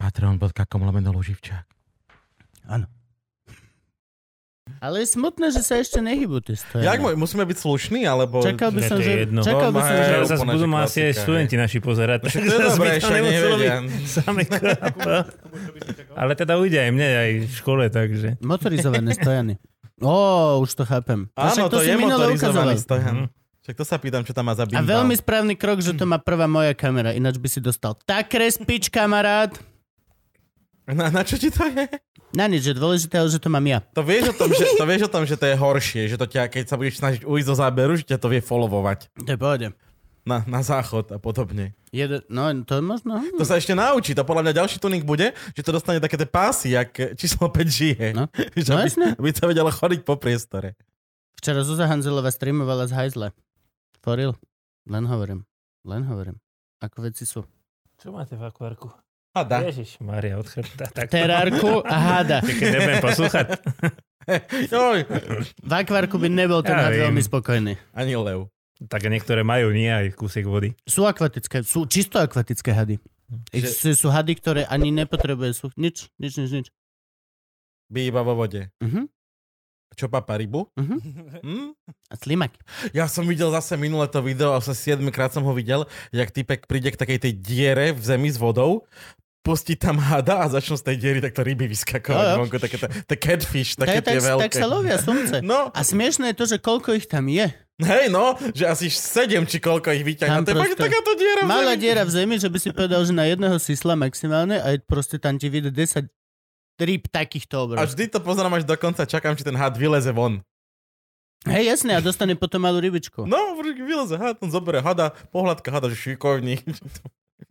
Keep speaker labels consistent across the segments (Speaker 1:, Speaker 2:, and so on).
Speaker 1: patreon.com lomeno Luživčák.
Speaker 2: Áno. Ale je smutné, že sa ešte nehybu tie stojany.
Speaker 3: Jak mu- musíme byť slušní, alebo...
Speaker 2: Čakal by
Speaker 4: Ne,
Speaker 2: som,
Speaker 4: to je
Speaker 2: že...
Speaker 4: jedno. No,
Speaker 2: Čakal by som, že...
Speaker 3: Normálne.
Speaker 4: Teraz zase
Speaker 3: úplne,
Speaker 4: budú
Speaker 3: že
Speaker 4: ma asi aj
Speaker 3: klasika, No
Speaker 4: študenti naši pozerať.
Speaker 3: Však
Speaker 4: tak
Speaker 3: to je
Speaker 4: zase
Speaker 3: dobré,
Speaker 4: by
Speaker 3: ešte
Speaker 4: tam nemuselo
Speaker 3: nevedia.
Speaker 4: byť samé krápa. Ale teda ujde aj mne, aj v škole, takže.
Speaker 2: Motorizované stojany. Ó, už to chápem. A
Speaker 3: Áno,
Speaker 2: však
Speaker 3: to,
Speaker 2: si
Speaker 3: je
Speaker 2: minule
Speaker 3: motorizovaný
Speaker 2: ukazoval.
Speaker 3: stojan. Však to sa pýtam, čo tam má za
Speaker 2: A
Speaker 3: bimbal.
Speaker 2: veľmi správny krok, že to má prvá moja kamera, ináč by si dostal tak respič, kamarát.
Speaker 3: Na, na čo ti to je?
Speaker 2: Na nič, že dôležité, ale že to mám ja.
Speaker 3: To vieš, o tom, že, to vieš o tom, že to je horšie, že to ťa, keď sa budeš snažiť ujsť zo záberu, že ťa to vie followovať
Speaker 2: To je pohode.
Speaker 3: na, na záchod a podobne.
Speaker 2: Jeden, no, to je možno. hm.
Speaker 3: To sa ešte naučí, to podľa mňa ďalší tuning bude, že to dostane také tie pásy, jak číslo 5 žije.
Speaker 2: No.
Speaker 3: že
Speaker 2: No
Speaker 3: aby,
Speaker 2: jasne.
Speaker 3: aby sa vedelo chodiť po priestore.
Speaker 2: Včera Zuzá Hanzelová streamovala z hajzle. For real. Len hovorím. Len hovorím. Ako veci sú.
Speaker 4: Čo máte v akvárku?
Speaker 3: A da.
Speaker 4: Ježiš, Maria, od chrbta. Tak
Speaker 2: Terárku a háda.
Speaker 4: Keď nebudem poslúchať.
Speaker 3: Joj,
Speaker 2: V akvárku by nebol ten
Speaker 4: Ja
Speaker 2: had
Speaker 4: viem.
Speaker 2: veľmi spokojný.
Speaker 3: ani lev.
Speaker 4: Tak niektoré majú, nie aj kúsek vody.
Speaker 2: Sú akvatické, sú čisto akvatické hady. Že... Sú hady, ktoré ani nepotrebuje sú nič, nič, nič, nič.
Speaker 3: By iba vo vode.
Speaker 2: Uh-huh,
Speaker 3: Čo papa, rybu?
Speaker 2: uh-huh.
Speaker 3: Hm?
Speaker 2: A slimak.
Speaker 3: Ja som videl zase minulé to video, asi 7 krát som ho videl, jak typek príde k takej tej diere v zemi s vodou, pustí tam hada a začnú z tej diery takto ryby vyskakovať
Speaker 2: No, Jo, jo.
Speaker 3: vonku, také tie catfish,
Speaker 2: Tak,
Speaker 3: také
Speaker 2: tak,
Speaker 3: tie veľké.
Speaker 2: tak sa lovia slunce.
Speaker 3: No,
Speaker 2: A smiešné je to, že koľko ich tam je.
Speaker 3: hej no, že asi 7 či koľko ich vyťahne.
Speaker 2: Tam
Speaker 3: To je fakt
Speaker 2: proste-
Speaker 3: takáto diera v
Speaker 2: Malá
Speaker 3: zemi.
Speaker 2: diera v zemi, že by si povedal, že na jedného sísla maximálne a je proste tam ti vyjde 10 rýb takýchto
Speaker 3: A
Speaker 2: obrov.
Speaker 3: vždy to pozerám až do konca, čakám, či ten had vyleze von.
Speaker 2: Hej, jasné, a dostane potom malú rybičku.
Speaker 3: No, vyleze had, on zoberie hada, pohľadka hada, že šikovník.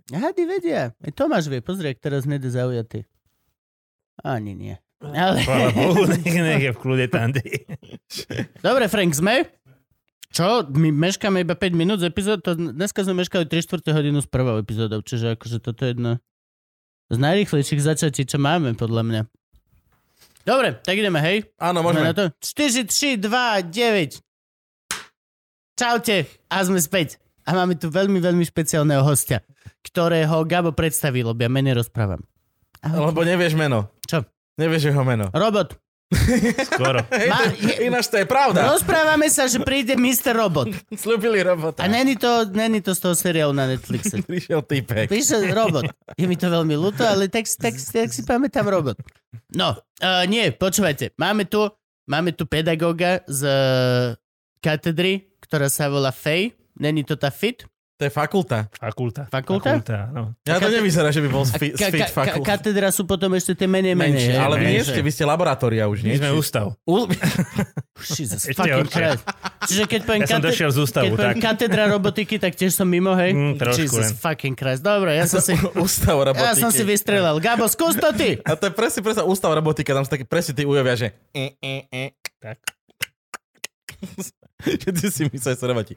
Speaker 2: Hady vedia. Aj Tomáš vie, pozri, ak teraz nejde zaujatý. Ani nie. Ale...
Speaker 4: Chvála Bohu, nech, nech je v kľude tam, kde je.
Speaker 2: Dobre, Frank, sme? Čo? My meškáme iba 5 minút z epizód? To dneska sme meškali 3 čtvrte hodinu s prvou epizódou, čiže akože toto je jedno z najrychlejších začatí, čo máme, podľa mňa. Dobre, tak ideme, hej?
Speaker 3: Áno,
Speaker 2: Sme na No,
Speaker 3: môžeme.
Speaker 2: to? 4, 3, 2, 9. Čaute a sme späť. A máme tu veľmi, veľmi špeciálneho hostia, ktorého Gabo predstaví, lebo ja menej rozprávam.
Speaker 3: Lebo nevieš meno.
Speaker 2: Čo?
Speaker 3: Nevieš jeho meno.
Speaker 2: Robot.
Speaker 4: Skoro.
Speaker 3: Hej,
Speaker 2: Ma-
Speaker 3: to- Ináč to je pravda.
Speaker 2: Rozprávame sa, že príde Mr. Robot.
Speaker 3: Slúbili robota.
Speaker 2: A není to, není to z toho seriálu na Netflixe.
Speaker 3: Prišiel typek.
Speaker 2: Prišiel robot. Je mi to veľmi ľúto, ale tak, tak, tak si pamätám robot. No, uh, nie, počúvajte. Máme tu, máme tu pedagóga z eh, katedry, ktorá sa volá Fej. Není to tá FIT?
Speaker 3: To je fakulta.
Speaker 4: Fakulta.
Speaker 2: Fakulta?
Speaker 4: no.
Speaker 3: Ja to
Speaker 2: kate-
Speaker 3: nevyzerá, že by bol z
Speaker 2: A
Speaker 3: fi- z
Speaker 2: ka- ka-
Speaker 3: fit
Speaker 2: ka-
Speaker 3: fakulta.
Speaker 2: katedra sú potom ešte tie menej menej.
Speaker 3: Menšie,
Speaker 2: hej?
Speaker 3: ale vy nie
Speaker 4: menšie.
Speaker 3: ste, vy ste laboratória už,
Speaker 4: My
Speaker 3: nie?
Speaker 4: sme
Speaker 3: Či-
Speaker 4: ústav.
Speaker 3: U-
Speaker 2: Jesus
Speaker 4: Ešte
Speaker 2: fucking
Speaker 4: horšie.
Speaker 2: Christ. Čiže keď poviem,
Speaker 4: Ja som
Speaker 2: kate-
Speaker 4: došiel z
Speaker 2: keď
Speaker 4: ústavu,
Speaker 2: poviem
Speaker 4: tak.
Speaker 2: katedra robotiky, tak tiež som mimo, hej?
Speaker 4: Mm, trošku
Speaker 2: Jesus
Speaker 4: len.
Speaker 2: fucking Christ. Dobre, ja som si,
Speaker 3: Ústav robotiky.
Speaker 2: ja som si vystrelal. Gabo, skús to ty!
Speaker 3: A to je presne, presne ústav robotika, tam sú takí presne tí ujovia, že e, e, e.
Speaker 4: Tak.
Speaker 3: Že ty si myslíš, sa robotí.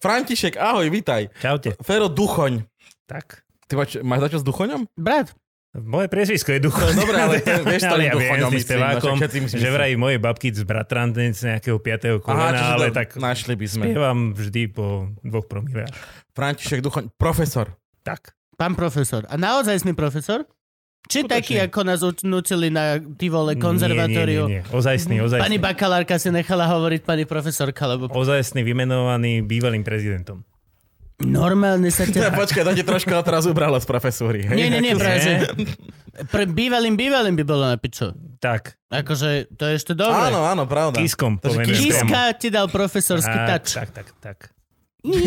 Speaker 3: František, ahoj, vitaj.
Speaker 4: Čaute.
Speaker 3: Fero Duchoň.
Speaker 4: Tak.
Speaker 3: Ty máš, máš začal s Duchoňom?
Speaker 2: Brat,
Speaker 4: Moje priezvisko je Ducho.
Speaker 3: Dobre, No ale ten- vieš, to
Speaker 4: ale
Speaker 3: je
Speaker 4: ja viem,
Speaker 3: Duchoňom,
Speaker 4: s tým
Speaker 3: myslím,
Speaker 4: spevákom,
Speaker 3: no, všetci musíme
Speaker 4: že vraj moje babky z bratranec nejakého 5. kolena,
Speaker 3: čiže to
Speaker 4: no, ale tak
Speaker 3: Našli by sme.
Speaker 4: spievam vždy po dvoch promilách.
Speaker 3: František Duchoň, profesor.
Speaker 4: Tak.
Speaker 2: Pán profesor. A naozaj sme profesor? Či
Speaker 3: Skutočný.
Speaker 2: taký, ako nás uč- nutili na ty vole konzervatóriu? Mhm.
Speaker 4: Nie, nie, nie, nie. Ozajstný, ozajstný.
Speaker 2: Pani bakalárka si nechala hovoriť pani profesorka, lebo
Speaker 4: ozajstný vymenovaný bývalým prezidentom.
Speaker 2: normálne sa
Speaker 3: Ja,
Speaker 2: ťa...
Speaker 3: počkaj, to ti trošku teraz ubralo z profesúry. hej?
Speaker 2: Nie, nie, nie,
Speaker 3: Akože-
Speaker 2: práve,
Speaker 4: Nie.
Speaker 2: že pre bývalým bývalým by bolo na piču.
Speaker 4: Tak,
Speaker 2: Akože to je ešte dobré.
Speaker 3: Áno, áno, pravda.
Speaker 4: kiskom
Speaker 3: Takže
Speaker 4: pomenujem.
Speaker 2: Kiska ti dal profesorský
Speaker 4: Tak,
Speaker 2: tač.
Speaker 4: tak, tak, tak.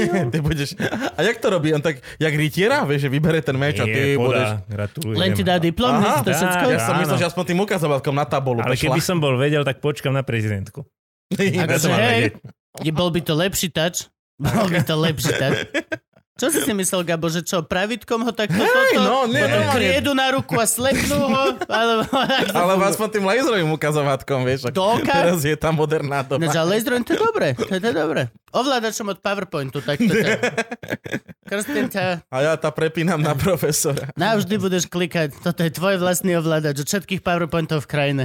Speaker 3: Ty budeš... A jak to robí? On tak, jak rytiera, vieš, že vybere ten meč a ty
Speaker 4: Je,
Speaker 3: budeš...
Speaker 4: poda, gratulujem.
Speaker 2: Len ti dá diplom,
Speaker 3: Aha,
Speaker 2: hneď si to
Speaker 4: dá,
Speaker 2: všetko.
Speaker 3: Ja som
Speaker 4: Áno.
Speaker 3: myslel, že aspoň tým ukazovatkom na tabulu.
Speaker 4: Ale
Speaker 3: pošla.
Speaker 4: keby som bol vedel, tak počkam na prezidentku.
Speaker 2: Akože,
Speaker 4: to mám
Speaker 2: hej,
Speaker 4: vedieť.
Speaker 2: je- bol by to lepší tač. Bol by to lepší tač. Čo si si myslel, Gabo, že čo, pravidkom ho takto
Speaker 3: Hej,
Speaker 2: toto,
Speaker 3: no, nie,
Speaker 2: potom
Speaker 3: normálne.
Speaker 2: kriedu na ruku a slepnú ho? Alebo,
Speaker 3: Ale aspoň tým laserovým ukazovátkom, vieš. ak-
Speaker 2: Do oka?
Speaker 3: Teraz je tam moderná
Speaker 2: No,
Speaker 3: doba.
Speaker 2: ale laserom to je dobre, to je to dobre. Ovládačom od PowerPointu, tak to ťa... Krstien ťa,
Speaker 3: A ja tá prepínam na profesora.
Speaker 2: navždy budeš klikať, toto je tvoj vlastný ovládač od všetkých PowerPointov v krajine.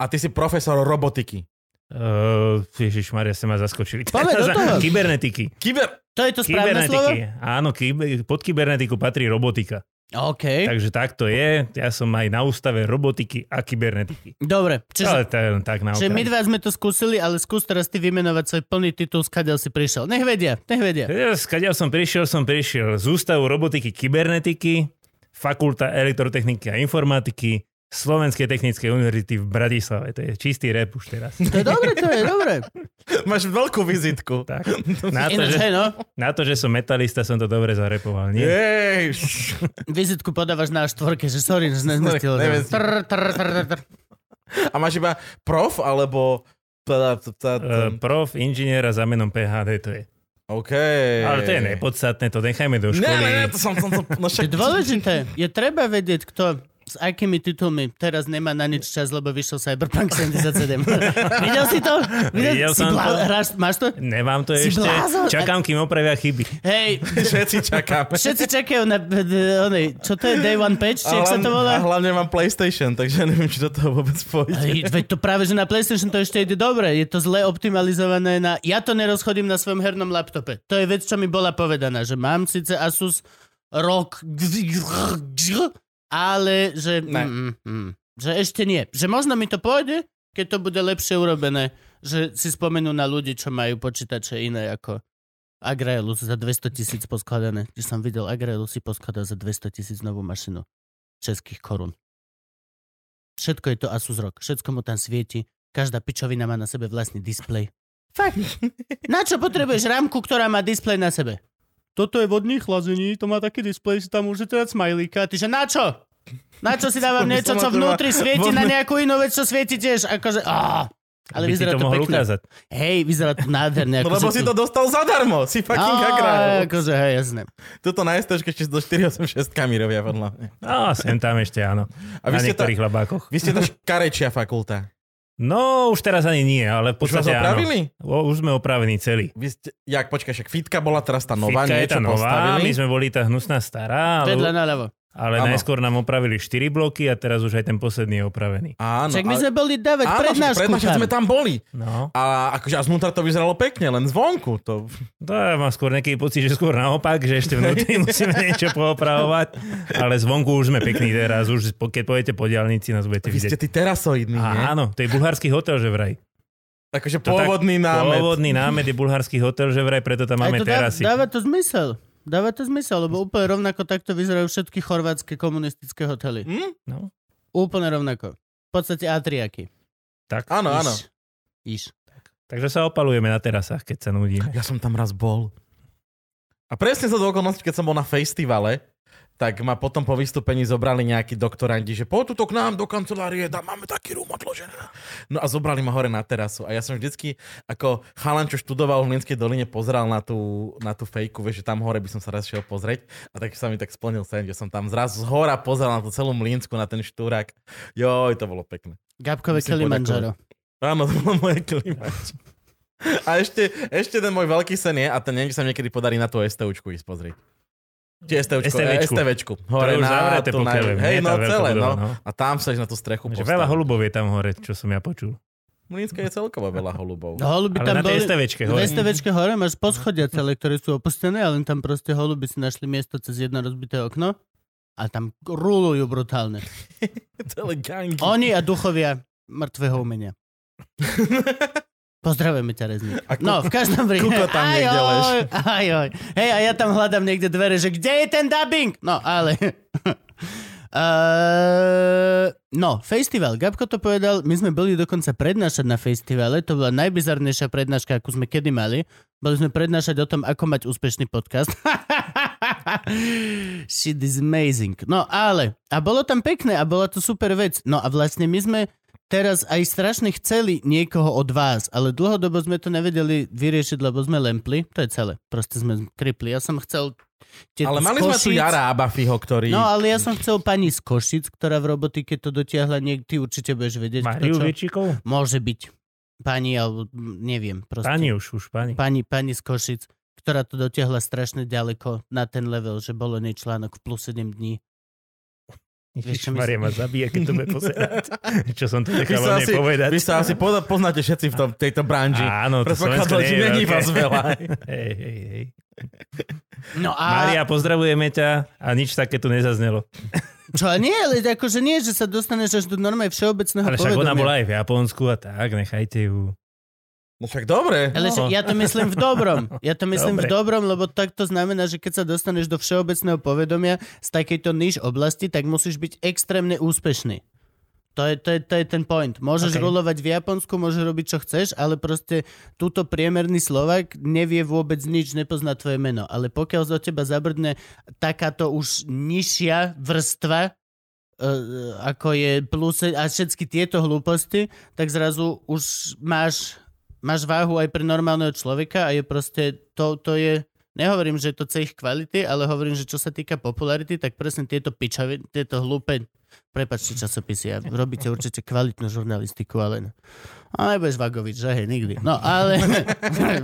Speaker 3: A ty si profesor robotiky.
Speaker 4: Uh, Ježišmaria, ste ma zaskočili.
Speaker 2: Poďme do
Speaker 4: Za-
Speaker 2: toho.
Speaker 4: Kybernetiky.
Speaker 3: Kyber...
Speaker 2: To je to správne slovo?
Speaker 4: Kybernetiky. Áno, kyber, pod kybernetiku patrí robotika.
Speaker 2: OK,
Speaker 4: Takže takto je. Ja som aj na ústave robotiky a kybernetiky.
Speaker 2: dobre. Čiže,
Speaker 4: Ale to je len tak na
Speaker 2: čiže my
Speaker 4: okraj.
Speaker 2: dva sme to skúsili, ale skús teraz ty vymenovať svoj plný titul, skadiaľ si prišiel. Nech vedia, nech vedia.
Speaker 4: Teraz, Skadiaľ som prišiel, som prišiel z Ústavu robotiky kybernetiky, Fakulta elektrotechniky a informatiky, Slovenskej technickej univerzity v Bratislave. To je čistý rep už teraz.
Speaker 2: To je dobre, to je dobre.
Speaker 3: Máš veľkú vizitku.
Speaker 4: Tak. Na, to,
Speaker 2: Ináč,
Speaker 4: že,
Speaker 2: hej no,
Speaker 4: na to, že som metalista, som to dobre zarepoval. Nie?
Speaker 3: Jej.
Speaker 2: vizitku podávaš na štvorke, že sorry, že nezmestil.
Speaker 3: Nevestil.
Speaker 2: Tr, tr, tr, tr, tr.
Speaker 3: A máš iba prof, alebo... Tá, tá, tá, tá.
Speaker 4: Uh, prof, inžiniera za menom PHD to je.
Speaker 3: OK.
Speaker 4: Ale to je nepodstatné, to nechajme do
Speaker 3: Ne, ne, ne,
Speaker 4: školy.
Speaker 3: to som, som, som
Speaker 2: To
Speaker 3: no však,
Speaker 2: je dôležité. Je treba vedieť, kto s akými titulmi teraz nemá na nič čas, lebo vyšiel Cyberpunk 77. Videl si to?
Speaker 4: Videl
Speaker 2: si
Speaker 4: som
Speaker 2: blá...
Speaker 4: to.
Speaker 2: Hráš, máš to?
Speaker 4: Nemám to
Speaker 2: Si
Speaker 4: ešte.
Speaker 2: blázon?
Speaker 4: Čakám, kým opravia chyby.
Speaker 2: Hej,
Speaker 3: všetci čakáme.
Speaker 2: všetci čakajú na... d- d- onej, Čo to je? Day One Patch? Či
Speaker 3: A
Speaker 2: jak sa to
Speaker 3: hlavne-
Speaker 2: volá?
Speaker 3: A hlavne mám PlayStation, takže neviem, či do toho vôbec pôjde.
Speaker 2: Ej, Veď to práve, že na PlayStation to ešte ide dobre. Je to zle optimalizované na... Ja to nerozchodím na svojom hernom laptope. To je vec, čo mi bola povedaná, že mám síce Asus ROG, ale že...
Speaker 3: Ne.
Speaker 2: Mm, mm, že ešte nie. Že možno mi to pôjde, keď to bude lepšie urobené. Že si spomenú na ľudí, čo majú počítače iné ako Agraelus za 200 tisíc poskladané. Keď som videl, Agraelus si poskladal za 200 tisíc novú mašinu českých korún. Všetko je to Asus ROG. Všetko mu tam svieti. Každá pičovina má na sebe vlastný displej. Fakt. Na čo potrebuješ rámku, ktorá má displej na sebe? Toto je vodný chlazení, to má taký displej, si tam môžete dať smajlíka. Tyže na čo? Na čo si dávam
Speaker 3: To by
Speaker 2: niečo, čo
Speaker 3: som na teba-
Speaker 2: vnútri svieti na
Speaker 3: vodný-
Speaker 2: nejakú inú vec, čo svieti tiež? Akože, á, ale
Speaker 4: Aby si
Speaker 2: vyzerá
Speaker 4: to
Speaker 2: to,
Speaker 4: mohol
Speaker 2: pekne.
Speaker 4: ukázať.
Speaker 2: Hej, vyzerá to nádherne. ako
Speaker 3: No lebo
Speaker 2: sa
Speaker 3: si
Speaker 2: tu-
Speaker 3: to dostal zadarmo, si fucking
Speaker 2: Á,
Speaker 3: Agrael.
Speaker 2: Akože, hej, jasné.
Speaker 3: Toto na STčke ešte do 486 mi robia, podľa mňa.
Speaker 4: No, sem tam ešte, áno.
Speaker 3: A vy
Speaker 4: na
Speaker 3: ste, tá,
Speaker 4: niektorých labákoch.
Speaker 3: vy ste tá škarečia fakulta.
Speaker 4: No, už teraz ani nie, ale v
Speaker 3: Už vás
Speaker 4: podstate áno.
Speaker 3: opravili?
Speaker 4: O, už sme opravení celý.
Speaker 3: Vy ste, jak, počkaj, však fitka bola teraz tá nová,
Speaker 4: Fitka je
Speaker 3: niečo
Speaker 4: tá nová,
Speaker 3: postavili.
Speaker 4: my sme boli tá hnusná stará,
Speaker 2: Vedľa
Speaker 4: ale,
Speaker 2: naľavo.
Speaker 4: ale
Speaker 3: Áno.
Speaker 4: najskôr nám opravili 4 bloky a teraz už aj ten posledný je opravený.
Speaker 3: Áno,
Speaker 2: Však my
Speaker 3: ale-
Speaker 2: sme boli dávať
Speaker 3: áno,
Speaker 2: prednášku.
Speaker 3: prednášku
Speaker 2: tam.
Speaker 3: sme tam boli.
Speaker 4: No,
Speaker 3: A akože a zvnútra to vyzeralo pekne, len zvonku. To...
Speaker 4: to ja mám skôr nejaký pocit, že skôr naopak, že ešte vnútri musíme niečo poopravovať, ale zvonku už sme pekní teraz, už po- keď pojete po diálnici, nás budete
Speaker 3: Vy ste
Speaker 4: vidieť.
Speaker 3: tí terasoidní, nie?
Speaker 4: Áno, to je bulharský hotel, že vraj.
Speaker 3: Akože
Speaker 4: To tak-
Speaker 3: pôvodný námet.
Speaker 4: Pôvodný námet je bulharský hotel, že vraj, preto tam
Speaker 2: Aj
Speaker 4: máme
Speaker 2: to dá-
Speaker 4: terasy.
Speaker 2: Dáva to zmysel. Dáva to zmysel, lebo úplne rovnako takto vyzerajú všetky chorvátske komunistické hotely.
Speaker 3: Hm?
Speaker 4: No,
Speaker 2: Úplne rovnako. V podstate atriaky.
Speaker 4: tak.
Speaker 3: Áno, áno.
Speaker 2: Iš. Iš.
Speaker 4: Takže sa opalujeme na terasách, keď sa nudíme.
Speaker 3: Ja som tam raz bol. A presne za do okolnosti, keď som bol na festivale, tak ma potom po vystúpení zobrali nejakí doktorandi, že poď tuto k nám do kancelárie, tam máme taký rúm odložený. No a zobrali ma hore na terasu. A ja som vždycky, ako chalan, čo študoval v Hlinskej doline, pozeral na tú, na tú fejku, vieš, že tam hore by som sa raz šiel pozrieť. A tak sa mi tak splnil sen, že som tam zraz z hora pozeral na tú celú Mlínsku, na ten štúrak. Joj, to bolo pekné.
Speaker 2: Gabkové
Speaker 3: Musím
Speaker 2: Kilimanjaro.
Speaker 3: Áno, to bolo moje klimač. A ešte, ešte ten môj veľký sen je, a ten niekde sa mi niekedy podarí na tú STUčku ísť pozrieť. Či STUčku, STVčku.
Speaker 4: STVčku.
Speaker 3: STVčku.
Speaker 4: To je už zavreté,
Speaker 3: tú
Speaker 4: pokiaľ viem,
Speaker 3: Hej,
Speaker 4: nie?
Speaker 3: no
Speaker 4: Tá veľká
Speaker 3: celé, no.
Speaker 4: budova, no.
Speaker 3: A tam sa ísť na tú strechu
Speaker 4: Že
Speaker 3: postaviť.
Speaker 4: veľa holubov je tam hore, čo som ja počul.
Speaker 3: Mlínska je celkovo veľa holubov.
Speaker 2: Holuby
Speaker 4: Ale
Speaker 2: tam
Speaker 4: na tej
Speaker 2: boli...
Speaker 4: STVčke
Speaker 2: V
Speaker 4: hore.
Speaker 2: STVčke hore máš poschodia celé, ktoré sú opustené, ale tam proste holuby si našli miesto cez jedno rozbité okno a tam rulujú brutálne.
Speaker 3: Celé gangy.
Speaker 2: Oni a duchovia mŕtvého umenia. Pozdravujeme ťa, Rezník.
Speaker 3: A ku-
Speaker 2: No, v každom prípade.
Speaker 3: kuko tam niekde
Speaker 2: Ajoj,
Speaker 3: leží.
Speaker 2: ajoj. Hej, a ja tam hľadám niekde dvere, že kde je ten dubbing? No, ale... Uh, no, festival. Gabko to povedal, my sme boli dokonca prednášať na festivale, to bola najbizarnejšia prednáška, akú sme kedy mali. Boli sme prednášať o tom, ako mať úspešný podcast. Shit is amazing. No ale, a bolo tam pekné a bola to super vec. No a vlastne my sme teraz aj strašne chceli niekoho od vás, ale dlhodobo sme to nevedeli vyriešiť, lebo sme lempli. To je celé. Proste sme kripli. Ja som chcel... Tieto
Speaker 3: Ale
Speaker 2: z
Speaker 3: mali sme tu
Speaker 2: Košíc.
Speaker 3: Jara Abafiho, ktorý...
Speaker 2: No, ale ja som chcel pani z Košic, ktorá v robotike to dotiahla. Niek- ty určite budeš vedieť. kto
Speaker 4: Mariu
Speaker 2: čo.
Speaker 4: Virčíkov?
Speaker 2: Môže byť. Pani, alebo m, neviem. Proste.
Speaker 4: Pani už, už pani.
Speaker 2: pani, pani z Košic, ktorá to dotiahla strašne ďaleko na ten level, že bolo nej článok v plus 7 dní. vieš, čo
Speaker 4: Maria ma zabíja, keď to bude pozerať. Čo som tu
Speaker 3: Vy
Speaker 4: nechal
Speaker 3: sa
Speaker 4: o nej
Speaker 3: asi,
Speaker 4: povedať.
Speaker 3: vy sa asi poda- poznáte všetci v tom, tejto branži.
Speaker 4: Áno, to
Speaker 3: Predpokladám,
Speaker 4: Slovensko nie
Speaker 3: že
Speaker 4: je
Speaker 3: není
Speaker 4: veľké.
Speaker 3: vás veľa.
Speaker 4: hej, hej, hej.
Speaker 2: No a...
Speaker 4: Maria, pozdravujeme ťa a nič také tu nezaznelo.
Speaker 2: Čo, nie, ale akože nie, že sa dostaneš až do normy všeobecného
Speaker 4: Ale však
Speaker 2: povedomia.
Speaker 4: ona bola aj v Japonsku a tak, nechajte ju.
Speaker 3: No však dobre.
Speaker 2: Ale že ja to myslím v dobrom. Ja to myslím v
Speaker 4: Dobre.
Speaker 2: dobrom, lebo tak to znamená, že keď sa dostaneš do všeobecného povedomia z takejto niž oblasti, tak musíš byť extrémne úspešný. To je, to, je, to je ten point. Môžeš okay.
Speaker 4: Okay.
Speaker 2: rulovať v Japonsku, môžeš robiť čo chceš, ale proste túto priemerný Slovak nevie vôbec nič, nepozná tvoje meno. Ale pokiaľ do teba zabrdne takáto už nižšia vrstva, eh, ako je plus a všetky tieto hlúposti, tak zrazu už máš, máš váhu aj pre normálneho človeka a je proste, to, to je, nehovorím, že je to cech kvality, ale hovorím, že čo sa týka popularity, tak presne tieto pičavi, tieto hlúpe, prepačte časopisy, a robíte určite kvalitnú žurnalistiku, ale no. A nebudeš Vagovič, že hej, nikdy. No ale,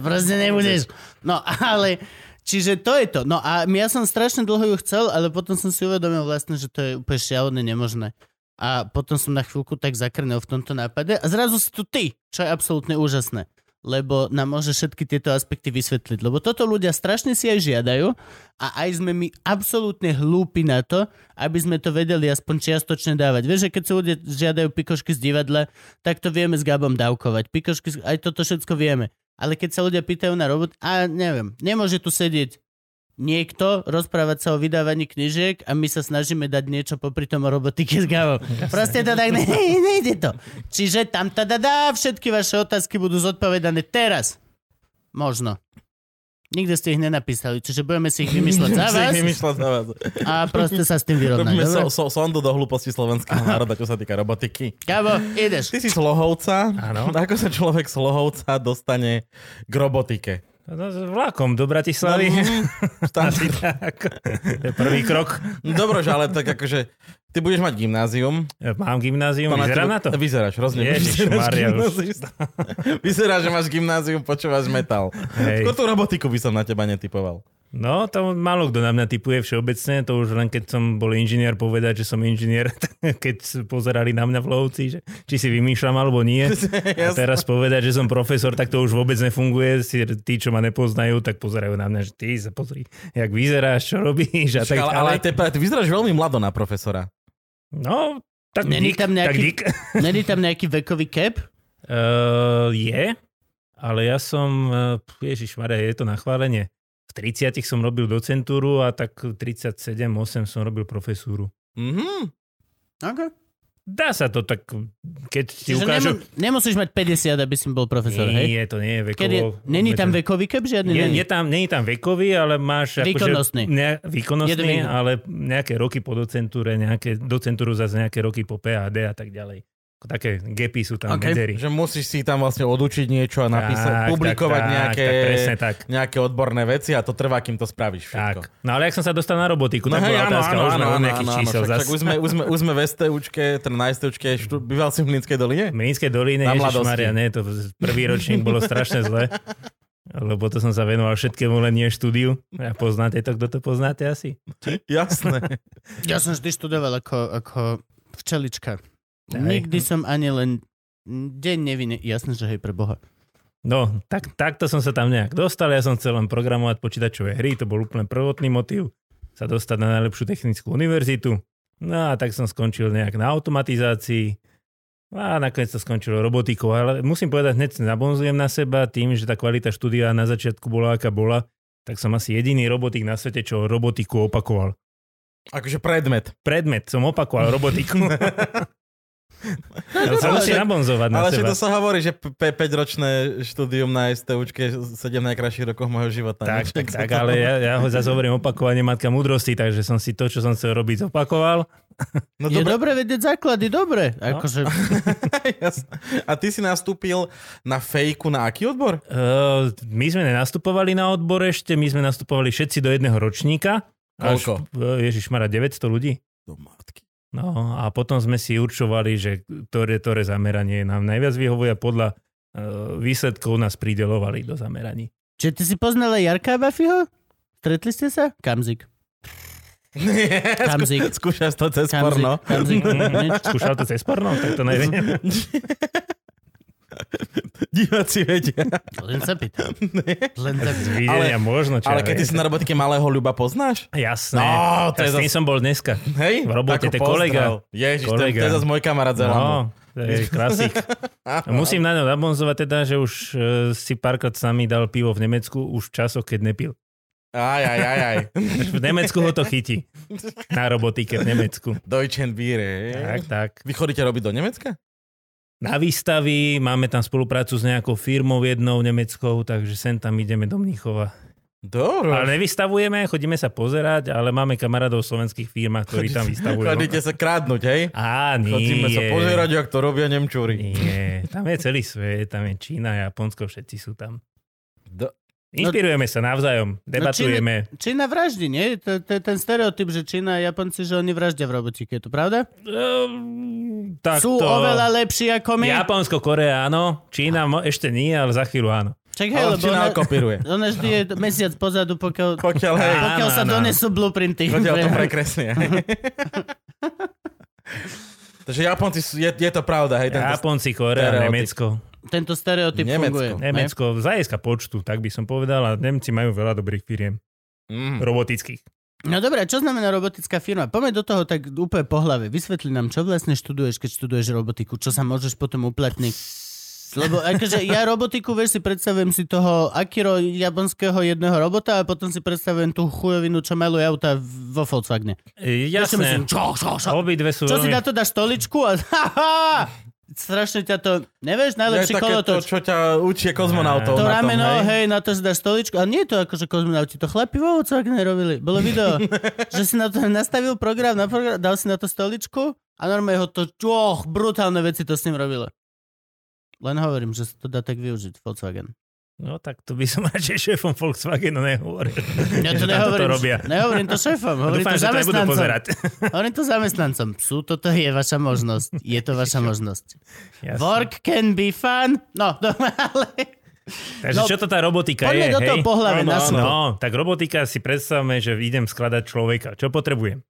Speaker 2: proste nebudeš. No ale, Čiže to je to. No a ja som strašne dlho ju chcel, ale potom som si uvedomil vlastne, že to je úplne šialené nemožné. A potom som na chvíľku tak zakrnel v tomto nápade a zrazu si tu ty, čo je absolútne úžasné. Lebo nám môže všetky tieto aspekty vysvetliť. Lebo toto ľudia strašne si aj žiadajú a aj sme my absolútne hlúpi na to, aby sme to vedeli aspoň čiastočne dávať. Vieš, že keď sa ľudia žiadajú pikošky z divadla, tak to vieme s Gabom dávkovať. Pikošky, z- aj toto všetko vieme. Ale keď sa ľudia pýtajú na robot, a neviem, nemôže tu sedieť niekto, rozprávať sa o vydávaní knižiek a my sa snažíme dať niečo popri tom o robotike s Gabom. Proste to tak ne, nejde to. Čiže tam tadadá, všetky vaše otázky budú zodpovedané teraz. Možno. Nikde ste ich nenapísali, čiže budeme si ich vymýšľať za
Speaker 3: Si
Speaker 2: vás
Speaker 3: ich vymýšľať za vás.
Speaker 2: a proste sa s tým vyrovnať.
Speaker 3: Robíme
Speaker 2: dobre?
Speaker 3: so, so, sondu do hlúposti slovenského národa, čo sa týka robotiky.
Speaker 2: Gabo, ideš.
Speaker 3: Ty si slohovca.
Speaker 4: Áno.
Speaker 3: Ako sa človek slohovca dostane k robotike?
Speaker 4: No, s vlakom do Bratislavy.
Speaker 3: No.
Speaker 4: Asi tak. To je prvý krok.
Speaker 3: Dobro, že No ale tak akože... Ty budeš mať gymnázium.
Speaker 4: Mám gymnázium,
Speaker 3: Pána,
Speaker 4: vyzerá
Speaker 3: ty-
Speaker 4: na to?
Speaker 3: Vyzeráš, rozumiem.
Speaker 4: Ježišmaria, už.
Speaker 3: Vyzerá, že máš gymnázium, počúvaš metal.
Speaker 4: Hej.
Speaker 3: Skôr tú robotiku by som na teba netypoval.
Speaker 4: No, to málo kto na mňa typuje všeobecne, to už len keď som bol inžinier povedať, že som inžinier, keď pozerali na mňa v lovci, že či si vymýšľam alebo nie. A teraz povedať, že som profesor, tak to už vôbec nefunguje. Si- Tí, čo ma nepoznajú, tak pozerajú na mňa, že ty sa pozri, jak vyzeráš, čo robíš a
Speaker 3: Však,
Speaker 4: tak
Speaker 3: ale, ale
Speaker 4: ďalej.
Speaker 3: ty, ty vyzeráš veľmi mlado na profesora.
Speaker 4: No, tak
Speaker 2: Není
Speaker 4: dík,
Speaker 2: tam
Speaker 4: tak
Speaker 2: nejaký-
Speaker 4: dík.
Speaker 2: Není tam nejaký vekový cap?
Speaker 4: Uh, je, ale ja som, eh, ježiš Maria, je to na chválenie. V 30 som robil docentúru a tak 37-8 som robil profesúru.
Speaker 3: Mhm.
Speaker 2: Okay.
Speaker 4: Dá sa to tak, keď ti
Speaker 2: Čiže
Speaker 4: ukážu...
Speaker 2: nemu, nemusíš mať 50, aby si bol profesor, hej?
Speaker 4: nie, to nie je
Speaker 2: Keď je,
Speaker 4: vekovo.
Speaker 2: není tam vekový cap žiadny?
Speaker 4: Je,
Speaker 2: není.
Speaker 4: je tam, nie je tam vekový, ale máš... akože
Speaker 2: Výkonnostný.
Speaker 4: Ne,
Speaker 2: Jeden
Speaker 4: výkonnostný,
Speaker 2: výkon.
Speaker 4: ale nejaké roky po docentúre, nejaké, docentúru zase nejaké roky po PhD a tak ďalej. Ako Také gapy sú
Speaker 2: Ok.
Speaker 4: tam okay. medzery.
Speaker 3: Že musíš si tam vlastne odučiť niečo a napísať,
Speaker 4: Tak,
Speaker 3: publikovať
Speaker 4: tak, tak,
Speaker 3: nejaké,
Speaker 4: Tak, presne tak.
Speaker 3: nejaké odborné veci a to trvá, kým to spravíš všetko. No
Speaker 4: Tak. No ale ak som sa dostal na robotiku, tak bola otázka, už sme u nejakých čísel
Speaker 3: Však,
Speaker 4: zase.
Speaker 3: však už, sme, už, sme, už sme v STUčke, teda na STUčke, štú, býval si v Mlinskej doline?
Speaker 4: V Mlínskej doline,
Speaker 3: Na
Speaker 4: Maria,
Speaker 3: mladosti.
Speaker 4: nie, to prvý ročník bolo strašne zle. Lebo to som sa venoval všetkému, len nie štúdiu. A poznáte to, kto to poznáte asi?
Speaker 3: Jasné.
Speaker 2: Ja som vždy študoval ako, ako včelička.
Speaker 4: Aj.
Speaker 2: Nikdy som ani len deň neviny. Jasné, že hej, pre Boha.
Speaker 4: No, tak, takto som sa tam nejak dostal. Ja som chcel len programovať počítačové hry, to bol úplne prvotný motív. Sa dostať na najlepšiu technickú univerzitu. No a tak som skončil nejak na automatizácii. A nakoniec to skončilo robotikou. Ale musím povedať, hneď nabonzujem na seba tým, že tá kvalita štúdia na začiatku bola aká bola, tak som asi jediný robotik na svete, čo robotiku opakoval.
Speaker 3: Akože predmet.
Speaker 4: Predmet som opakoval robotiku. to sa
Speaker 3: Ale
Speaker 4: musí
Speaker 3: však-
Speaker 4: nabonzovať na
Speaker 3: Ale však
Speaker 4: seba.
Speaker 3: to sa hovorí, že 5-ročné štúdium na STUčke je 7 najkrajších rokov mojho života. Niečo
Speaker 4: Tak, tak,
Speaker 3: ako
Speaker 4: tak,
Speaker 3: to-
Speaker 4: ale ja, ja ho zase hovorím opakovanie matka múdrosti, takže som si to, čo som chcel robiť, opakoval
Speaker 3: No
Speaker 2: Je
Speaker 3: dobre,
Speaker 2: dobre vedieť základy, dobre.
Speaker 4: No.
Speaker 2: Akože,
Speaker 3: jasné. A ty si nastúpil na fejku na aký odbor?
Speaker 4: Uh, my sme nenastupovali na odbor ešte, my sme nastupovali všetci do jedného ročníka. e,
Speaker 3: Koľko?
Speaker 4: Ježiš, 900 ľudí.
Speaker 3: Do matky.
Speaker 4: No a potom sme si určovali, že ktoré, ktoré zameranie nám najviac vyhovuje a podľa e, výsledkov nás pridelovali do zameraní.
Speaker 2: čiže ty si poznala Jarka a Bafiho? Stretli ste sa? Kamzik. Kamzik.
Speaker 3: Skú- Skúšaš to cez
Speaker 2: Kamzik.
Speaker 3: porno.
Speaker 4: no.
Speaker 2: Kamzik. Nič.
Speaker 4: Skúšal to cez porno? Tak to neviem.
Speaker 3: Diváci vedia.
Speaker 2: Len sa pýtam. Len sa pýtam.
Speaker 4: Videnia možno, čo
Speaker 3: Ale
Speaker 4: ja
Speaker 3: keď ty
Speaker 4: viem.
Speaker 3: si na robotke malého ľuba poznáš?
Speaker 4: Jasné.
Speaker 3: No, to je
Speaker 4: ja s tým som bol dneska.
Speaker 3: Hej?
Speaker 4: V
Speaker 3: Ako
Speaker 4: robote, to je kolega.
Speaker 3: pozdrav. Ježiš, to je-
Speaker 4: Kolega.
Speaker 3: to je zase môj kamarát za
Speaker 4: No, to je klasik. A Musím na ňo nabonzovať teda, že už e, si párkrát s nami dal pivo v Nemecku už v časoch, keď nepil.
Speaker 3: Aj, aj, aj, aj.
Speaker 4: V Nemecku ho to chytí. Na robotike v Nemecku.
Speaker 3: Deutschen Bier.
Speaker 4: Tak,
Speaker 3: hej?
Speaker 4: tak.
Speaker 3: Vy chodíte robiť do Nemecka?
Speaker 4: Na výstavy, máme tam spoluprácu s nejakou firmou jednou nemeckou, takže sem tam ideme do Mníchova.
Speaker 3: Dobro.
Speaker 4: Ale nevystavujeme, chodíme sa pozerať, ale máme kamarádov v slovenských firmách, ktorí tam vystavujú.
Speaker 3: Chodíte sa krádnuť, hej?
Speaker 4: Á, nie.
Speaker 3: Chodíme sa pozerať, jak to robia Nemčúri.
Speaker 4: Nie, tam je celý svet, tam je Čína, Japonsko, všetci sú tam.
Speaker 3: Do...
Speaker 2: no-
Speaker 4: Inšpirujeme sa navzájom, debatujeme.
Speaker 2: Čína vraždí, nie? To, to je ten stereotyp, že Čína a Japonci, že oni vraždia v robotike, je to pravda?
Speaker 4: Ehm, tak
Speaker 2: Sú
Speaker 4: to...
Speaker 2: oveľa lepší ako my.
Speaker 4: Japonsko, Korea, áno. Čína mo- ešte nie, ale za chvíľu áno.
Speaker 2: Čak, hej,
Speaker 3: Ale
Speaker 2: lebo
Speaker 3: Čína
Speaker 2: ona,
Speaker 3: kopíruje.
Speaker 2: ona vždy je mesiac pozadu, pokiaľ,
Speaker 3: Pokiaľ, hej,
Speaker 4: Áno,
Speaker 2: pokiaľ sa
Speaker 4: áno.
Speaker 2: donesú blueprinty.
Speaker 3: pokiaľ to prekresne. hej. Takže Japonci, sú, je, je to pravda, hej, tento
Speaker 4: Japonci, Korea,
Speaker 3: stereotyp.
Speaker 4: Nemecko.
Speaker 2: Tento stereotyp
Speaker 3: Nemecko.
Speaker 2: funguje. ne?
Speaker 4: Nemecko, z hľadiska počtu, tak by som povedal, a Nemci majú veľa dobrých firiem,
Speaker 3: Mm.
Speaker 2: Hm.
Speaker 4: robotických.
Speaker 2: No dobré, a čo znamená robotická firma? Poďme do toho tak úplne po hlave. Vysvetli nám, čo vlastne študuješ, keď študuješ robotiku, čo sa môžeš potom uplatniť. Lebo akože ja robotiku, vieš, si predstavujem si toho Akiro japonského jedného robota a potom si predstavujem tú chujovinu, čo maluje auta vo Volkswagene.
Speaker 4: E,
Speaker 2: Ja si myslím,
Speaker 4: Jasné,
Speaker 2: čo, čo, čo?
Speaker 4: obidve sú
Speaker 2: Čo si na
Speaker 4: veľmi...
Speaker 2: to dáš stoličku a ha, ha, strašne ťa to, nevieš, najlepší
Speaker 3: je také to,
Speaker 2: kolotoč.
Speaker 3: čo ťa učia kozmonautov.
Speaker 2: To
Speaker 3: na tom,
Speaker 2: rameno,
Speaker 3: hej.
Speaker 2: no, hej, na to si dáš stoličku. A nie je to akože kozmonauti, to chlapi vo Volkswagene robili. Bolo video, že si na to nastavil program, na program, dal si na to stoličku a normálne ho to, čoch, brutálne veci to s ním robilo. Len hovorím, že sa to dá tak využiť, Volkswagen.
Speaker 4: No tak to by som radšej šéfom Volkswagenu nehovoril.
Speaker 2: Ja to
Speaker 4: Že tam toto
Speaker 2: nehovorím,
Speaker 4: robia.
Speaker 2: nehovorím to šéfom,
Speaker 4: No,
Speaker 2: hovorím
Speaker 4: Dúfam,
Speaker 2: to
Speaker 4: že to nebudú
Speaker 2: zamestnancom.
Speaker 4: pozerať.
Speaker 2: Hovorím to zamestnancom. Sú, toto je vaša možnosť. Je to vaša možnosť.
Speaker 4: Jasné.
Speaker 2: Work can be fun. No, no ale...
Speaker 4: Takže
Speaker 2: No,
Speaker 4: čo to tá robotika
Speaker 2: poďme
Speaker 4: je,
Speaker 2: do toho
Speaker 4: hej?
Speaker 2: po hlave,
Speaker 4: Áno,
Speaker 2: na slovo.
Speaker 4: No, tak robotika si predstavme, že idem skladať človeka. Čo potrebujem?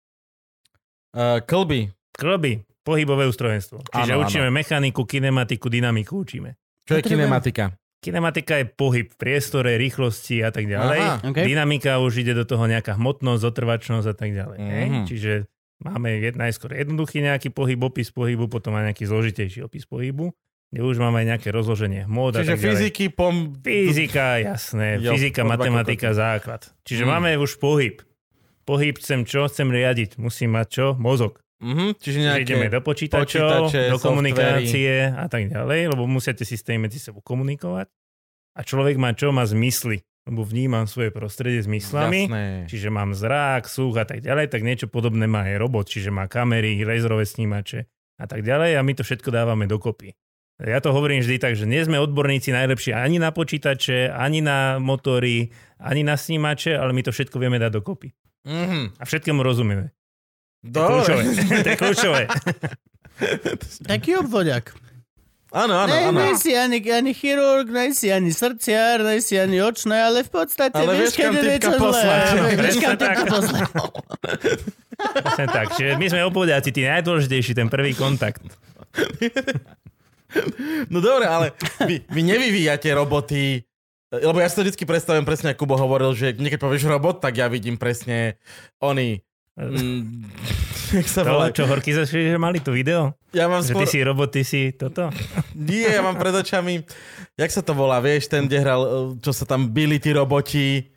Speaker 3: Uh, klby.
Speaker 4: Kloby, pohybové ustrojenstvo. Čiže
Speaker 3: Áno, áno.
Speaker 4: učíme mechaniku, kinematiku, dynamiku učíme.
Speaker 3: Čo je
Speaker 2: Potrebujem-
Speaker 3: kinematika?
Speaker 4: Kinematika je pohyb v priestore, rýchlosti a tak ďalej.
Speaker 3: Aha.
Speaker 2: Okay.
Speaker 4: Dynamika už ide do toho nejaká hmotnosť, zotrvačnosť a tak ďalej. hej?
Speaker 3: Mhm.
Speaker 4: Čiže máme jed, najskôr jednoduchý nejaký pohyb, opis pohybu, potom aj nejaký zložitejší opis pohybu, kde už máme aj nejaké rozloženie hmôt a
Speaker 3: Čiže
Speaker 4: tak ďalej.
Speaker 3: fyziky, pom...
Speaker 4: Fyzika, jasné.
Speaker 3: Jo,
Speaker 4: Fyzika,
Speaker 3: po dva
Speaker 4: matematika, základ. Čiže
Speaker 3: Mm.
Speaker 4: máme už pohyb. Pohyb chcem čo? Chcem riadiť. Musím mať čo? Mozog.
Speaker 3: Mhm, čiže
Speaker 4: Čiže
Speaker 3: nejaké...
Speaker 4: ideme do počítačov,
Speaker 3: počítače,
Speaker 4: do komunikácie a tak ďalej, lebo musíte systémy medzi sebou komunikovať. A človek má čo? Má zmysly. Lebo vnímam svoje prostredie zmyslami.
Speaker 3: Jasné.
Speaker 4: Čiže mám zrak, sluch a tak ďalej, tak niečo podobné má aj robot, čiže má kamery, laserové snímače a tak ďalej a my to všetko dávame dokopy. Ja to hovorím vždy tak, že nie sme odborníci najlepší ani na počítače, ani na motory, ani na snímače, ale my to všetko vieme dať dokopy.
Speaker 3: Mhm.
Speaker 4: A všetkému rozumieme. To
Speaker 3: Dobre.
Speaker 4: je kľúčové. to je kľúčové.
Speaker 2: Taký obvodiak.
Speaker 3: Áno, áno,
Speaker 2: Ne,
Speaker 3: áno.
Speaker 2: nejsi ani, ani chirurg, nejsi ani srdciar, nejsi ani očné, ale v podstate
Speaker 3: Ale
Speaker 2: vieš,
Speaker 3: vieš, kam
Speaker 2: kedy je
Speaker 3: typka
Speaker 2: niečo zlé.
Speaker 3: poslať.
Speaker 2: Vieš, kam
Speaker 4: Presne tak.
Speaker 2: typka poslať.
Speaker 4: Presne tak. Čiže my sme obvodiaci, tí najdôležitejší, ten prvý kontakt.
Speaker 3: No dobre, ale vy, vy nevyvíjate roboty, lebo ja si to vždy predstavujem presne, ako Kubo hovoril, že niekedy povieš robot, tak ja vidím presne oni. Mm, jak sa
Speaker 4: To,
Speaker 3: volá?
Speaker 4: čo horky zašli, že mali to video?
Speaker 3: Ja mám
Speaker 4: Že
Speaker 3: skôr...
Speaker 4: ty si robot, ty si toto?
Speaker 3: Nie, ja mám pred očami... Jak sa to volá, vieš, ten, kde hral, eh, čo sa tam bili tí roboti...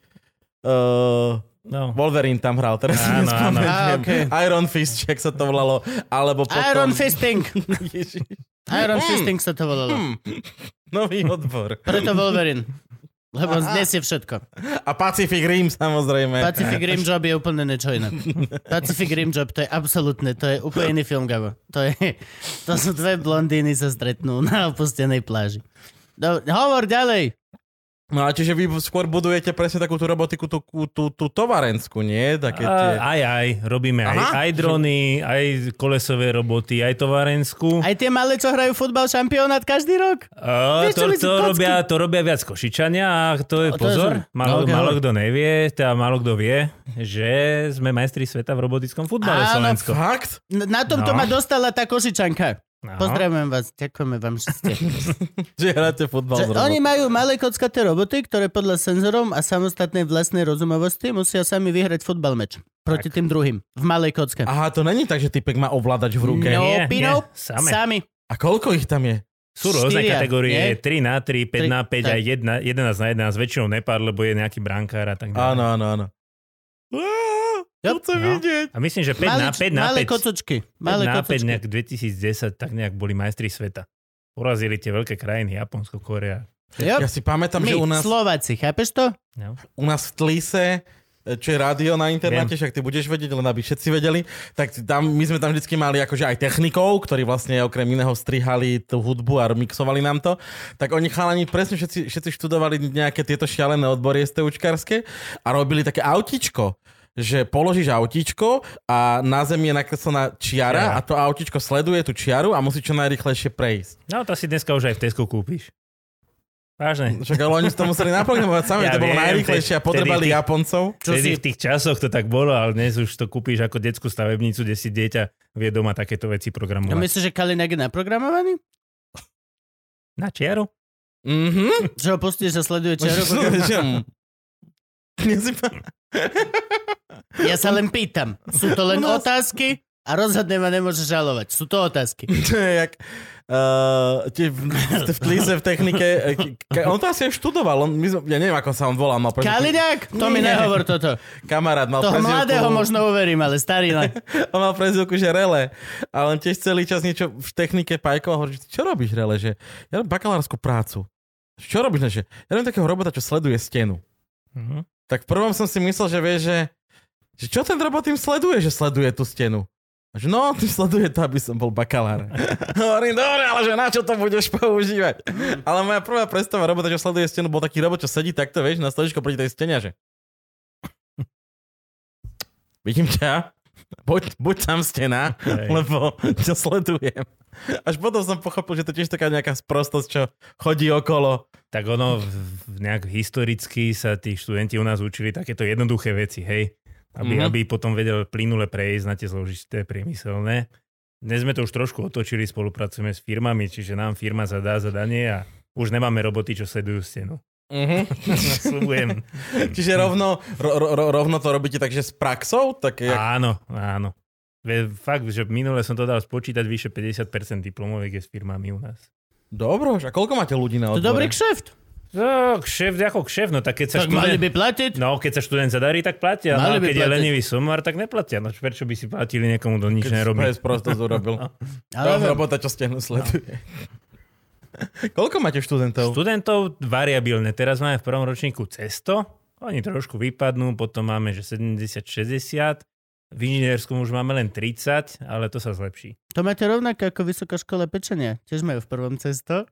Speaker 3: Uh,
Speaker 4: No.
Speaker 3: Wolverine tam hral, teraz si
Speaker 4: Áno,
Speaker 2: áno.
Speaker 3: nespomeniem.
Speaker 2: Á, okej.
Speaker 3: Iron Fist, jak sa to volalo. Alebo potom...
Speaker 2: Iron Fisting.
Speaker 3: Ježiš.
Speaker 2: Iron
Speaker 3: Mm.
Speaker 2: hm. Fisting sa to volalo.
Speaker 3: Nový odbor.
Speaker 2: Preto Wolverine. Lebo znesie všetko.
Speaker 3: A Pacific Rim samozrejme.
Speaker 2: Pacific Rim Job je úplne niečo iné. Pacific Rim Job, to je absolútne, to je úplne iný film, Gabo. To, je, to sú dve blondíny sa stretnú na opustenej pláži. No, hovor ďalej.
Speaker 3: No a čiže vy skôr budujete presne takú tú robotiku, tú, tú, tú, tú tovarenskú, nie? Také tie...
Speaker 4: A, aj, aj, robíme
Speaker 3: Aha.
Speaker 4: aj, aj drony, aj kolesové roboty, aj tovarenskú.
Speaker 2: Aj tie malé, čo hrajú futbal šampionát každý rok.
Speaker 4: Uh,
Speaker 2: Vieš, čo
Speaker 4: to,
Speaker 2: myslí
Speaker 4: to,
Speaker 2: kocky?
Speaker 4: robia, to robia viac košičania a to je,
Speaker 2: No, to je
Speaker 4: pozor,
Speaker 2: zaujímavé.
Speaker 4: málo,
Speaker 2: No, ok,
Speaker 4: málo
Speaker 2: ale-
Speaker 4: kto nevie, teda málo kto vie, že sme majstri sveta v robotickom futbale
Speaker 2: Áno,
Speaker 4: Slovensko.
Speaker 3: Fakt?
Speaker 2: N- Na tomto
Speaker 4: No.
Speaker 2: ma dostala tá košičanka.
Speaker 4: No.
Speaker 2: Pozdravujem vás, ďakujeme vám, že ste.
Speaker 3: Že hráte futbal
Speaker 2: Že
Speaker 3: z
Speaker 2: oni majú malé kockaté roboty, ktoré podľa senzorov a samostatnej vlastnej rozumovosti musia sami vyhrať futbal meč. Proti tým druhým. V malej kocke.
Speaker 3: Aha, to není tak, že typek má ovládač v ruke.
Speaker 2: No.
Speaker 4: Nie, nie,
Speaker 2: Opinov?
Speaker 4: same.
Speaker 2: Sami.
Speaker 3: A koľko ich tam je?
Speaker 4: Sú rôzne
Speaker 2: Štyria, nie?
Speaker 4: kategórie, 3 na 3, 5
Speaker 2: Tri-
Speaker 4: na 5
Speaker 2: tak.
Speaker 4: a 1, 11 na 11, väčšinou nepár, lebo je nejaký brankár a tak ďalej.
Speaker 3: Áno, áno, áno. Á, To
Speaker 2: Yep.
Speaker 3: chcem
Speaker 4: No.
Speaker 3: vidieť.
Speaker 4: A myslím, že 5 na 5 na
Speaker 2: malé
Speaker 4: 5.
Speaker 2: kocočky. Malé
Speaker 4: na 5
Speaker 2: kocočky.
Speaker 4: nejak 2010 tak nejak boli majstri sveta. Porazili tie veľké krajiny, Japonsko, Korea.
Speaker 2: Yep.
Speaker 3: Ja si pamätám,
Speaker 2: My,
Speaker 3: že u nás,
Speaker 2: Slováci, chápeš to?
Speaker 4: No.
Speaker 3: u nás v Tlise e, čo je rádio na internete, však ty budeš vedieť, len aby všetci vedeli, tak tam, my sme tam vždycky mali akože aj technikov, ktorí vlastne okrem iného strihali tú hudbu a mixovali nám to, tak oni chalani presne všetci, všetci študovali nejaké tieto šialené odbory STUčkarské a robili také autičko že položíš autíčko a na zemi je nakreslená čiara a
Speaker 4: Čiara.
Speaker 3: to autíčko sleduje tú čiaru a musí čo najrychlejšie prejsť.
Speaker 4: no to si dneska už aj v Tesku kúpiš. Vážne.
Speaker 3: Však ale oni si to museli naprogramovať sami,
Speaker 4: Ja
Speaker 3: to bolo
Speaker 4: viem,
Speaker 3: najrychlejšie a
Speaker 4: vtedy-
Speaker 3: podrbali
Speaker 4: vtedy-
Speaker 3: Japoncov.
Speaker 2: Čo
Speaker 4: Vtedy
Speaker 2: si-
Speaker 4: v tých časoch to tak bolo, ale dnes už to kúpiš ako detskú stavebnicu, kde si dieťa vie doma takéto
Speaker 2: Ja
Speaker 4: veci programovať.
Speaker 2: myslíš, že Kaliňák je naprogramovaný?
Speaker 4: Na čiaru?
Speaker 3: Mhm.
Speaker 2: Že ho pustíš a sleduje čiaru?
Speaker 3: Červo.
Speaker 2: Ja sa len pýtam. Sú to len otázky? A rozhodne ma nemôže žalovať. Sú to otázky.
Speaker 3: To je jak... Uh, tie v, v Tlise, v technike... eh, k- k- on to asi aj študoval. On, my, sme- ja neviem, ako sa on volá. Mal prezivku-
Speaker 2: Kaliňák? To mi
Speaker 3: Nie.
Speaker 2: nehovor toto.
Speaker 3: Kamarát mal
Speaker 2: Toho
Speaker 3: prezivku-
Speaker 2: mladého možno uverím, ale starý ne.
Speaker 3: On mal prezivku, že Rele. A on tiež celý čas niečo v technike pajkoval. Hovorí, že čo robíš, Rele? Že ja robím bakalárskú prácu. Čo robíš? Ne? Že, ja robím takého robota, čo sleduje stenu.
Speaker 4: Mhm.
Speaker 3: Tak v prvom som si myslel, že vieš, že, že čo ten robot tým sleduje, že sleduje tú stenu. A že no, tým sleduje to, aby som bol bakalár. Hovorím, dobre, ale že na čo to budeš používať? ale moja prvá predstava robota, čo sleduje stenu, bol taký robot, čo sedí takto, vieš, na stoličko proti tej stene, a že... Vidím ťa, buď, buď tam stena,
Speaker 4: Hej.
Speaker 3: lebo ťa sledujem. Až potom som pochopil, že to je tiež taká nejaká sprostosť, čo chodí okolo.
Speaker 4: Tak ono v- v- nejak historicky sa tí študenti u nás učili takéto jednoduché veci, hej. Aby,
Speaker 3: Mhm.
Speaker 4: aby potom vedel plynule prejsť na tie zložité priemyselné. Dnes sme to už trošku otočili, spolupracujeme s firmami, čiže nám firma zadá zadanie a už nemáme roboty, čo sledujú stenu.
Speaker 3: Mhm.
Speaker 4: Slubujem.
Speaker 3: Čiže rovno, ro, ro, ro- rovno to robíte takže s praxou? Tak jak...
Speaker 4: Áno, áno. Ve- Fakt, že minule som to dal spočítať, vyše 50% diplomoviek je s firmami u nás.
Speaker 3: Dobro, už. a koľko máte ľudí na
Speaker 2: To je
Speaker 3: odbore?
Speaker 2: dobrý kšeft.
Speaker 4: No, kšeft, ako kšeft, no tak keď sa
Speaker 2: Tak mali by platiť.
Speaker 4: No, keď sa študent zadarí, tak platia.
Speaker 2: Mali
Speaker 4: No, a
Speaker 2: by
Speaker 4: keď je
Speaker 2: platiť.
Speaker 4: lenivý somár, tak neplatia. No, prečo by si platili niekomu, kto nič
Speaker 3: Keď
Speaker 4: nerobí?
Speaker 3: Keď sprostosť urobil.
Speaker 2: Ale
Speaker 3: To robota, čo stehnu sleduje. koľko máte študentov?
Speaker 4: Študentov variabilne. Teraz máme v prvom ročníku cesto, oni trošku vypadnú, potom máme, že 70-60, v inžinierskom už máme len 30, ale to sa zlepší.
Speaker 2: to máte rovnako ako Vysoká škola pečenia. Tiež majú v prvom cesto.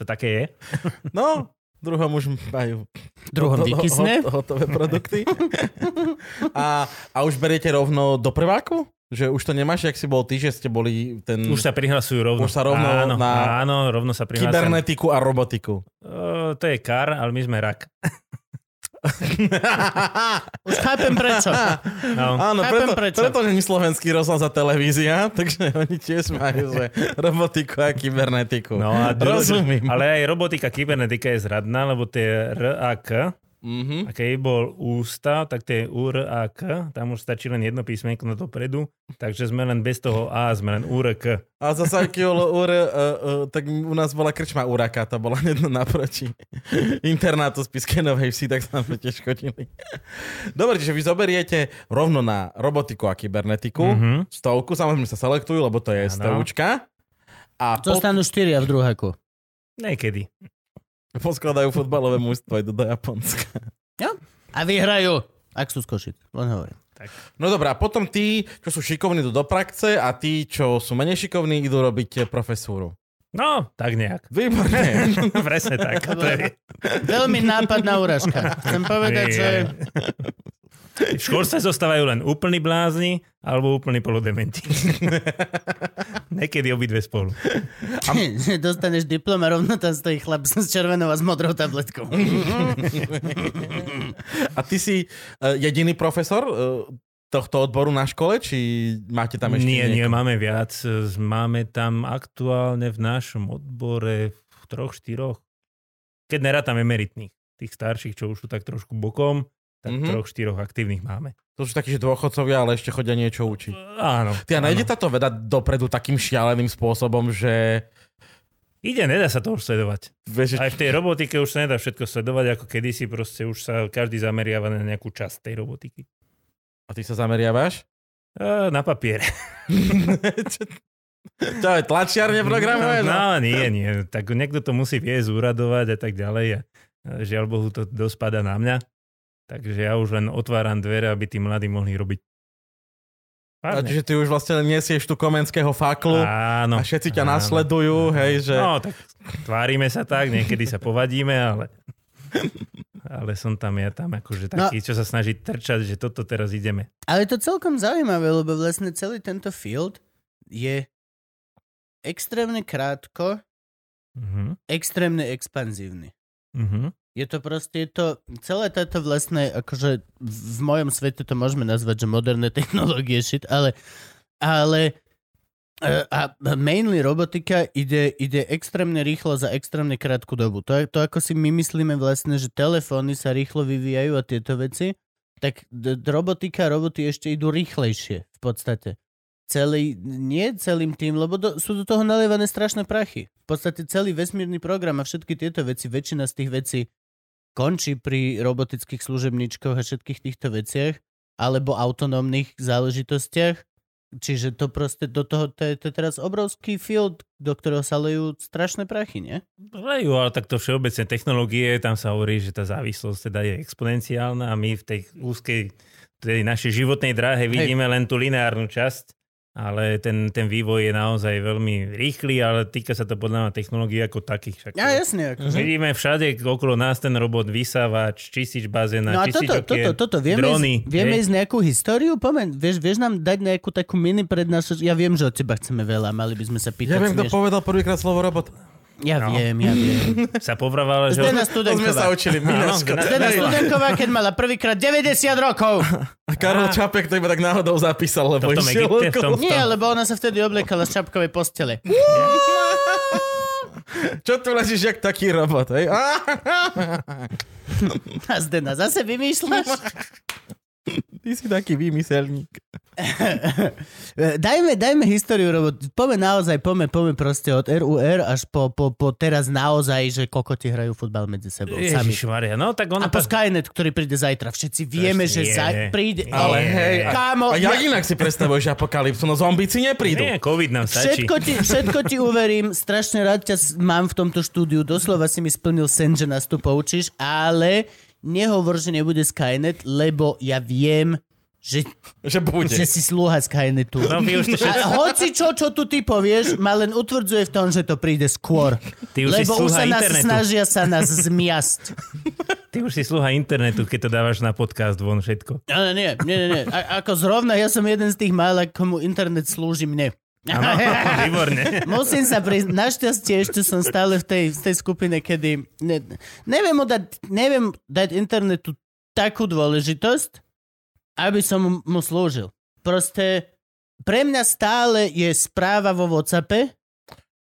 Speaker 4: To také je.
Speaker 3: no, v druhom už majú
Speaker 2: Druhom
Speaker 3: ho- ho-
Speaker 2: vykysne.
Speaker 3: ho- hotové produkty. a, a už beriete rovno do prváku? Že už to nemáš, jak si bol ty, že ste boli ten
Speaker 4: Už sa prihlasujú
Speaker 3: Hm.
Speaker 4: rovno.
Speaker 3: Už sa rovno
Speaker 4: áno,
Speaker 3: na-
Speaker 4: áno, rovno sa prihlásia.
Speaker 3: kybernetiku a robotiku.
Speaker 4: O, to je kar, ale my sme rak.
Speaker 2: Už chápem prečo.
Speaker 4: No.
Speaker 3: Áno,
Speaker 2: Chápem,
Speaker 3: preto,
Speaker 2: prečo.
Speaker 3: preto není slovenský rozhlas a televízia, takže oni tiež majú že robotiku a kybernetiku.
Speaker 4: No a dru-
Speaker 3: Rozumiem.
Speaker 4: Ale aj robotika, kybernetika je zradná, lebo tie R a K,
Speaker 3: Mhm.
Speaker 4: a keď bol ústa, tak tie UR a K, tam už stačí len jedno písmenko na dopredu, takže sme len bez toho A, sme len UR K.
Speaker 3: A zase aký bolo úr, uh, uh, tak u nás bola krčma Uraka, tá bola jedno naproti internátu z Piskej Novej Vsi, tak sa nám to tiež chodili. Dobre, čiže vy zoberiete rovno na robotiku a kybernetiku,
Speaker 4: Mhm.
Speaker 3: stovku, samozrejme sa selektujú, lebo to je
Speaker 4: Áno.
Speaker 3: STUčka. A potom...
Speaker 2: Zostanú štyria v druháku.
Speaker 4: Niekedy.
Speaker 3: Poskladajú futbalové mužstvo aj do do Japonska.
Speaker 2: A vyhrajú. Ak sú z Košic, len hovorím.
Speaker 3: No dobrá, potom tí, čo sú šikovní, idú do praxe a tí, čo sú menej šikovní, idú robiť eh, profesúru.
Speaker 4: No, tak nejak.
Speaker 3: Výborne.
Speaker 4: Presne tak. To je,
Speaker 2: Veľmi nápadná úražka. Chcem povedať, že...
Speaker 4: V školstve zostávajú len úplný blázni alebo úplný polodementi. Niekedy obidve spolu.
Speaker 2: Dostaneš diplom a rovno tam stojí chlap s červenou a s modrou tabletkou.
Speaker 3: a ty si eh, jediný profesor eh, tohto odboru na škole, či máte tam ešte
Speaker 4: nie, nie,
Speaker 3: niekoho?
Speaker 4: máme viac. Máme tam aktuálne v našom odbore v troch, štyroch. Keď nerátame meritných, tých starších, čo už sú tak trošku bokom,
Speaker 3: Mhm.
Speaker 4: tak mm-hmm. troch, štyroch aktívnych máme.
Speaker 3: To sú takí, že dôchodcovia, ale ešte chodia niečo učiť.
Speaker 4: Áno.
Speaker 3: Ty a nejde
Speaker 4: áno.
Speaker 3: táto veda dopredu takým šialeným spôsobom, že...
Speaker 4: Ide, nedá sa to už sledovať.
Speaker 3: Vieš, že...
Speaker 4: Aj v tej robotike už sa nedá všetko sledovať, ako kedysi proste už sa každý zameriava na nejakú časť tej robotiky.
Speaker 3: A ty sa zameriavaš?
Speaker 4: E, na papier.
Speaker 3: Čo- Čo je tlačiarne programové? No.
Speaker 4: No nie, nie. Tak niekto to musí viesť, uradovať a tak ďalej. A e, žiaľ Bohu, to dospada na mňa. Takže ja už len otváram dvere, aby tí mladí mohli robiť.
Speaker 3: A
Speaker 4: Párne.
Speaker 3: čiže ty už vlastne nesieš tu komenského faklu a,
Speaker 4: Áno.
Speaker 3: a všetci ťa
Speaker 4: áno.
Speaker 3: nasledujú, hej, že...
Speaker 4: No, tak tvárime sa tak, niekedy sa povadíme, ale... Ale som tam ja tam akože
Speaker 3: No.
Speaker 4: taký, čo sa snaží trčať, že toto teraz ideme.
Speaker 2: Ale je to celkom zaujímavé, lebo vlastne celý tento field je extrémne krátko,
Speaker 4: Mhm.
Speaker 2: extrémne expanzívny.
Speaker 4: Mhm.
Speaker 2: Je to proste, je to, celé táto vlastne, akože v v mojom svete to môžeme nazvať, že moderné technológie shit, ale, ale e, a mainly robotika ide, ide extrémne rýchlo za extrémne krátku dobu. To, je- to ako si my myslíme vlastne, že telefóny sa rýchlo vyvíjajú a tieto veci, tak d- d- robotika a roboty ešte idú rýchlejšie v podstate. Celý, nie celým tým, lebo do, sú do toho nalievané strašné prachy. V podstate celý vesmírny program a všetky tieto veci, väčšina z tých vecí končí pri robotických služebničkoch a všetkých týchto veciach, alebo autonómnych záležitostiach. Čiže to proste do toho, to je, to je teraz obrovský field, do ktorého sa lejú strašné prachy, nie?
Speaker 4: Lejú, ale takto všeobecne technológie, tam sa hovorí, že tá závislosť teda je exponenciálna a my v tej úzkej, tej našej životnej dráhe vidíme len tú lineárnu časť, ale ten, ten vývoj je naozaj veľmi rýchly, ale týka sa to podľa mňa technológií ako takých. Však.
Speaker 2: Ja, jasne. Akože.
Speaker 3: Mhm.
Speaker 4: Vidíme všade okolo nás ten robot vysávač, čistič bazéna,
Speaker 2: No a
Speaker 4: čistič
Speaker 2: toto,
Speaker 4: okien,
Speaker 2: toto, toto, vieme, ísť,
Speaker 4: drony.
Speaker 2: vieme
Speaker 4: hej?
Speaker 2: ísť nejakú históriu? Pomen, vieš, vieš nám dať nejakú takú mini prednášku? Ja viem, že od teba chceme veľa, mali by sme sa pýtať.
Speaker 3: Ja viem, kto
Speaker 2: smieš-
Speaker 3: povedal prvýkrát slovo robot.
Speaker 2: ja
Speaker 4: No.
Speaker 2: viem, ja viem.
Speaker 4: Sa povravalo, že...
Speaker 2: Zdena
Speaker 3: To sme sa
Speaker 2: Studenková.
Speaker 3: učili my na
Speaker 4: Áno,
Speaker 3: škole.
Speaker 2: Zdena
Speaker 3: Hej.
Speaker 2: Studenková, keď mala prvýkrát 90 rokov.
Speaker 3: A Karol Čapek to iba tak náhodou zapísal, lebo
Speaker 4: To v tom
Speaker 3: išiel
Speaker 4: Egypte, v
Speaker 3: okolo.
Speaker 4: tom-
Speaker 2: Nie, lebo ona sa vtedy obliekala z čapkovej postele.
Speaker 3: Čo tu ležíš, jak taký robot, hej? Á,
Speaker 2: A Zdena, zase vymýšľaš?
Speaker 3: ty si taký vymyselník.
Speaker 2: E, dajme, dajme históriu, lebo poďme naozaj, poďme, poďme proste od RUR až po, po, po teraz naozaj, že koľko ti hrajú futbal medzi sebou. Sami.
Speaker 4: Ježišmaria, no tak ono...
Speaker 2: A po
Speaker 4: tá-
Speaker 2: Skynet, ktorý príde zajtra. Všetci vieme, že
Speaker 4: nie.
Speaker 2: zaj, príde.
Speaker 3: Ale
Speaker 4: Nie.
Speaker 3: hej, a,
Speaker 2: Kámo,
Speaker 3: a jak
Speaker 2: ja-
Speaker 3: inak si predstavuješ apokalypsu? No zombici neprídu.
Speaker 4: Nie, COVID nám stačí.
Speaker 2: Všetko ti, všetko ti uverím, strašne rád ťa s- mám v tomto štúdiu, doslova si mi splnil sen, že nás tu poučíš, ale nehovor, že nebude Skynet, lebo ja viem, že,
Speaker 3: Že bude.
Speaker 2: že si slúha Skynetu.
Speaker 4: No vy už ste
Speaker 2: A hoci čo, čo tu ty povieš, ma len utvrdzuje v tom, že to príde skôr.
Speaker 4: Ty už si
Speaker 2: Lebo už
Speaker 4: sluha
Speaker 2: sa nás
Speaker 4: internetu.
Speaker 2: snažia sa nás zmiasť.
Speaker 4: Ty už si sluha internetu, keď to dávaš na podcast von všetko.
Speaker 2: Ale nie, nie, nie, nie. A, ako zrovna ja som jeden z tých mála, komu internet slúži mne.
Speaker 4: Áno, výborne.
Speaker 2: Musím sa priznať, našťastie ešte som stále v tej, v tej skupine, kedy ne, neviem, mu dať, neviem dať internetu takú dôležitosť, aby som mu slúžil. Proste pre mňa stále je správa vo WhatsAppe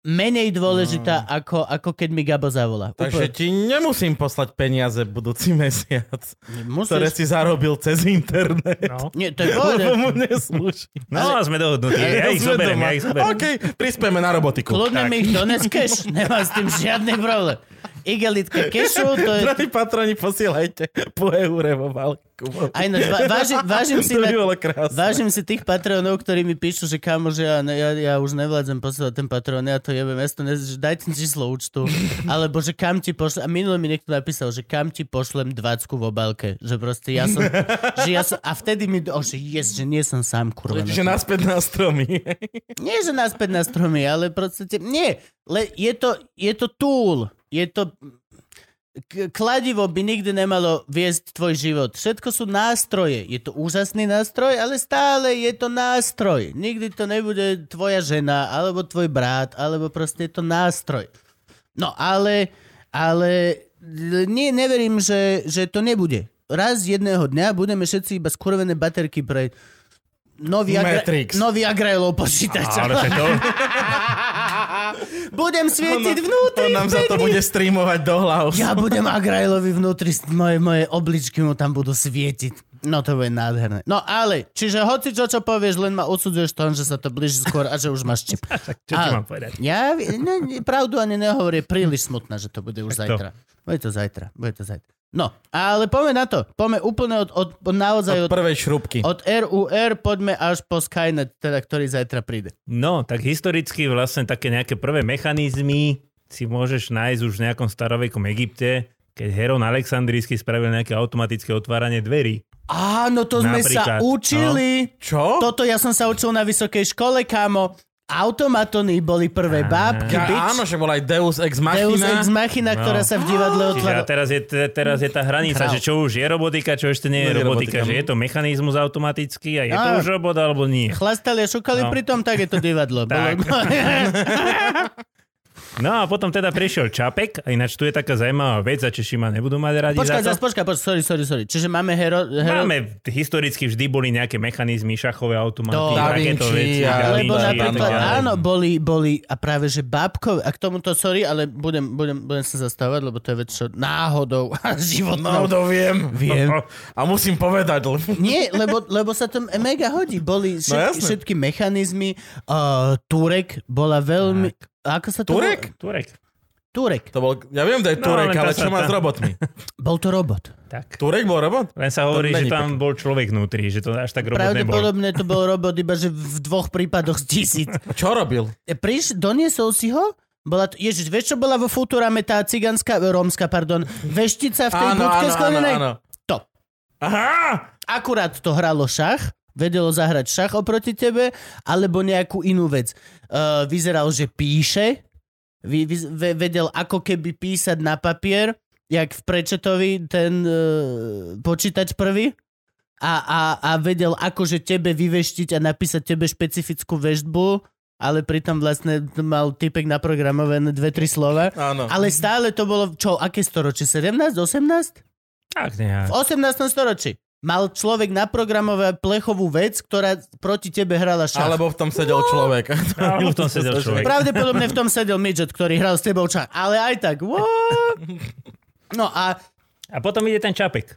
Speaker 2: menej dôležitá, ako, ako keď mi Gabo zavolá.
Speaker 3: Mm. Takže ti nemusím poslať peniaze budúci mesiac,
Speaker 2: Úplne.
Speaker 3: ktoré
Speaker 2: Musíš...
Speaker 3: si zarobil cez internet.
Speaker 4: No.
Speaker 2: Nie, to je
Speaker 3: Lebo
Speaker 2: pohode.
Speaker 3: mu neslúži.
Speaker 4: No a sme dohodnutí. Ja ich
Speaker 3: Sme
Speaker 4: zoberiem,
Speaker 3: doma.
Speaker 4: ja ich zoberiem.
Speaker 3: OK, prispieme na robotiku.
Speaker 2: Kľudne mi ich doneskeš, nemám s tým žiadny problém. Igelitka kešu, to je...
Speaker 3: Drahí patroni, posielajte po eure vo balku.
Speaker 2: A ináč, va- váži, vážim si...
Speaker 3: To by
Speaker 2: na-
Speaker 3: bolo krásne.
Speaker 2: Vážim si tých patronov, ktorí mi píšu, že kamo, že ja, ne- ja, ja už nevládzem posielať ten patron, ja to jebem, ja si to ne, že daj ten číslo účtu, alebo že kam ti pošlem, a minule mi niekto napísal, že kam ti pošlem 20 v obálke, že proste ja som, že ja som, a vtedy mi, o, že yes, že nie som sám, kurva. na tom.
Speaker 3: Že naspäť na stromy.
Speaker 2: Nie, že naspäť na stromy, ale proste, te- nie, le, je, to, je to tool, je to, k- kladivo by nikdy nemalo viesť tvoj život. Všetko sú nástroje. Je to úžasný nástroj, ale stále je to nástroj. Nikdy to nebude tvoja žena, alebo tvoj brat, alebo proste je to nástroj. No ale, ale l- nie, neverím, že, že to nebude. Raz jedného dňa budeme všetci iba skurvené baterky pre nový,
Speaker 3: Matrix.
Speaker 2: nový agrajlov počítač.
Speaker 4: Ale však to,
Speaker 2: Budem svietiť vnútri.
Speaker 3: On nám za to
Speaker 2: pekne.
Speaker 3: bude streamovať do hlav.
Speaker 2: Ja budem Agrailovi vnútri, s- moje, moje obličky mu tam budú svietiť. No to bude nádherné. No ale, čiže hoci čo, čo povieš, len ma odsudzuješ tom, že sa to blíži skôr a že už máš čip.
Speaker 4: čo ti mám povedať?
Speaker 2: Ja vi- ne, ne, pravdu ani nehovorím, je príliš smutná, že to bude už
Speaker 4: Tak to.
Speaker 2: zajtra. Bude to zajtra, bude to zajtra. No, ale poďme na to. Poďme úplne od, od, od naozaj
Speaker 3: Od
Speaker 2: od,
Speaker 3: prvej šrubky.
Speaker 2: od RUR, poďme až po Skynet, teda ktorý zajtra príde.
Speaker 4: No, tak historicky vlastne také nejaké prvé mechanizmy si môžeš nájsť už v nejakom starovekom Egypte, keď Heron Alexandrijský spravil nejaké automatické otváranie dverí.
Speaker 2: Áno, to sme sa
Speaker 4: Napríklad, no.
Speaker 2: učili.
Speaker 3: Čo?
Speaker 2: Toto ja som sa učil na vysokej škole, kámo. Automatony boli prvé bábky,
Speaker 3: Ja,
Speaker 2: bitch.
Speaker 3: áno, že bola aj Deus Ex
Speaker 2: Deus
Speaker 3: Machina.
Speaker 2: ex machina,
Speaker 4: No.
Speaker 2: ktorá sa v divadle
Speaker 4: Čiže a
Speaker 2: otvárala.
Speaker 4: teraz je, te- teraz je tá hranica,
Speaker 2: Král.
Speaker 4: že čo už je robotika, čo ešte nie
Speaker 3: No,
Speaker 4: je
Speaker 3: je
Speaker 4: robotika,
Speaker 3: robotika.
Speaker 4: že je to mechanizmus automatický a je to
Speaker 2: Á.
Speaker 4: už robot alebo nie.
Speaker 2: Chlastali a šukali
Speaker 4: No.
Speaker 2: pritom, tak je to divadlo.
Speaker 4: Tak.
Speaker 2: Bolo-
Speaker 4: No a potom teda prišiel Čapek, a ináč tu je taká zaujímavá vec, a Češi ma nebudú mať radi
Speaker 2: počkaj,
Speaker 4: za
Speaker 2: zas,
Speaker 4: to.
Speaker 2: počkaj, počkaj, sorry, sorry, sorry. Čiže máme hero... hero...
Speaker 4: Máme, historicky vždy boli nejaké mechanizmy, šachové automaty,
Speaker 2: To-
Speaker 3: Da
Speaker 4: takéto
Speaker 3: Vinci,
Speaker 4: veci.
Speaker 3: a-
Speaker 4: Da
Speaker 2: Lebo
Speaker 4: Vinci a tak
Speaker 2: napríklad,
Speaker 4: ďalej.
Speaker 2: áno, boli, boli a práve, že bábkové, a k tomuto, sorry, ale budem, budem, budem sa zastávať, lebo to je vec, čo náhodou a
Speaker 3: No,
Speaker 2: životnou.
Speaker 3: to viem.
Speaker 2: Viem.
Speaker 3: A musím povedať, lebo
Speaker 2: Nie, lebo, lebo sa to mega hodí. Boli všetky,
Speaker 3: No jasné.
Speaker 2: všetky mechanizmy. Uh, Turek bola veľmi... Ako sa to
Speaker 3: Turek?
Speaker 2: Bolo?
Speaker 4: Turek,
Speaker 2: Turek.
Speaker 3: To bol, ja viem, že je
Speaker 4: No,
Speaker 3: Turek,
Speaker 4: len tá
Speaker 3: ale
Speaker 4: sa-
Speaker 3: čo má
Speaker 4: tá-
Speaker 3: s robotmi?
Speaker 2: Bol to robot.
Speaker 4: tak.
Speaker 3: Turek bol robot?
Speaker 4: Len sa hovorí,
Speaker 3: To není
Speaker 4: že tam bol človek vnútri, že to až tak robot nebol.
Speaker 2: Pravdepodobne to bol robot, iba že v dvoch prípadoch z tisíc.
Speaker 3: A čo robil?
Speaker 2: E, Priš, doniesol si ho? Bola to, ježiš, vieš, čo bola vo Futurame tá cigánska, e, rómska, pardon, veštica v tej
Speaker 3: Áno,
Speaker 2: budke
Speaker 3: áno, áno,
Speaker 2: sklenenej?
Speaker 3: áno.
Speaker 2: To.
Speaker 3: Aha!
Speaker 2: akurát to hralo šach, vedelo zahrať šach oproti tebe, alebo nejakú inú vec. Uh, vyzeral, že píše, vy, vy, ve- vedel ako keby písať na papier, jak v Prečetovi ten uh, počítač prvý. A, a, a vedel akože tebe vyveštiť a napísať tebe špecifickú veštbu, ale pritom vlastne mal typek naprogramované dve, tri slova.
Speaker 3: Áno.
Speaker 2: Ale stále to bolo, čo, aké storočie? 17, 18?
Speaker 4: Tak nejak.
Speaker 2: V 18. storočí mal človek naprogramovať plechovú vec, ktorá proti tebe hrala šach.
Speaker 3: Alebo v tom sedel človek.
Speaker 4: Alebo v tom sedel človek.
Speaker 2: Pravdepodobne v tom sedel midget, ktorý hral s tebou šach. Ale aj tak. what? No a,
Speaker 4: A potom ide ten Čapek,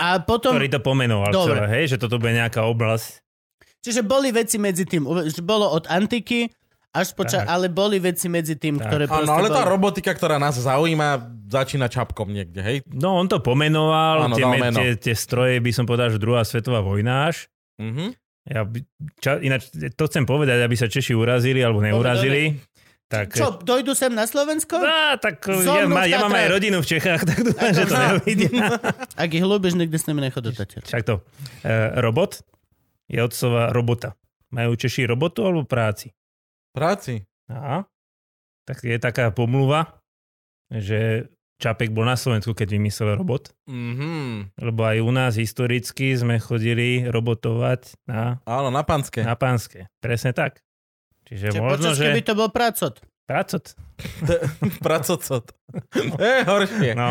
Speaker 2: a potom...
Speaker 4: ktorý to pomenoval
Speaker 2: Dobre.
Speaker 4: celé, hej, že toto bude nejaká oblasť.
Speaker 2: Čiže boli veci medzi tým. Uve- že Bolo od antiky až poča...
Speaker 4: Tak.
Speaker 2: Ale boli veci medzi tým,
Speaker 4: Tak.
Speaker 2: ktoré proste
Speaker 3: Áno, ale tá
Speaker 2: boli.
Speaker 3: robotika, ktorá nás zaujíma, začína čapkom niekde, hej?
Speaker 4: No on to pomenoval,
Speaker 3: Áno,
Speaker 4: tie,
Speaker 3: dal
Speaker 4: me-
Speaker 3: meno.
Speaker 4: tie, tie stroje by som povedal, že druhá svetová vojna až.
Speaker 3: Mhm.
Speaker 4: Ja, by- ča, ináč to chcem povedať, aby sa Češi urazili alebo neurazili. Tak,
Speaker 2: Čo, dojdu sem na Slovensko?
Speaker 4: Á, tak
Speaker 2: So
Speaker 4: ja,
Speaker 2: mnou
Speaker 4: ma, ja
Speaker 2: v
Speaker 4: mám aj
Speaker 2: Tatrách.
Speaker 4: rodinu v Čechách, tak dúfam, že to neuvidia.
Speaker 2: Ak ich ľúbiš, nikdy s nimi nechodí tatier.
Speaker 4: Však to. E, robot je od slova robota. Majú Češi robotu alebo práci?
Speaker 3: Práci.
Speaker 4: Aha. Tak je taká pomluva, že Čapek bol na Slovensku, keď vymyslel robot.
Speaker 3: Mhm.
Speaker 4: Lebo aj u nás historicky sme chodili robotovať na,
Speaker 3: Áno, na panske.
Speaker 4: na pánske. Presne tak. Čiže
Speaker 2: Čiže počas,
Speaker 4: možno, že...
Speaker 2: keby to bol pracot.
Speaker 4: Pracot.
Speaker 3: Pracocot. Eh, horšie.
Speaker 4: No,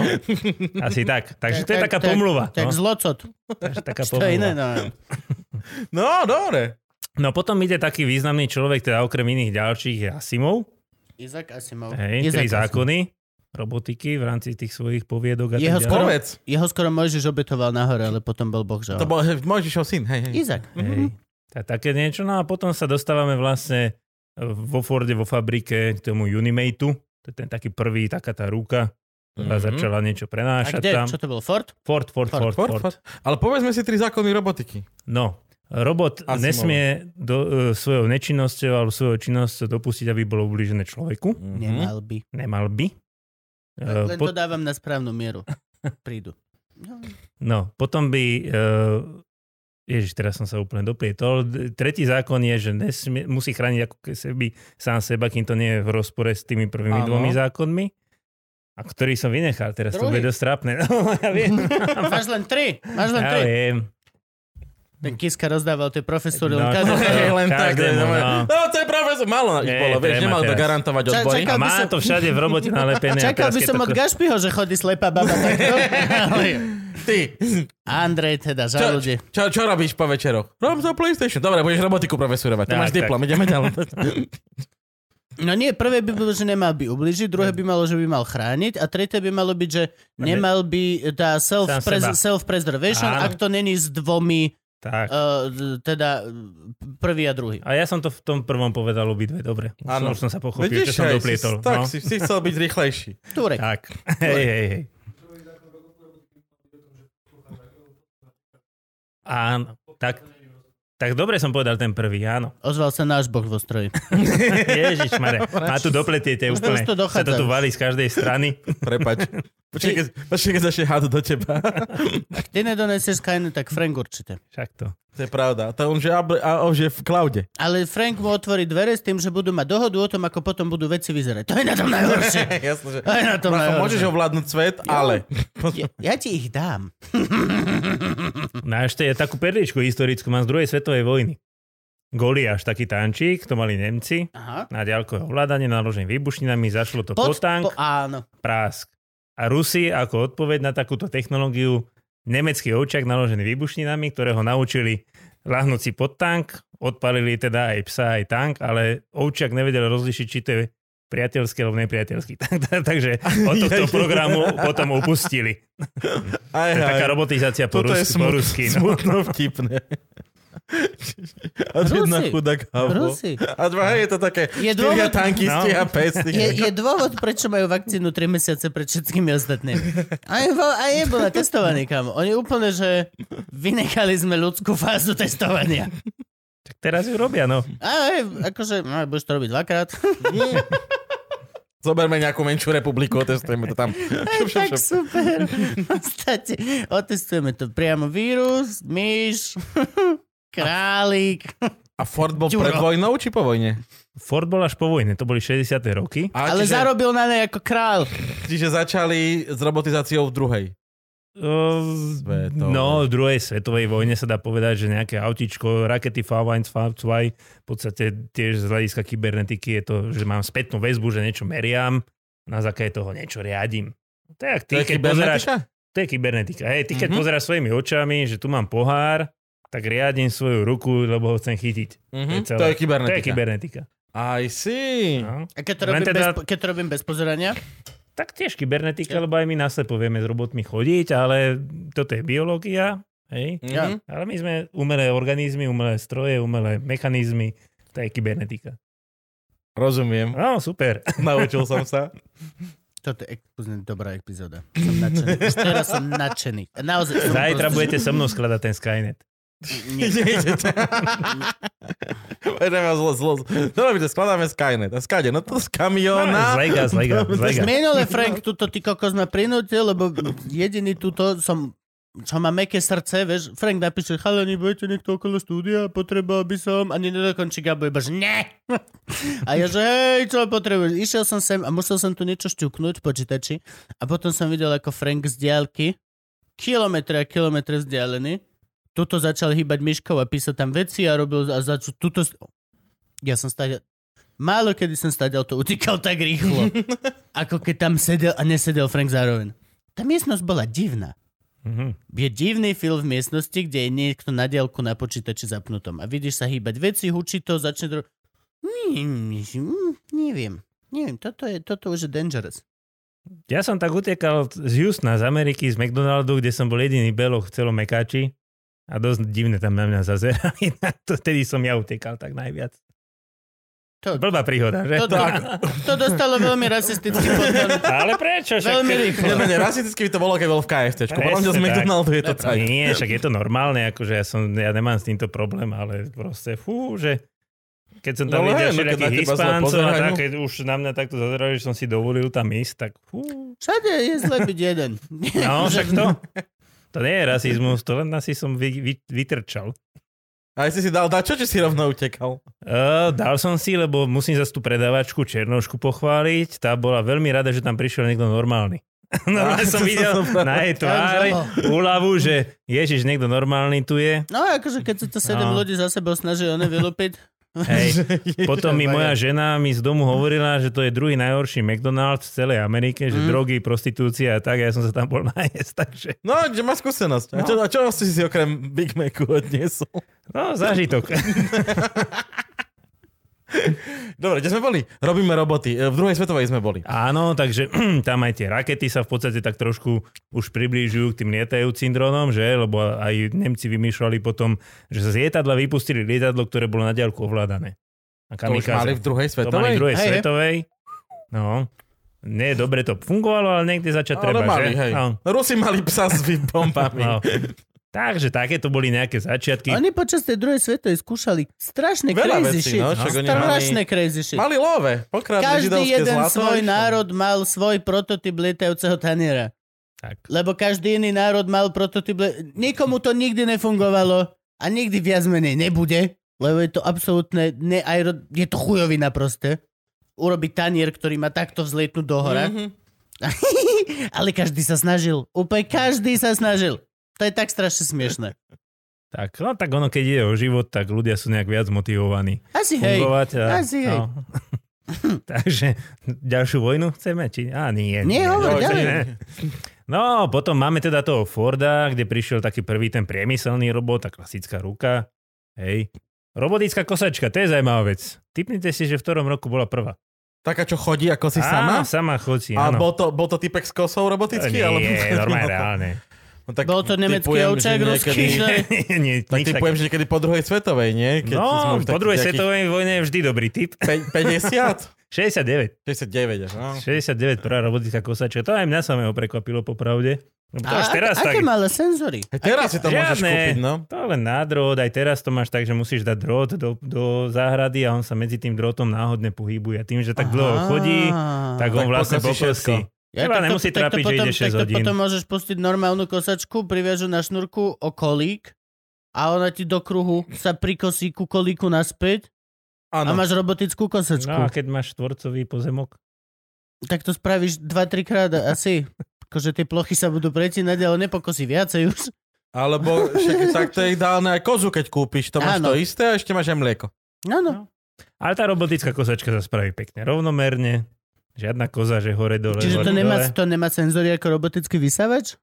Speaker 4: asi tak. Takže to je
Speaker 2: Tak-
Speaker 4: taká
Speaker 2: tak-
Speaker 4: pomluva.
Speaker 2: Tak
Speaker 4: no.
Speaker 2: zlocot.
Speaker 4: Takže taká
Speaker 2: To je iné,
Speaker 4: pomluva.
Speaker 2: no.
Speaker 3: No, dobre.
Speaker 4: No potom ide taký významný človek, teda okrem iných ďalších je Asimov.
Speaker 2: Izak Asimov. Isaac
Speaker 4: Hej, tri
Speaker 2: Asimov.
Speaker 4: zákony robotiky v rámci tých svojich poviedok a
Speaker 2: Jeho
Speaker 4: tak ďalej.
Speaker 2: skoro-
Speaker 3: Povedz.
Speaker 2: Jeho skoro Mojžiš obetoval nahore, ale potom bol Boh
Speaker 4: No.
Speaker 2: žal.
Speaker 3: To bol Mojžišov syn, hej, hej.
Speaker 2: Izak.
Speaker 4: Hej. Tak, také niečo. No a potom sa dostávame vlastne vo Forde, vo fabrike k tomu Unimate-u. To je ten taký prvý, taká tá ruka, ktorá
Speaker 3: Mhm.
Speaker 4: začala niečo
Speaker 2: A
Speaker 4: prenášať
Speaker 2: kde?
Speaker 4: tam.
Speaker 2: Čo to bol? Ford?
Speaker 4: Ford, Ford, Ford, Ford,
Speaker 3: Ford, Ford. Ale povedzme si tri zákony robotiky.
Speaker 4: No, robot
Speaker 3: Asimov.
Speaker 4: nesmie do, e, svojou nečinnosťou alebo svojou činnosťou dopustiť, aby bolo ublížené človeku.
Speaker 3: Mhm.
Speaker 2: Nemal by.
Speaker 4: Nemal by. E,
Speaker 2: Len
Speaker 4: pot-
Speaker 2: to dávam na správnu mieru. Prídu. No,
Speaker 4: No, potom by... Uh, ježiš, teraz som sa úplne doplietol. D- Tretí zákon je, že nesmie, musí chrániť ako keby sám seba, kým to nie je v rozpore s tými
Speaker 3: Áno.
Speaker 4: prvými dvomi zákonmi. A ktorý som vynechal, teraz to
Speaker 2: Druhý.
Speaker 4: bude dosť trápne. No, ja viem.
Speaker 2: Máš len tri. Máš len
Speaker 4: ja
Speaker 2: tri.
Speaker 4: viem.
Speaker 2: Ten Kiska rozdával tie profesúry
Speaker 4: No.
Speaker 2: len každý.
Speaker 3: Hej, len tak.
Speaker 4: Každému,
Speaker 3: no.
Speaker 4: no.
Speaker 3: no, to je profesor. Málo ich
Speaker 4: Nie,
Speaker 3: bolo, vieš,
Speaker 4: tréma
Speaker 3: nemal to
Speaker 4: teraz.
Speaker 3: garantovať
Speaker 2: Ča-
Speaker 3: odbory.
Speaker 2: čakal- by
Speaker 4: Má
Speaker 2: som-
Speaker 4: to všade v robote nalepené. a
Speaker 2: Čakal
Speaker 4: teraz,
Speaker 2: by
Speaker 4: keď
Speaker 2: som
Speaker 4: to
Speaker 2: od
Speaker 4: ko-
Speaker 2: Gašpiho, že chodí slepá baba. takto. Ale-
Speaker 3: Ty,
Speaker 2: Andrej teda,
Speaker 3: čo,
Speaker 2: za ľudí.
Speaker 3: čo, čo robíš po večeroch? Robím to PlayStation. Dobre, budeš robotiku profesorovať. Ty
Speaker 4: Tak,
Speaker 3: máš
Speaker 4: tak.
Speaker 3: diplom, ideme ďalej.
Speaker 2: No nie, prvé by bolo, že nemal by ubližiť, druhé by malo, že by mal chrániť a tretie by malo byť, že nemal by tá self,
Speaker 4: Hm. Sám
Speaker 2: pres,
Speaker 4: seba.
Speaker 2: self preservation,
Speaker 4: Áno.
Speaker 2: ak to není s dvomi,
Speaker 4: Tak.
Speaker 2: uh, teda prvý a druhý.
Speaker 4: A ja som to v tom prvom povedal obidve, dobre. Už, som,
Speaker 3: Áno.
Speaker 4: už som sa pochopil, Vidíš, čo som
Speaker 3: hej,
Speaker 4: doplietol.
Speaker 3: si, tak
Speaker 4: no.
Speaker 3: si, si chcel byť rýchlejší.
Speaker 2: Turek.
Speaker 4: tak. Hej, hej, hej. Áno, tak, tak dobre som povedal ten prvý, áno.
Speaker 2: Ozval sa náš boh vo stroji.
Speaker 4: Ježiš, Mare, má tu dopletiete
Speaker 2: Už to-
Speaker 4: úplne.
Speaker 2: už to
Speaker 4: sa to
Speaker 2: dochádza.
Speaker 4: tu valí z každej strany.
Speaker 3: Prepač. Počkaj, keď, počkaj, keď začne hádzať do teba.
Speaker 2: Ak ty nedonesieš Skynet, tak Frank určite.
Speaker 4: Však to.
Speaker 3: To je pravda. To on, že, abr- a on, že v klaude.
Speaker 2: Ale Frank mu otvorí dvere s tým, že budú mať dohodu o tom, ako potom budú veci vyzerať. To je na tom najhoršie.
Speaker 3: Jasné, že...
Speaker 2: To je na tom
Speaker 3: Bracho,
Speaker 2: najhoršie.
Speaker 3: môžeš ovládnuť svet, ale...
Speaker 2: Ja, ja ti ich dám.
Speaker 4: No a ešte je takú perličku historickú, mám z druhej svetovej vojny. Goliáš, taký tančík, to mali Nemci.
Speaker 2: Aha.
Speaker 4: Na ďalkové ovládanie naložené výbušninami, zašlo to
Speaker 2: Pod-
Speaker 4: pod, tank.
Speaker 2: po- áno.
Speaker 4: prásk. A Rusi ako odpoveď na takúto technológiu nemecký ovčak naložený výbušninami, ktoré ho naučili lahnúť si pod tank, odpalili teda aj psa, aj tank, ale ovčak nevedel rozlišiť, či to je priateľský alebo nepriateľský. Tak- tak- Takže od tohto programu potom upustili.
Speaker 3: Aj,
Speaker 4: To je taká
Speaker 3: aj.
Speaker 4: robotizácia po,
Speaker 3: Toto je
Speaker 4: rusky, po
Speaker 3: smut-
Speaker 4: rusky. No.
Speaker 3: smutno vtipné. A jedna
Speaker 2: Rusi.
Speaker 3: chudák havo.
Speaker 2: Rusi.
Speaker 3: A dva, hej, je to také,
Speaker 2: Je
Speaker 3: štyria
Speaker 2: dôvod-
Speaker 3: tanky,
Speaker 4: No.
Speaker 3: stíha pes.
Speaker 2: Je, je dôvod, prečo majú vakcínu 3 mesiace pred všetkými ostatnými. A je, vo- a je bola testovaný, kam. Oni úplne, že vynechali sme ľudskú fázu testovania.
Speaker 4: Tak teraz ju robia, no.
Speaker 2: A je, akože, no, budeš to robiť dvakrát.
Speaker 3: Zoberme nejakú menšiu republiku, otestujeme to tam. Šup, šup,
Speaker 2: tak
Speaker 3: šup.
Speaker 2: super. V podstate, otestujeme to priamo vírus, myš, králik.
Speaker 3: A Ford bol
Speaker 2: Ďuro.
Speaker 3: pred vojnou, či po vojne?
Speaker 4: Ford bol až po vojne, to boli 60. roky.
Speaker 3: A
Speaker 2: Ale
Speaker 3: čiže,
Speaker 2: zarobil na nej ako král.
Speaker 3: čiže začali s robotizáciou v druhej.
Speaker 4: Uh,
Speaker 3: Svetovej.
Speaker 4: No, v druhej svetovej vojne sa dá povedať, že nejaké autičko, rakety V1, V2, v podstate tiež z hľadiska kybernetiky je to, že mám spätnú väzbu, že niečo meriam, na základe toho niečo riadím. Tak,
Speaker 3: To
Speaker 4: ty,
Speaker 3: je
Speaker 4: keď pozeráš,
Speaker 3: kybernetika?
Speaker 4: to je kybernetika. Hej, ty keď
Speaker 3: Mhm.
Speaker 4: pozeráš svojimi očami, že tu mám pohár, tak riadím svoju ruku, lebo ho chcem
Speaker 3: Mhm,
Speaker 4: chytiť. To je celé.
Speaker 3: To je
Speaker 4: To je
Speaker 3: kybernetika. Hm.
Speaker 4: kybernetika.
Speaker 3: I see.
Speaker 4: No.
Speaker 2: A keď to,
Speaker 4: Len
Speaker 2: robím
Speaker 4: teda-
Speaker 2: bez, keď to robím bez pozerania?
Speaker 4: Tak tiež kybernetika, lebo aj my naslepo vieme s robotmi chodiť, ale toto je biológia, hej.
Speaker 2: Ja.
Speaker 3: Mhm.
Speaker 4: Ale my sme umelé organizmy, umelé stroje, umelé mechanizmy, to je kybernetika.
Speaker 3: Rozumiem.
Speaker 4: No, super.
Speaker 3: Naučil som sa.
Speaker 2: Toto je exkluzívne dobrá epizóda. Som nadšený. Už teraz som nadšený. Naozaj. som
Speaker 4: Zajtra
Speaker 2: proste-
Speaker 4: budete so mnou skladať ten Skynet.
Speaker 2: Nie.
Speaker 3: Idete. Ideme zlo, zlo. No robíte, skladáme Skynet. A skáde, no to z
Speaker 4: No,
Speaker 3: kamiona.
Speaker 4: Zlega, zlega, zlega.
Speaker 2: Minule Frank, tuto ty kokos ma prinútil, lebo jediný tuto som čo má meké srdce, vieš, Frank napíše, chalani, budete niekto okolo štúdia, potreboval by som, ani nedokončí Gabo, iba, že ne. A ja, že hej, čo potrebuješ? Išiel som sem a musel som tu niečo šťuknúť v počítači a potom som videl, ako Frank z diálky, kilometre a kilometre vzdialený, tuto začal hýbať myškou a písať tam veci a robil a začal, tuto... Ja som stále... Málo kedy som stále to utíkal tak rýchlo, ako keď tam sedel a nesedel Frank zároveň. Tá miestnosť bola divná.
Speaker 4: Mhm.
Speaker 2: Je divný film v miestnosti, kde je niekto na diálku na počítači zapnutom. A vidíš sa hýbať veci, hučí to, začne to... Mm, mm, Neviem. Neviem, toto, je, toto už je dangerous.
Speaker 4: Ja som tak utekal z Houstona, z Ameriky, z McDonaldu, kde som bol jediný beloch v celom Mekáči a dosť divne tam na mňa zazerali. Tak to- Vtedy som ja utekal tak najviac.
Speaker 2: To,
Speaker 4: Blbá príhoda, že?
Speaker 2: to, to, to dostalo veľmi rasistický podpor.
Speaker 4: Ale prečo? Však
Speaker 2: Veľmi
Speaker 4: to-
Speaker 2: rýchlo.
Speaker 3: Nie, no, nie, nie, rasisticky by to bolo, keď bol v KFT. Podľa mňa z
Speaker 4: Presne
Speaker 3: McDonaldu je to
Speaker 4: tak. No,
Speaker 3: cajt.
Speaker 4: Nie, však je to normálne, akože ja, som, ja nemám s týmto problém, ale proste fú, že keď som tam
Speaker 3: No hej,
Speaker 4: videl
Speaker 3: no keď
Speaker 4: všetkých
Speaker 3: na teba no. zle
Speaker 4: hispáncov a
Speaker 3: pozerajú.
Speaker 4: tak, keď už na mňa takto zazerali, že som si dovolil tam ísť, tak fú.
Speaker 2: Všade je zle byť jeden.
Speaker 4: No, však to, to nie je rasizmus, to len asi som vy, vy, vytrčal.
Speaker 3: A si si dal dačo, či si rovno utekal?
Speaker 4: Uh, dal som si, lebo musím zase tú predávačku Černošku pochváliť. Tá bola veľmi rada, že tam prišiel niekto normálny. No,
Speaker 3: Á,
Speaker 4: ja som
Speaker 3: to
Speaker 4: videl
Speaker 3: som práve-
Speaker 4: na jej tvári úľavu, že ježiš, niekto normálny tu je.
Speaker 2: No akože keď sa to sedem
Speaker 4: No.
Speaker 2: ľudí za sebou snaží one vylúpiť,
Speaker 4: Hej. Potom mi
Speaker 2: Vaja.
Speaker 4: moja žena mi z domu hovorila, že to je druhý najhorší McDonald's v celej Amerike, že
Speaker 2: Mm.
Speaker 4: drogy, prostitúcia a tak. Ja som sa tam bol najesť, takže...
Speaker 3: No, že má skúsenosť.
Speaker 2: No.
Speaker 3: A, čo, a čo si si okrem Big Macu odniesol?
Speaker 4: No, zážitok.
Speaker 3: Dobre, kde sme boli? Robíme roboty. E, V druhej svetovej sme boli.
Speaker 4: Áno, takže tam aj tie rakety sa v podstate tak trošku už priblížujú k tým lietajúcim dronom, že? Lebo aj Nemci vymýšľali potom, že sa z lietadla vypustili lietadlo, ktoré bolo na diaľku ovládané. A
Speaker 3: To už mali v druhej
Speaker 4: to mali
Speaker 3: svetovej?
Speaker 4: v druhej
Speaker 2: Hej, hej.
Speaker 4: svetovej. No. Nie, dobre to fungovalo, ale niekde začať
Speaker 3: Ale
Speaker 4: treba,
Speaker 3: mali,
Speaker 4: že?
Speaker 3: hej.
Speaker 4: No.
Speaker 3: Rusi mali psa s bombami.
Speaker 4: No. Takže takéto boli nejaké začiatky.
Speaker 2: oni počas tej druhej svetovej skúšali strašné
Speaker 3: Veľa
Speaker 2: crazy
Speaker 3: vecí,
Speaker 2: shit.
Speaker 3: no, však oni
Speaker 2: strašné crazy shit.
Speaker 3: Mali love, pokradli
Speaker 2: Každý
Speaker 3: židovské
Speaker 2: jeden
Speaker 3: zlato.
Speaker 2: svoj národ mal svoj prototyp lietajúceho taniera.
Speaker 4: Tak.
Speaker 2: Lebo každý iný národ mal prototyp... Le... Nikomu to nikdy nefungovalo a nikdy viac menej nebude, lebo je to absolútne... Ne... aero- Je to chujovina proste. Urobiť tanier, ktorý má takto vzlietnúť do hora.
Speaker 3: Mhm.
Speaker 2: Ale každý sa snažil. Úplne každý sa snažil. To je tak strašne smiešné.
Speaker 4: tak. No tak ono, keď ide o život, tak ľudia sú nejak viac motivovaní
Speaker 2: Asi hej.
Speaker 4: fungovať. A, no.
Speaker 2: asi hej.
Speaker 4: Takže ďalšiu vojnu chceme? Či... Á, nie.
Speaker 2: Nie, hovor,
Speaker 4: nie,
Speaker 2: ďalej.
Speaker 4: nie. No, potom máme teda toho Forda, kde prišiel taký prvý ten priemyselný robot, tá klasická ruka. Hej. Robotická kosačka, to je zaujímavá vec. Typnite si, že v ktorom roku bola prvá.
Speaker 3: Taká, čo chodí ako si sama?
Speaker 4: Á, sama chodí,
Speaker 3: A
Speaker 4: áno.
Speaker 3: bol to, bol to typek s kosou robotický?
Speaker 4: Nie,
Speaker 3: alebo...
Speaker 4: normálne, reálne.
Speaker 3: No, tak
Speaker 2: Bol to nemecký
Speaker 3: typujem, že
Speaker 2: ovčák, ruský.
Speaker 3: niekedy-
Speaker 2: že-
Speaker 4: nie,
Speaker 3: Tak
Speaker 4: nič
Speaker 3: typujem, že niekedy po druhej svetovej, nie?
Speaker 4: No,
Speaker 3: sme už
Speaker 4: po
Speaker 3: takých
Speaker 4: druhej
Speaker 3: nejakých
Speaker 4: svetovej vojne je vždy dobrý typ.
Speaker 3: pe- 50?
Speaker 4: 69.
Speaker 3: 69, až, no.
Speaker 4: 69 prvá robotická kosačka. To aj mňa samého prekvapilo popravde. Lebo to
Speaker 2: A
Speaker 4: až
Speaker 2: aké,
Speaker 4: teraz tak...
Speaker 2: aké malé senzory?
Speaker 3: Hej, teraz si to môžeš
Speaker 4: Žiadne.
Speaker 3: kúpiť, no.
Speaker 4: To len na drôt, aj teraz to máš tak, že musíš dať drôt do, do záhrady a on sa medzi tým drotom náhodne pohybuje. A tým, že tak
Speaker 2: Aha.
Speaker 4: dlho chodí, tak on
Speaker 3: Tak
Speaker 4: vlastne
Speaker 3: pokosí všetko.
Speaker 4: pokosí. Teba
Speaker 2: takto-
Speaker 4: nemusí
Speaker 2: takto
Speaker 4: trápiť, že
Speaker 2: potom,
Speaker 4: ide šesť
Speaker 2: takto
Speaker 4: hodín.
Speaker 2: potom môžeš pustiť normálnu kosačku, priviažu na šnurku o kolík a ona ti do kruhu sa prikosí ku kolíku naspäť a
Speaker 3: Áno.
Speaker 2: máš robotickú
Speaker 4: No a
Speaker 2: kosačku.
Speaker 4: keď máš štvorcový pozemok,
Speaker 2: Tak to spravíš 2-3 krát asi. Akože tie plochy sa budú pretínať, ale nepokosí viacej už.
Speaker 3: Alebo však, tak to je ideálne aj kozu, keď kúpiš. To máš
Speaker 2: Áno.
Speaker 3: to isté a ešte máš aj mlieko.
Speaker 2: No, no.
Speaker 4: ale tá robotická kosačka sa spraví pekne, rovnomerne. Žiadna koza, že hore dole.
Speaker 2: Čiže
Speaker 4: hore,
Speaker 2: to nemá,
Speaker 4: dole.
Speaker 2: to nemá senzory ako robotický vysávač?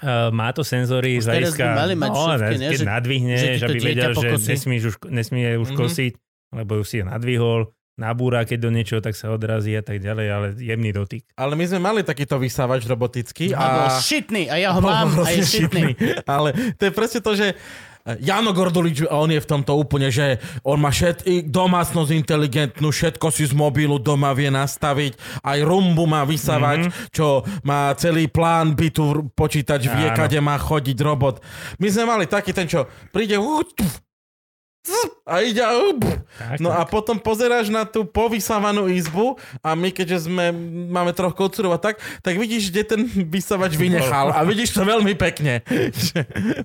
Speaker 4: Uh, má to senzory
Speaker 2: Už
Speaker 4: z
Speaker 2: teraz by
Speaker 4: hľadiska, No,
Speaker 2: mali mať všetky, ne?
Speaker 4: keď
Speaker 2: Že-
Speaker 4: nadvihne,
Speaker 2: že ti to
Speaker 4: že aby
Speaker 2: dieťa
Speaker 4: vedel, že
Speaker 2: pokosí.
Speaker 4: nesmíš už, nesmie už
Speaker 3: Mhm.
Speaker 4: kosiť, lebo už si ho nadvihol, nabúra, keď do niečoho, tak sa odrazí a tak ďalej, ale jemný dotyk.
Speaker 3: Ale my sme mali takýto vysávač robotický
Speaker 2: A bol
Speaker 3: a...
Speaker 2: šitný a ja ho mám a je šitný.
Speaker 3: Ale to je presne to, že e, Jano Gordulič, on je v tomto úplne, že on má všet, i domácnosť inteligentnú, všetko si z mobilu doma vie nastaviť, aj rumbu má
Speaker 2: Mhm.
Speaker 3: vysávať, mm-hmm. čo má celý plán bytu, r- počítač vie,
Speaker 4: Áno.
Speaker 3: kade má chodiť robot. My sme mali taký ten, čo príde uh, tf, tf, a ide a uh, pf.
Speaker 4: Tak,
Speaker 3: No
Speaker 4: tak.
Speaker 3: a potom pozeráš na tú povysávanú izbu a my keďže sme, máme troch kocúrov a tak, tak vidíš, kde ten vysavač vynechal a vidíš to veľmi pekne. Že,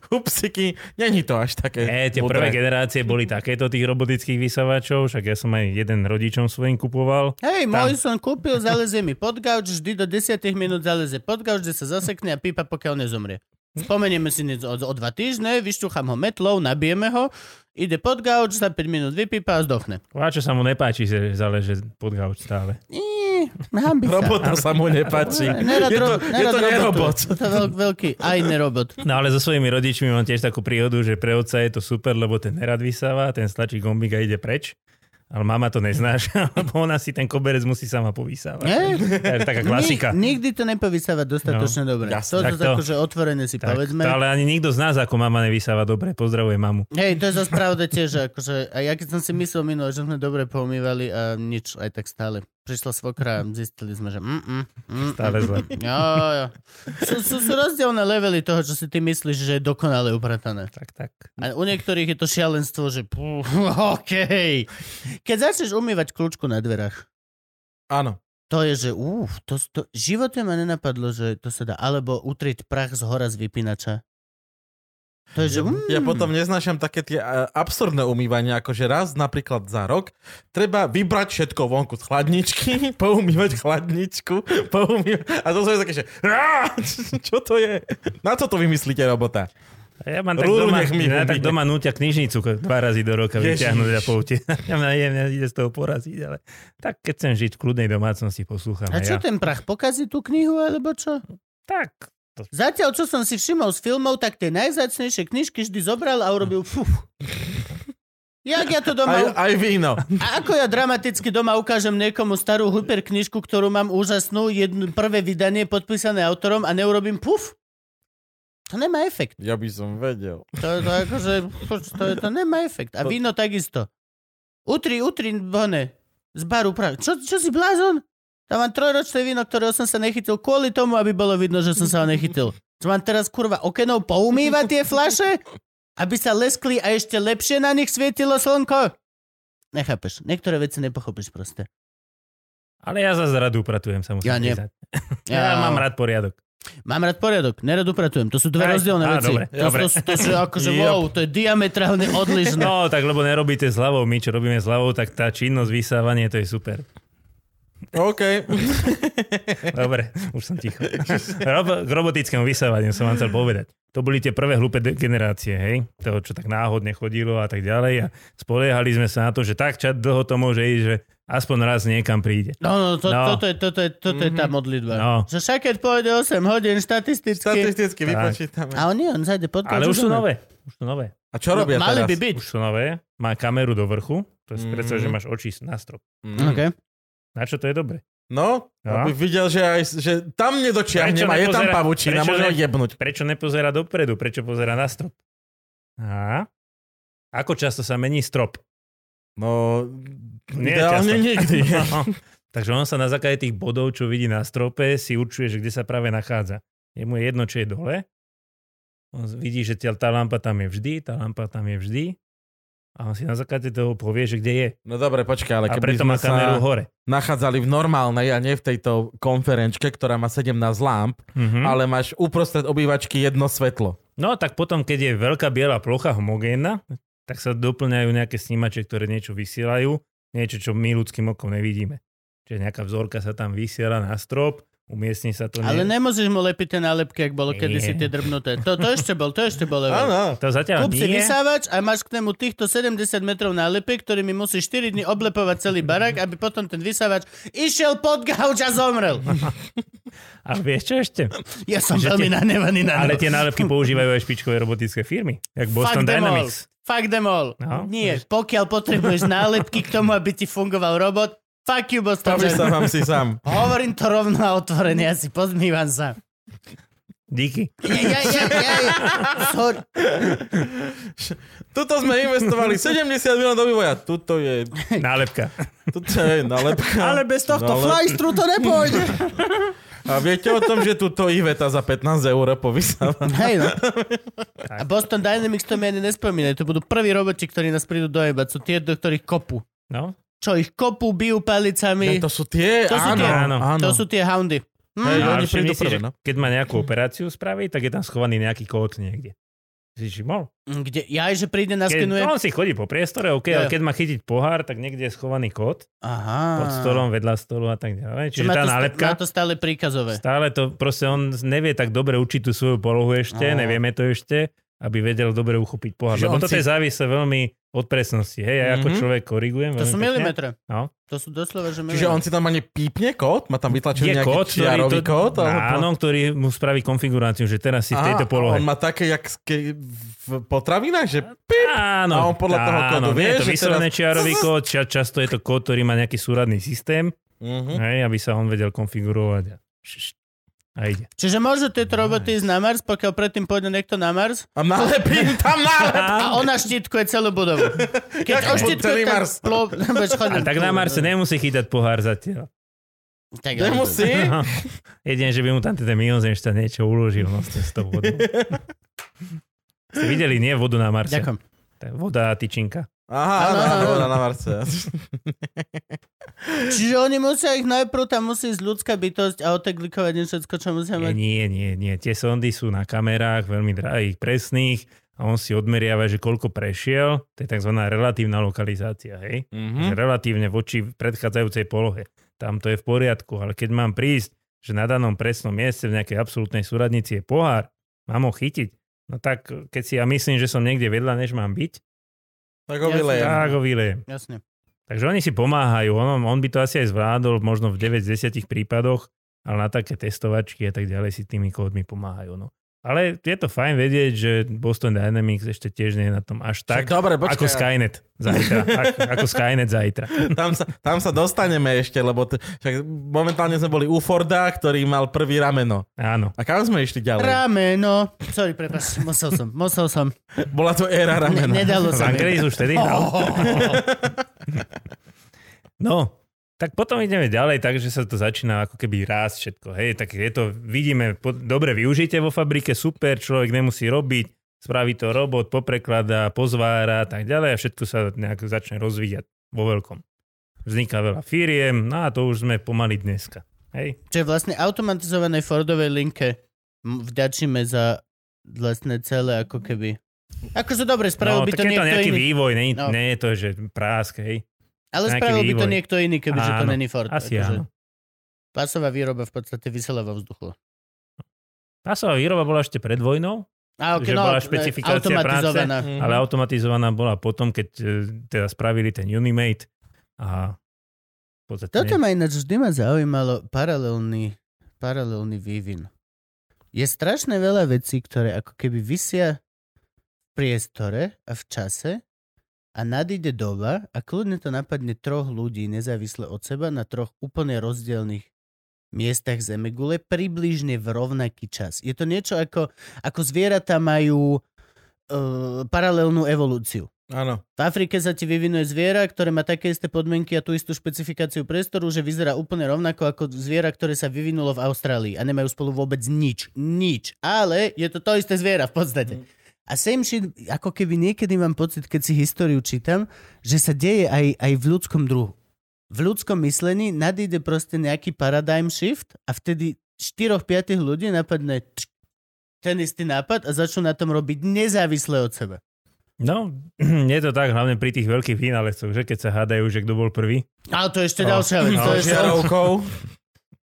Speaker 3: Upsiky, není to až také.
Speaker 4: E, tie
Speaker 3: múdre.
Speaker 4: prvé generácie boli takéto tých robotických vysavačov, však ja som aj jeden rodičom svojim kupoval.
Speaker 2: Hej, môj som kúpil, zalezie mi pod gauč, vždy do 10 minút zaleze pod gauč, kde sa zasekne a pípa, pokiaľ nezomrie. Spomenieme si niečo o, o dva týždne, vyšťuchám ho metlou, nabijeme ho, ide pod gauč, za 5 minút vypípa a zdochne.
Speaker 4: A čo sa mu nepáči, že záleže pod gauč stále.
Speaker 2: Iii, hambi sa.
Speaker 3: Robotom sa mu nepáči.
Speaker 2: Nerad,
Speaker 3: Je to,
Speaker 2: rob-
Speaker 3: je
Speaker 2: nerad
Speaker 3: to
Speaker 2: robotuje.
Speaker 3: nerobot.
Speaker 2: To je veľk- veľký aj nerobot.
Speaker 4: No ale so svojimi rodičmi mám tiež takú príhodu, že pre otca je to super, lebo ten nerad vysáva, ten stlačí gombík a ide preč. ale mama to neznáša, lebo ona si ten koberec musí sama povysávať.
Speaker 2: Nie?
Speaker 4: To je taká klasika.
Speaker 2: Ni- nikdy to nepovysávať dostatočne no, dobre.
Speaker 3: jasne.
Speaker 2: Jasne, Toto
Speaker 4: Tak to-
Speaker 2: akože otvorene si
Speaker 4: Tak,
Speaker 2: povedzme.
Speaker 4: ale ani nikto z nás ako mama nevysáva dobre. Pozdravujem mamu.
Speaker 2: Hej, to je zase pravda tiež, že akože, a ja keď som si myslel minule, že sme dobre pomývali a nič, aj tak stále. Prišla svokra a zistili sme, že mm, mm, mm,
Speaker 4: Stále
Speaker 2: mm.
Speaker 4: zle.
Speaker 2: Jo, jo. Sú, sú, sú rozdielne levely toho, čo si ty myslíš, že je dokonale upratané.
Speaker 4: Tak, tak.
Speaker 2: A u niektorých je to šialenstvo, že pú, okej. Keď začneš umývať kľúčku na dverách,
Speaker 3: Áno.
Speaker 2: to je, že úf, to, to, živote ma nenapadlo, že to sa dá. Alebo utrieť prach z hora z vypínača. To je, že... Mm,
Speaker 3: Ja potom neznášam také tie eh, absurdné umývania, ako že raz napríklad za rok treba vybrať všetko vonku z chladničky, poumývať chladničku, poumývať... A to sú také, že... "Á, Čo to je? Na čo to vymyslíte, robota?
Speaker 4: A ja mám tak
Speaker 3: Rúru
Speaker 4: doma,
Speaker 3: nech mi
Speaker 4: ja tak
Speaker 3: umýje.
Speaker 4: doma núťa knižnicu ko- dva razy do roka
Speaker 3: Ježiš.
Speaker 4: vyťahnuť a pouti. Ja mňa, je, mňa ide z toho poraziť, ale tak keď chcem žiť v kľudnej domácnosti, poslúcham.
Speaker 2: A
Speaker 4: aj
Speaker 2: čo
Speaker 4: ja.
Speaker 2: ten prach? Pokazí tú knihu, alebo čo?
Speaker 4: Tak,
Speaker 2: Zatiaľ, čo som si všimol z filmov, tak tie najzácnejšie knižky vždy zobral a urobil fuf. Jak ja to
Speaker 3: Aj,
Speaker 2: doma...
Speaker 3: aj víno.
Speaker 2: A ako ja dramaticky doma ukážem niekomu starú hyperknižku, ktorú mám úžasnú, jednu, prvé vydanie podpísané autorom a neurobím puf? To nemá efekt.
Speaker 3: Ja by som vedel.
Speaker 2: To, to, akože, poč- to, to nemá efekt. A víno takisto. Utri, utri, bone. Z baru prav. Čo, čo si blázon? Tam mám trojročné víno, ktorého som sa nechytil kvôli tomu, aby bolo vidno, že som sa ho nechytil. Čo mám teraz kurva okenou poumývať tie flaše? Aby sa leskli a ešte lepšie na nich svietilo slnko? Nechápeš. Niektoré veci nepochopíš proste.
Speaker 4: ale ja za radu upratujem sa musím
Speaker 2: Ja nie.
Speaker 4: priznať. Ja, mám rád poriadok.
Speaker 2: Mám rád poriadok, nerad upratujem. To sú dve
Speaker 4: Aj,
Speaker 2: rozdielne
Speaker 4: á,
Speaker 2: veci.
Speaker 4: dobre,
Speaker 2: to,
Speaker 4: dobre.
Speaker 2: To, to, sú akože,
Speaker 4: Jop.
Speaker 2: wow, to je diametrálne odlišné.
Speaker 4: No, tak lebo nerobíte s hlavou, my čo robíme s hlavou, tak tá činnosť vysávanie, to je super.
Speaker 3: OK.
Speaker 4: Dobre, už som ticho. Rob, k robotickému vysávaniu som vám chcel povedať. To boli tie prvé hlúpe de- generácie, hej? Toho, čo tak náhodne chodilo a tak ďalej. A spoliehali sme sa na to, že tak čas dlho to môže ísť, že aspoň raz niekam príde.
Speaker 2: No, no, to,
Speaker 4: No.
Speaker 2: no. Toto, je, toto, je, toto je tá
Speaker 3: Mhm.
Speaker 2: modlitba.
Speaker 4: No.
Speaker 2: Že však keď pôjde 8 hodín štatisticky...
Speaker 3: Statisticky
Speaker 4: Tak.
Speaker 3: vypočítame.
Speaker 2: A on nie, on zajde pod čo
Speaker 4: Ale už sú
Speaker 2: sme?
Speaker 4: nové. Už sú nové.
Speaker 3: A čo robia
Speaker 2: no, mali
Speaker 3: teraz?
Speaker 2: by byť.
Speaker 4: Už sú nové. Má kameru do vrchu. To je
Speaker 3: Mhm.
Speaker 4: predstav, že máš oči na strop.
Speaker 3: Mm.
Speaker 2: Okay.
Speaker 4: Na čo to je dobre?
Speaker 3: No,
Speaker 4: No.
Speaker 3: aby videl, že, aj, že tam nedočiahnem
Speaker 4: Prečo
Speaker 3: a je tam
Speaker 4: nepozerá-
Speaker 3: pavučina,
Speaker 4: prečo
Speaker 3: môže ho
Speaker 4: ne-
Speaker 3: jebnúť.
Speaker 4: Prečo nepozerá dopredu? Prečo pozerá na strop? A? Ako často sa mení strop?
Speaker 3: No,
Speaker 4: Nie
Speaker 3: ideálne
Speaker 4: často.
Speaker 3: nikdy.
Speaker 4: No. Takže on sa na základe tých bodov, čo vidí na strope, si určuje, že kde sa práve nachádza. Jemu je jedno, čo je dole. On vidí, že tá, tá lampa tam je vždy, tá lampa tam je vždy. A on si na základe toho povie, že kde je.
Speaker 3: No dobre, počkaj, ale
Speaker 4: A
Speaker 3: keby
Speaker 4: preto
Speaker 3: sme
Speaker 4: má
Speaker 3: sa
Speaker 4: kameru hore.
Speaker 3: nachádzali v normálnej a nie v tejto konferenčke, ktorá má 17 lámp,
Speaker 4: Mhm.
Speaker 3: ale máš uprostred obývačky jedno svetlo.
Speaker 4: No tak potom, keď je veľká biela plocha homogénna, tak sa doplňajú nejaké snímače, ktoré niečo vysielajú, niečo, čo my ľudským okom nevidíme. Čiže nejaká vzorka sa tam vysiela na strop, umiestni sa to...
Speaker 2: Ale
Speaker 4: nie...
Speaker 2: nemôžeš mu lepiť tie nálepky, ak bolo
Speaker 4: Nie.
Speaker 2: kedysi tie drbnuté. To, to ešte bol, to ešte bol. level.
Speaker 3: Áno.
Speaker 4: To zatiaľ
Speaker 2: Kúp si
Speaker 4: nie.
Speaker 2: vysávač a máš k nemu týchto 70 metrov nálepek, ktorými musíš 4 dní oblepovať celý barák, aby potom ten vysávač išiel pod gauč a zomrel.
Speaker 4: A vieš čo ešte?
Speaker 2: Ja som
Speaker 4: Že
Speaker 2: veľmi
Speaker 4: tie-
Speaker 2: nahnevaný na
Speaker 4: Ale
Speaker 2: neho.
Speaker 4: tie nálepky používajú aj špičkové robotické firmy, jak Boston
Speaker 2: Fuck them all.
Speaker 4: Dynamics.
Speaker 2: Fuck them all.
Speaker 4: No.
Speaker 2: Nie, pokiaľ potrebuješ nálepky k tomu, aby ti fungoval robot, fuck you, Boston
Speaker 3: Stavíš sa
Speaker 2: Dynamics.
Speaker 3: vám si sám.
Speaker 2: Hovorím to rovno a otvorene, ja si pozmývam sa.
Speaker 4: Díky.
Speaker 2: Ja, ja, ja, ja, ja. Sorry.
Speaker 3: Tuto sme investovali 70 miliónov do vývoja. Tuto je,
Speaker 4: Nálepka.
Speaker 3: tuto je nalepka.
Speaker 2: Ale bez tohto
Speaker 4: No,
Speaker 3: Ale-
Speaker 2: flajstru to nepôjde.
Speaker 3: A viete o tom, že tuto Iveta za 15 eur povysáva?
Speaker 2: Hej no. A Boston Dynamics to mi ani nespomínajú. To budú prví roboti, ktorí nás prídu dojebať. Sú tie, do ktorých kopu.
Speaker 4: No,
Speaker 2: Čo, ich kopu, bijú palicami.
Speaker 3: Ja, to sú tie,
Speaker 2: To sú
Speaker 3: áno,
Speaker 2: tie.
Speaker 3: áno. áno.
Speaker 2: To sú tie houndy. Hm,
Speaker 3: Hej,
Speaker 4: no
Speaker 3: oni
Speaker 4: ale
Speaker 3: prídu
Speaker 4: všimni si,
Speaker 3: prvé,
Speaker 4: že
Speaker 3: no.
Speaker 4: keď má nejakú operáciu spraviť, tak je tam schovaný nejaký kód niekde. Si všimol?
Speaker 2: Kde, ja, že príde,
Speaker 4: Keď,
Speaker 2: naskenuje.
Speaker 4: to on si chodí po priestore, OK, ale
Speaker 2: Jo.
Speaker 4: keď má chytiť pohár, tak niekde je schovaný kód
Speaker 2: Aha.
Speaker 4: pod stolom, vedľa stolu a tak ďalej. Čiže
Speaker 2: Má
Speaker 4: tá
Speaker 2: to sta-
Speaker 4: nálepka...
Speaker 2: Má to stále príkazové.
Speaker 4: Stále to, proste on nevie tak dobre učiť tú svoju polohu ešte,
Speaker 2: No.
Speaker 4: nevieme to ešte, aby vedel dobre uchopiť pohár.
Speaker 3: Čiže
Speaker 4: Lebo
Speaker 3: on
Speaker 4: toto
Speaker 3: si-
Speaker 4: je závisé veľmi od presnosti. Hej, ja ako
Speaker 3: Mhm.
Speaker 4: človek korigujem.
Speaker 2: To
Speaker 4: veľmi
Speaker 2: sú
Speaker 4: pekne.
Speaker 2: milimetre.
Speaker 4: No.
Speaker 2: To sú doslova, že
Speaker 3: Čiže
Speaker 2: milimetre.
Speaker 3: on si tam ani pípne kód? Má tam vytlačený
Speaker 4: Je
Speaker 3: nejaký
Speaker 4: kód, ktorý,
Speaker 3: čiarový
Speaker 4: to,
Speaker 3: kód? alebo-
Speaker 4: áno, ktorý mu spraví konfiguráciu, že teraz si v tejto
Speaker 3: Aha,
Speaker 4: polohe.
Speaker 3: On má také, jak ke, v potravinách, že pip.
Speaker 4: Áno,
Speaker 3: A on podľa toho
Speaker 4: áno,
Speaker 3: kódu
Speaker 4: nie
Speaker 3: vie,
Speaker 4: je to
Speaker 3: že
Speaker 4: vyslovené
Speaker 3: teraz-
Speaker 4: čiarový kód, ča, často je to kód, ktorý má nejaký súradný systém,
Speaker 3: Mhm.
Speaker 4: hej, aby sa on vedel konfigurovať a, a ide.
Speaker 2: Čiže môžu tieto roboty ísť na Mars, pokiaľ predtým pôjde niekto na Mars
Speaker 3: A nalepím tam nálep.
Speaker 2: a ona štítkuje celú budovu. Keď
Speaker 3: Jak celý
Speaker 2: oštítkuje, tak
Speaker 3: Mars.
Speaker 2: plo... budeš
Speaker 4: Ale
Speaker 2: chodiť-
Speaker 4: tak na Marse nemusí chytať pohár zatiaľ.
Speaker 2: Tak,
Speaker 3: Nemusí.
Speaker 4: Jedine, že by mu tam ten Milzenštajn niečo uložil no, s tou vodou. Ste videli, nie? Vodu na Marse.
Speaker 2: Ďakujem.
Speaker 4: Tá Voda a tyčinka.
Speaker 3: Aha,
Speaker 2: Áno,
Speaker 3: áno, áno,
Speaker 2: áno.
Speaker 3: áno, na Marse.
Speaker 2: Čiže oni musia ich najprv, tam musí ísť ľudská bytosť a oteklikovať niečo, všetko, čo musia
Speaker 4: Nie,
Speaker 2: mať.
Speaker 4: nie, nie, nie. Tie sondy sú na kamerách, veľmi drahých, presných a on si odmeriava, že koľko prešiel. To je tzv. relatívna lokalizácia, hej? Že
Speaker 3: Mhm.
Speaker 4: Relatívne voči predchádzajúcej polohe. Tam to je v poriadku, ale keď mám prísť, že na danom presnom mieste v nejakej absolútnej súradnici je pohár, mám ho chytiť, no tak keď si ja myslím, že som niekde vedľa, než mám byť,
Speaker 3: Tak ho
Speaker 2: Ja si-
Speaker 3: vylejem.
Speaker 4: tak ho vylejem.
Speaker 2: Jasne.
Speaker 4: Takže oni si pomáhajú, on, on by to asi aj zvládol možno v 9 z 10 prípadoch, ale na také testovačky a tak ďalej si tými kódmi pomáhajú. No. Ale je to fajn vedieť, že Boston Dynamics ešte tiež nie je na tom až tak,
Speaker 3: dobre, počkaj.
Speaker 4: ako Skynet zajtra. ako, ako Skynet zajtra.
Speaker 3: Tam sa, tam sa dostaneme ešte, lebo t- však momentálne sme boli u Forda, ktorý mal prvý rameno.
Speaker 4: Áno.
Speaker 3: A kam sme išli ďalej?
Speaker 2: Rameno. Sorry, prepáč, musel som, musel som.
Speaker 3: Bola to éra
Speaker 2: Ne,
Speaker 3: ramena.
Speaker 2: nedalo
Speaker 4: V
Speaker 2: sa mi.
Speaker 4: Angelis už vtedy hral. No, tak potom ideme ďalej, takže sa to začína ako keby rásť všetko. Hej, tak je to, vidíme, po, dobre využite vo fabrike, super, človek nemusí robiť, spraví to robot, poprekladá, pozvára a tak ďalej a všetko sa nejak začne rozvíjať vo veľkom. Vzniká veľa firiem, no a to už sme pomaly dneska. Hej,
Speaker 2: Čiže vlastne automatizovanej Fordovej linke m- vďačíme za vlastne celé ako keby. Akože dobre, spravil
Speaker 4: no,
Speaker 2: by
Speaker 4: tak
Speaker 2: to
Speaker 4: je to
Speaker 2: niekto
Speaker 4: nejaký
Speaker 2: iný.
Speaker 4: vývoj, nie,
Speaker 2: No.
Speaker 4: no. nie je to, že prásk, hej.
Speaker 2: ale
Speaker 4: nejaký
Speaker 2: spravil by to
Speaker 4: vývoj.
Speaker 2: niekto iný, keby že to
Speaker 4: Áno,
Speaker 2: není Ford.
Speaker 4: Asi
Speaker 2: akože
Speaker 4: áno.
Speaker 2: Pásová výroba v podstate vysela vo vzduchu.
Speaker 4: Pásová výroba bola ešte pred vojnou,
Speaker 2: A okay,
Speaker 4: Že
Speaker 2: no,
Speaker 4: bola
Speaker 2: ne,
Speaker 4: špecifikácia
Speaker 2: automatizovaná.
Speaker 3: Mhm.
Speaker 4: ale automatizovaná bola potom, keď e, teda spravili ten Unimate a v podstate...
Speaker 2: Toto
Speaker 4: ne-
Speaker 2: ma ináč vždy ma zaujímalo, paralelný, paralelný vývin. Je strašne veľa vecí, ktoré ako keby vysia v priestore a v čase a nadíde doba a kľudne to napadne troch ľudí nezávisle od seba na troch úplne rozdielných miestach Zemegule približne v rovnaký čas. Je to niečo ako, ako zvieratá majú uh, paralelnú evolúciu.
Speaker 3: Áno.
Speaker 2: V Afrike sa ti vyvinuje zviera, ktoré má také isté podmienky a tú istú špecifikáciu priestoru, že vyzerá úplne rovnako ako zviera, ktoré sa vyvinulo v Austrálii a nemajú spolu vôbec nič. Nič. Ale je to to isté zviera v podstate. A same shit, ako keby niekedy mám pocit, keď si históriu čítam, že sa deje aj, aj v ľudskom druhu. V ľudskom myslení nadíde proste nejaký paradigm shift a vtedy 4-5 ľudí napadne tš, ten istý nápad a začnú na tom robiť nezávisle od seba.
Speaker 4: No, je to tak, hlavne pri tých veľkých finálecoch, že keď sa hádajú, že kto bol prvý.
Speaker 2: Ale to je ešte
Speaker 4: No.
Speaker 2: ďalšia vec.
Speaker 4: No,
Speaker 2: to je ešte...
Speaker 3: Žiarovkou.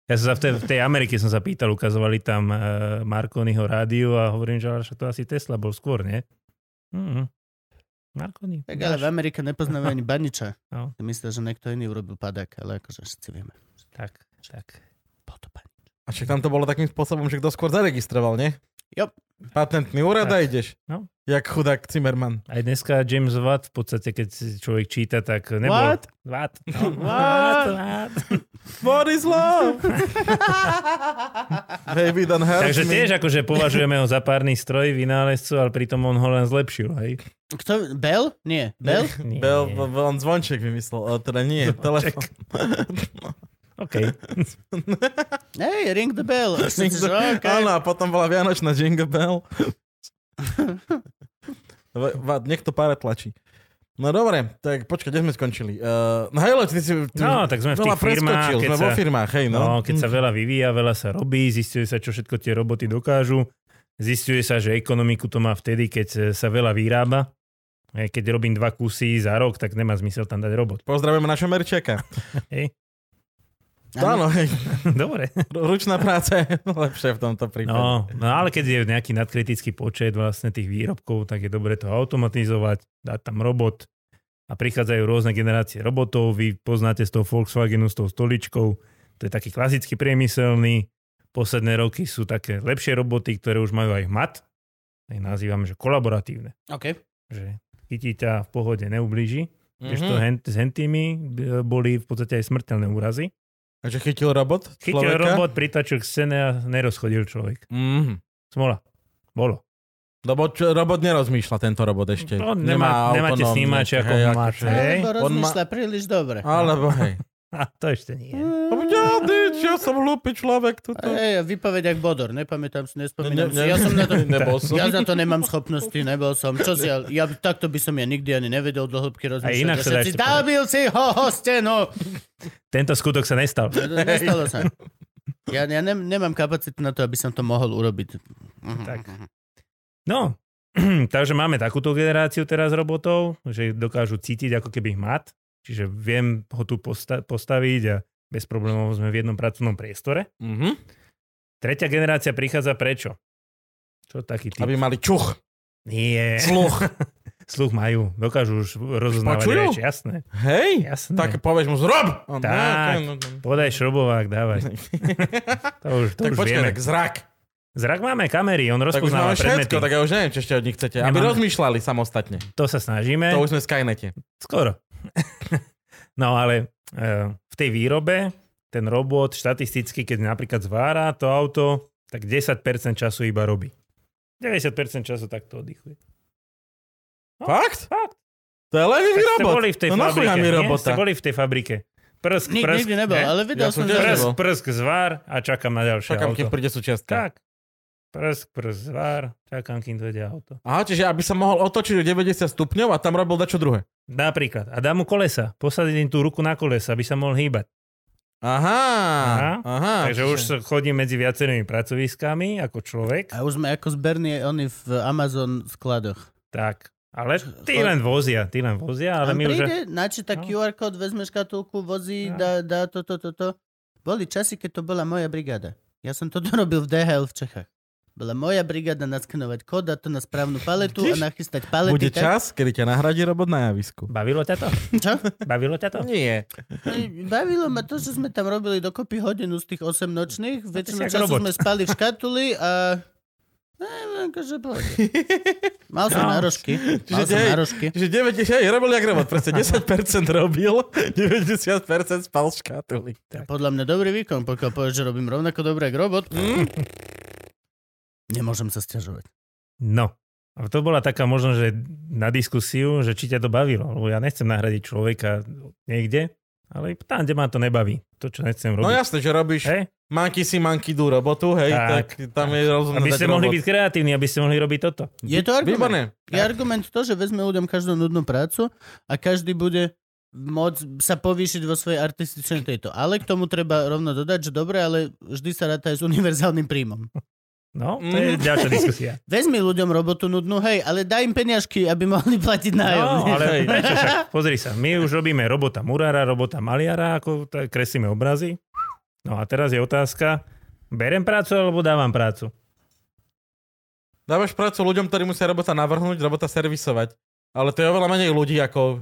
Speaker 4: Ja som sa v tej, v tej Amerike som sa pýtal, ukazovali tam e, Marconiho rádiu a hovorím, že ale však to asi Tesla bol skôr, nie? Mm-hmm. Marconi.
Speaker 2: Tak ale v Amerike nepoznáme ani Baniča.
Speaker 4: No.
Speaker 2: No. Myslím, že niekto iný urobil padák, ale akože všetci vieme.
Speaker 4: tak, tak.
Speaker 2: Bol to Banič.
Speaker 3: A však tam to bolo takým spôsobom, že kto skôr zaregistroval, nie?
Speaker 2: Jop.
Speaker 3: Patentný úrad a
Speaker 4: Tak.
Speaker 3: ideš.
Speaker 4: No.
Speaker 3: Jak chudák Zimmerman.
Speaker 4: Aj dneska James Watt, v podstate, keď si človek číta, tak nebol...
Speaker 2: Watt?
Speaker 4: Watt. No,
Speaker 2: Watt.
Speaker 4: Watt, Watt.
Speaker 3: What is love? Baby, don't hurt
Speaker 4: Takže
Speaker 3: me.
Speaker 4: tiež akože považujeme ho za párny stroj vynálezcu, ale pritom on ho len zlepšil, hej?
Speaker 2: Kto? Bell? Nie. Bell?
Speaker 4: Nie.
Speaker 3: Bel, b- b- on zvonček vymyslel, o, teda nie, telefón.
Speaker 4: OK.
Speaker 2: Hey, ring the bell.
Speaker 3: Ring the-
Speaker 2: okay.
Speaker 3: Áno, a potom bola Vianočná Jingle Bell. V- v- Niekto pára tlačí. No dobre, tak počkaj, kde sme skončili? Uh, no hej, ty si... Ty
Speaker 4: No, tak sme v
Speaker 3: veľa
Speaker 4: tých firmách,
Speaker 3: preskočil,
Speaker 4: keď
Speaker 3: sme vo
Speaker 4: sa-
Speaker 3: firmách, hej, no.
Speaker 4: No, keď sa veľa vyvíja, veľa sa robí, zistuje sa, čo všetko tie roboty dokážu. Zistuje sa, že ekonomiku to má vtedy, keď sa veľa vyrába. Hej, Keď robím dva kusy za rok, tak nemá zmysel tam dať robot.
Speaker 3: Pozdravujeme našho Merčeka.
Speaker 4: Hej.
Speaker 3: To áno, hej.
Speaker 4: Dobre.
Speaker 3: Ručná práca je lepšia v tomto prípade. No.
Speaker 4: No, no ale keď je nejaký nadkritický počet vlastne tých výrobkov, tak je dobre to automatizovať, dať tam robot a prichádzajú rôzne generácie robotov. Vy poznáte z toho Volkswagenu s tou stoličkou. To je taký klasický priemyselný. Posledné roky sú také lepšie roboty, ktoré už majú aj hmat. Aj nazývame, že kolaboratívne.
Speaker 2: OK.
Speaker 4: Že chytí ťa v pohode, neublíži. Mm-hmm. to
Speaker 3: Mm-hmm.
Speaker 4: hen, s hentými e, boli v podstate aj smrteľné úrazy.
Speaker 3: Takže chytil robot
Speaker 4: Chytil
Speaker 3: človeka?
Speaker 4: robot, pritačil k scéne a nerozchodil človek.
Speaker 3: Mm-hmm.
Speaker 4: Smola. Bolo.
Speaker 3: Lebo čo, robot nerozmýšľa, tento robot ešte.
Speaker 4: On No, nemá, nemáte
Speaker 3: autonómne,
Speaker 4: snímače ako
Speaker 3: hej,
Speaker 4: máš. Hej?
Speaker 2: Alebo rozmýšľa príliš dobre.
Speaker 3: Alebo hej.
Speaker 4: A to ešte nie.
Speaker 3: Lebo Ja, nič, ja som hlúpy človek. Tuto.
Speaker 2: Hej, vypoveď jak Bodor, nepamätám si, nespomínam
Speaker 3: Ne-
Speaker 2: si.
Speaker 3: ne-
Speaker 2: Ja, som na to,
Speaker 3: nebol som.
Speaker 2: ja na to nemám schopnosti, nebol som. Čo si, ja, ja, takto by som ja nikdy ani nevedel do hĺbky rozmýšľať.
Speaker 4: inak
Speaker 2: Ja
Speaker 4: sa dá
Speaker 2: všetci,
Speaker 4: ešte
Speaker 2: Dábil si ho, hosteno!
Speaker 4: Tento skutok sa nestal.
Speaker 2: No, Nestalo sa.
Speaker 4: no.
Speaker 2: Ja, ja nem, nemám kapacitu na to, aby som to mohol urobiť. Mhm.
Speaker 4: Tak. No, takže máme takúto generáciu teraz robotov, že dokážu cítiť ako keby hmat. Čiže viem ho tu posta- postaviť a bez problémov sme v jednom pracovnom priestore.
Speaker 3: Mhm.
Speaker 4: Tretia generácia prichádza prečo? Čo taký typ?
Speaker 3: Aby mali čuch,
Speaker 4: Nie.
Speaker 3: sluch.
Speaker 4: Sluch majú. Dokážu už rozoznávať
Speaker 3: Počujú?
Speaker 4: reč. Jasné.
Speaker 3: Hej?
Speaker 4: Jasné.
Speaker 3: Tak povieš mu zrob! On,
Speaker 4: Tak.
Speaker 3: no, okej, no, no.
Speaker 4: Podaj šrobovák, dávaj. To už, to
Speaker 3: Tak
Speaker 4: už
Speaker 3: počkaj,
Speaker 4: vieme.
Speaker 3: tak zrak.
Speaker 4: Zrak máme kamery, on
Speaker 3: Tak už máme
Speaker 4: rozpoznáva predmety.
Speaker 3: všetko, tak ja už neviem, čo ešte od nich chcete. Aby
Speaker 4: Nemáme.
Speaker 3: rozmýšľali samostatne.
Speaker 4: To sa snažíme.
Speaker 3: To už sme v Skynete.
Speaker 4: Skoro. no ale e, v tej výrobe ten robot štatisticky, keď napríklad zvára to auto, tak 10% času iba robí. 90% času takto oddychuje.
Speaker 3: Fakt?
Speaker 4: No, Fakt.
Speaker 3: To je
Speaker 4: Tak
Speaker 3: levý
Speaker 4: ste
Speaker 3: robot.
Speaker 4: boli v tej
Speaker 3: no
Speaker 4: fabrike,
Speaker 3: mi
Speaker 4: nie?
Speaker 3: robota.
Speaker 4: Ste boli v tej fabrike. Prsk,
Speaker 2: Nik,
Speaker 4: prsk,
Speaker 2: nikdy nebol,
Speaker 4: ne?
Speaker 2: ale videl
Speaker 3: Ja som
Speaker 2: som,
Speaker 3: tiež
Speaker 2: že...
Speaker 3: nebol.
Speaker 4: prsk, prsk, zvár a čakám na ďalšie
Speaker 3: Čakám,
Speaker 4: auto.
Speaker 3: kým príde súčiastka.
Speaker 4: Tak. Prsk, prsk, zvár, čakám, kým dojde auto.
Speaker 3: Aha, čiže aby sa mohol otočiť o 90 stupňov a tam robil dačo druhé.
Speaker 4: Napríklad. A dá mu kolesa. Posadím tú ruku na kolesa, aby sa mohol hýbať.
Speaker 3: Aha,
Speaker 4: Aha.
Speaker 3: aha.
Speaker 4: Takže už chodím medzi viacerými pracoviskami ako človek.
Speaker 2: A už sme ako zberní oni v Amazon skladoch.
Speaker 4: Tak. Ale ty len vozia, ty len vozia, ale
Speaker 2: Ale
Speaker 4: my už...
Speaker 2: príde, načíta
Speaker 4: No.
Speaker 2: QR kód, vezmeš škatulku, vozí,
Speaker 4: No.
Speaker 2: dá, dá to, to, to, to. Boli časy, keď to bola moja brigáda. Ja som to dorobil v DHL v Čechách. Bola moja brigáda naskenovať kód, dať to na správnu paletu a
Speaker 3: Vidíš?
Speaker 2: nachystať palety.
Speaker 3: Bude
Speaker 2: tak-
Speaker 3: čas, kedy ťa nahradí robot na javisku.
Speaker 4: Bavilo ťa to?
Speaker 2: Čo?
Speaker 4: Bavilo ťa to?
Speaker 3: Nie.
Speaker 2: Bavilo ma to, že sme tam robili dokopy hodinu z tých 8 nočných. Väčšinu
Speaker 4: si jak
Speaker 2: času
Speaker 4: robot.
Speaker 2: sme spali v škatuli a... Ne, akože pohode. Mal som
Speaker 4: No.
Speaker 2: nárožky. Mal
Speaker 3: Čiže
Speaker 2: som
Speaker 3: dej.
Speaker 2: nárožky.
Speaker 3: Že 90, hej, robil jak robot, proste 10% robil, 90% spal v škatuli.
Speaker 2: Podľa mňa dobrý výkon, pokiaľ povieš, že robím rovnako dobré ako robot.
Speaker 4: Mm.
Speaker 2: Nemôžem sa stiažovať.
Speaker 4: No. A to bola taká možno, že na diskusiu, že či ťa to bavilo. Lebo ja nechcem nahradiť človeka niekde, ale tam, kde ma to nebaví. To, čo nechcem robiť.
Speaker 3: No jasne, že robíš
Speaker 4: Hej?
Speaker 3: manky si manky do robotu, hej, tak,
Speaker 4: Tak.
Speaker 3: tam je rozumné
Speaker 4: Aby
Speaker 3: dať
Speaker 4: ste
Speaker 3: robot.
Speaker 4: mohli byť kreatívni, aby ste mohli robiť toto.
Speaker 2: Je to argument.
Speaker 3: Výborné.
Speaker 2: Je argument to, že vezme ľuďom každú nudnú prácu a každý bude môcť sa povýšiť vo svojej artističnej tejto. Ale k tomu treba rovno dodať, že dobre, ale vždy sa ráta aj s univerzálnym príjmom.
Speaker 4: No, to
Speaker 3: Mhm.
Speaker 4: je ďalšia diskusia.
Speaker 2: Vezmi ľuďom robotu nudnú, hej, ale daj im peniažky, aby mohli platiť nájom.
Speaker 4: No, ale
Speaker 3: Hej.
Speaker 4: prečo však? Pozri sa, my už robíme robota murára, robota maliara, ako t- kreslíme obrazy. No a teraz je otázka, berem prácu alebo dávam prácu?
Speaker 3: Dávaš prácu ľuďom, ktorí musia robota navrhnúť, robota servisovať. Ale to je oveľa menej ľudí ako...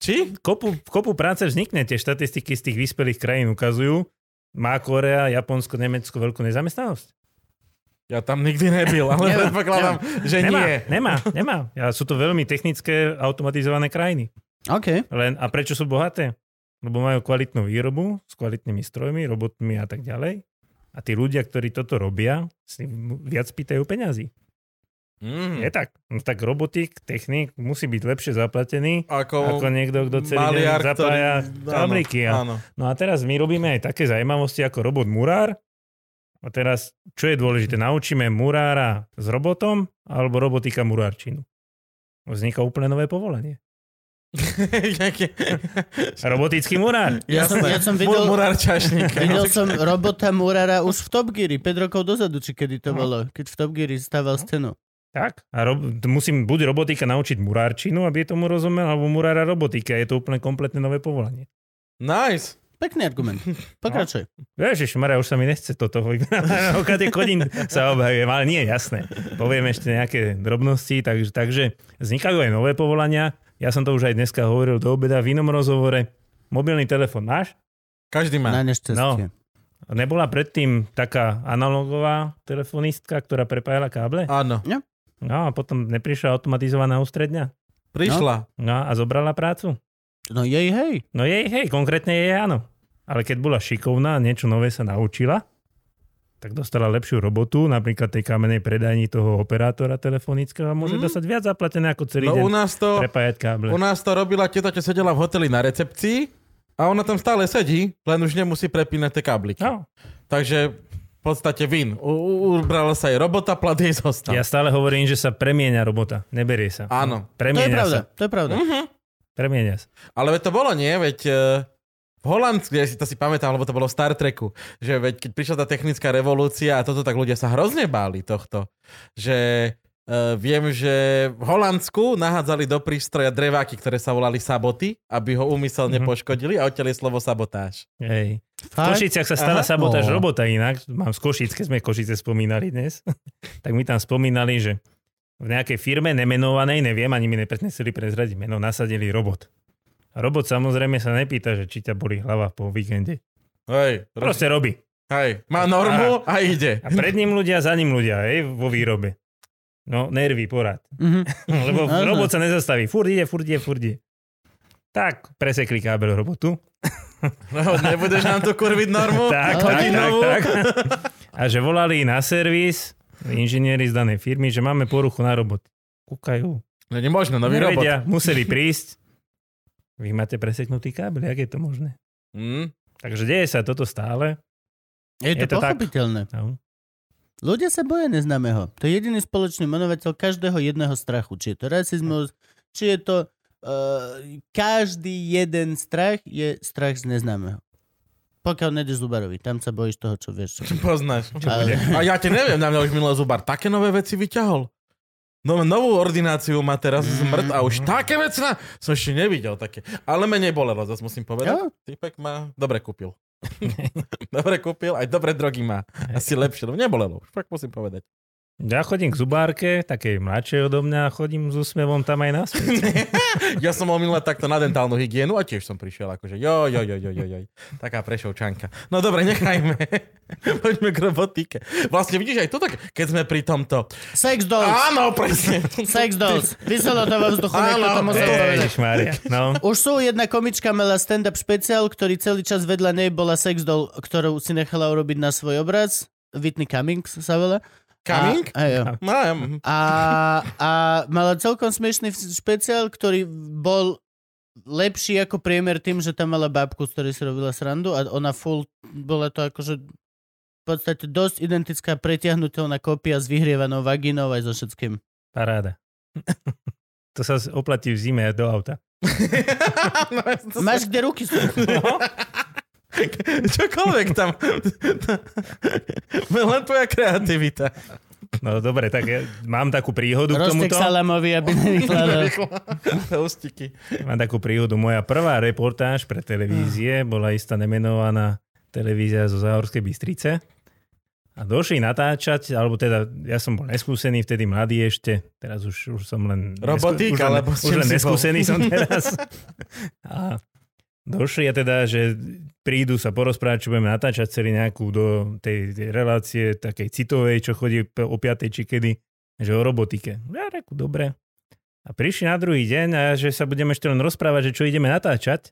Speaker 3: Či?
Speaker 4: Kopu, kopu práce vznikne, tie štatistiky z tých vyspelých krajín ukazujú, má Korea, Japonsko, Nemecko veľkú nezamestnanosť?
Speaker 3: Ja tam nikdy nebyl, ale
Speaker 2: Nemá,
Speaker 3: predpokladám, že
Speaker 4: Nemá,
Speaker 3: E, nie.
Speaker 4: nemá, nemá. Ja, sú to veľmi technické, automatizované krajiny.
Speaker 2: OK.
Speaker 4: Len, a prečo sú bohaté? Lebo majú kvalitnú výrobu s kvalitnými strojmi, robotmi a tak ďalej. A tí ľudia, ktorí toto robia, si viac pýtajú peňazí.
Speaker 3: Mm.
Speaker 4: Je tak. No tak robotik, technik musí byť lepšie zaplatený
Speaker 3: Ako,
Speaker 4: ako niekto, kto celý
Speaker 3: maliar,
Speaker 4: deň zapája
Speaker 3: ktorý-
Speaker 4: tabliky. A...
Speaker 3: Áno, áno.
Speaker 4: No a teraz my robíme aj také zaujímavosti ako robot murár. A teraz, čo je dôležité? Naučíme murára s robotom alebo robotika murárčinu. Vzniká úplne nové povolenie.
Speaker 3: Jaké-
Speaker 4: Robotický murár.
Speaker 2: Ja som- ja som
Speaker 3: Mur-
Speaker 2: videl-
Speaker 3: Murár čašník.
Speaker 2: Videl som robota Murara už v Top Geary, 5 rokov dozadu, či kedy
Speaker 4: No.
Speaker 2: to bolo, keď v Top Geary stával scénu.
Speaker 4: Tak. A rob, musím buď robotika naučiť murárčinu, aby tomu rozumel, alebo murára robotika. Je to úplne kompletne nové povolanie.
Speaker 3: Nice.
Speaker 2: Pekný argument.
Speaker 4: No.
Speaker 2: Pokračuj.
Speaker 4: Ježiš, Mara, už sa mi nechce toto. Okade kodín sa obhajujem, ale nie, jasné. Poviem ešte nejaké drobnosti, takže, takže vznikajú aj nové povolania. Ja som to už aj dneska hovoril do obeda v inom rozhovore. Mobilný telefon máš?
Speaker 3: Každý má.
Speaker 2: Na nešťastie. No.
Speaker 4: Nebola predtým taká analogová telefonistka, ktorá prepájala káble?
Speaker 3: Áno.
Speaker 4: No a potom neprišla automatizovaná ústredňa?
Speaker 3: Prišla.
Speaker 4: No a zobrala prácu?
Speaker 2: no jej, hej.
Speaker 4: No jej, hej, konkrétne jej áno. Ale keď bola šikovná a niečo nové sa naučila, tak dostala lepšiu robotu, napríklad tej kamenej predajni toho operátora telefonického a môže
Speaker 3: Mm.
Speaker 4: dostať viac zaplatené ako celý
Speaker 3: No
Speaker 4: deň
Speaker 3: u nás to...
Speaker 4: prepájať káble.
Speaker 3: U nás to robila teta, čo sedela v hoteli na recepcii a ona tam stále sedí, len už nemusí prepínať tie kabliky.
Speaker 4: No,
Speaker 3: Takže v podstate vin. U- u- Ubrala sa jej robota, plat jej zostal.
Speaker 4: ja stále hovorím, že sa premieňa robota, neberie sa.
Speaker 2: To
Speaker 3: Áno.
Speaker 2: je
Speaker 4: Premieňa
Speaker 2: pravda,
Speaker 4: sa. Mhm.
Speaker 2: to je pravda.
Speaker 4: Premieňa sa.
Speaker 3: Ale veď to bolo, nie? Veď e, v Holandsku, ja si to si pamätám, lebo to bolo v Star Treku, že veď keď prišla tá technická revolúcia a toto, tak ľudia sa hrozne báli tohto. Že e, viem, že v Holandsku nahádzali do prístroja dreváky, ktoré sa volali saboty, aby ho úmyselne
Speaker 4: Mhm.
Speaker 3: poškodili a odtiaľ je slovo sabotáž.
Speaker 4: Hej. V
Speaker 2: Fakt?
Speaker 4: Košiciach sa
Speaker 2: Aha.
Speaker 4: stala sabotáž
Speaker 2: O.
Speaker 4: robota inak. Mám z Košic, keď sme Košice spomínali dnes. tak my tam spomínali, že v nejakej firme nemenovanej, neviem, ani mi nepresnesili prezradiť meno, nasadili robot. A robot samozrejme sa nepýta, že či ťa boli hlava po víkende.
Speaker 3: Hej,
Speaker 4: Proste robí.
Speaker 3: Hej, má normu a ide.
Speaker 4: A pred ním ľudia, za ním ľudia, hej, vo výrobe. No, nervy, porad.
Speaker 2: Mhm.
Speaker 4: Lebo
Speaker 2: Áno.
Speaker 4: robot sa nezastaví. Furt ide, furt ide, furt ide. Tak, presekli kábel robotu.
Speaker 3: No, nebudeš nám tu kurviť normu?
Speaker 4: tak, tak, tak,
Speaker 3: hodinovú?
Speaker 4: tak. A že volali na servis inžinieri z danej firmy, že máme poruchu na robot. Kúkajú.
Speaker 3: No, nemožno, nový robot.
Speaker 4: Nevedia, museli prísť. Vy máte preseknutý kábel, jak je to možné?
Speaker 3: Hm?
Speaker 4: Takže deje sa toto stále.
Speaker 2: Je to,
Speaker 4: Je to tak?
Speaker 2: pochopiteľné.
Speaker 4: No.
Speaker 2: Ľudia sa boja neznámeho. To je jediný spoločný menovateľ každého jedného strachu. Či je to rasizmus, či je to... Uh, každý jeden strach je strach z neznámeho. Pokiaľ nejdeš zubarovi, tam sa bojíš toho, čo vieš. Čo...
Speaker 3: Čo poznáš?
Speaker 2: Ale-
Speaker 3: A ja ti neviem, na mňa už minulý zubar také nové veci vyťahol. No, novú ordináciu má
Speaker 2: Mhm.
Speaker 3: teraz zmrt a už také veci na... som ešte nevidel také. Ale menej bolelo, zase musím povedať.
Speaker 2: Jo.
Speaker 3: Typek ma dobre kúpil. dobre kúpil, aj dobre drogy má. Asi lepšie, lebo nebolelo, už fakt musím povedať.
Speaker 4: Ja chodím k zubárke, takej mladšej odo mňa, a chodím s úsmevom tam aj naspäť.
Speaker 3: Ja som mal minule takto na dentálnu hygienu a tiež som prišiel akože jo, jo, jo, jo, jo, jo. Taká prešovčanka. No dobre, nechajme. Poďme k robotike. Vlastne vidíš aj to tak, keď sme pri tomto.
Speaker 2: Sex dolls!
Speaker 3: Áno, presne.
Speaker 2: Sex dolls! Vyselo to vo vzduchu, niekto
Speaker 3: Áno,
Speaker 2: No, to musel
Speaker 3: hej.
Speaker 2: povedať.
Speaker 4: Ježišmária. No,
Speaker 2: Už sú jedna komička mala stand-up špeciál, ktorý celý čas vedľa nej bola sex doll, ktorú si nechala urobiť na svoj obraz. Whitney Cummings sa volá.
Speaker 3: Coming?
Speaker 2: A, a, jo.
Speaker 3: Mám.
Speaker 2: a, a mala celkom smiešný špeciál, ktorý bol lepší ako priemer tým, že tam mala bábku, z ktorej si robila srandu a ona full, bola to akože v podstate dosť identická pretiahnutelná kopia s vyhrievanou vagínou aj so všetkým.
Speaker 4: paráda. To sa z- oplatí v zime do auta.
Speaker 3: No, to sa-
Speaker 2: Máš kde ruky sú?
Speaker 3: Čokoľvek tam. Len tvoja kreativita.
Speaker 4: No dobre, tak ja mám takú príhodu k
Speaker 2: Roztek
Speaker 4: tomuto.
Speaker 2: salamovi, aby nevykladal.
Speaker 3: Ústiky.
Speaker 4: Mám takú príhodu. Moja prvá reportáž pre televízie
Speaker 3: Ah.
Speaker 4: bola istá nemenovaná televízia zo Záhorskej Bystrice. A došli natáčať, alebo teda ja som bol neskúsený, vtedy mladý ešte, teraz už, už som len...
Speaker 3: Robotík,
Speaker 4: nesku- už len-
Speaker 3: alebo s
Speaker 4: Už
Speaker 3: čím
Speaker 4: len
Speaker 3: si bol?
Speaker 4: neskúsený som teraz. A došli a teda, že prídu sa porozprávať, čo budeme natáčať celý nejakú do tej, tej relácie takej citovej, čo chodí p- o 5. či kedy, že o robotike. Ja reku, dobre. A prišli na druhý deň a že sa budeme ešte len rozprávať, že čo ideme natáčať.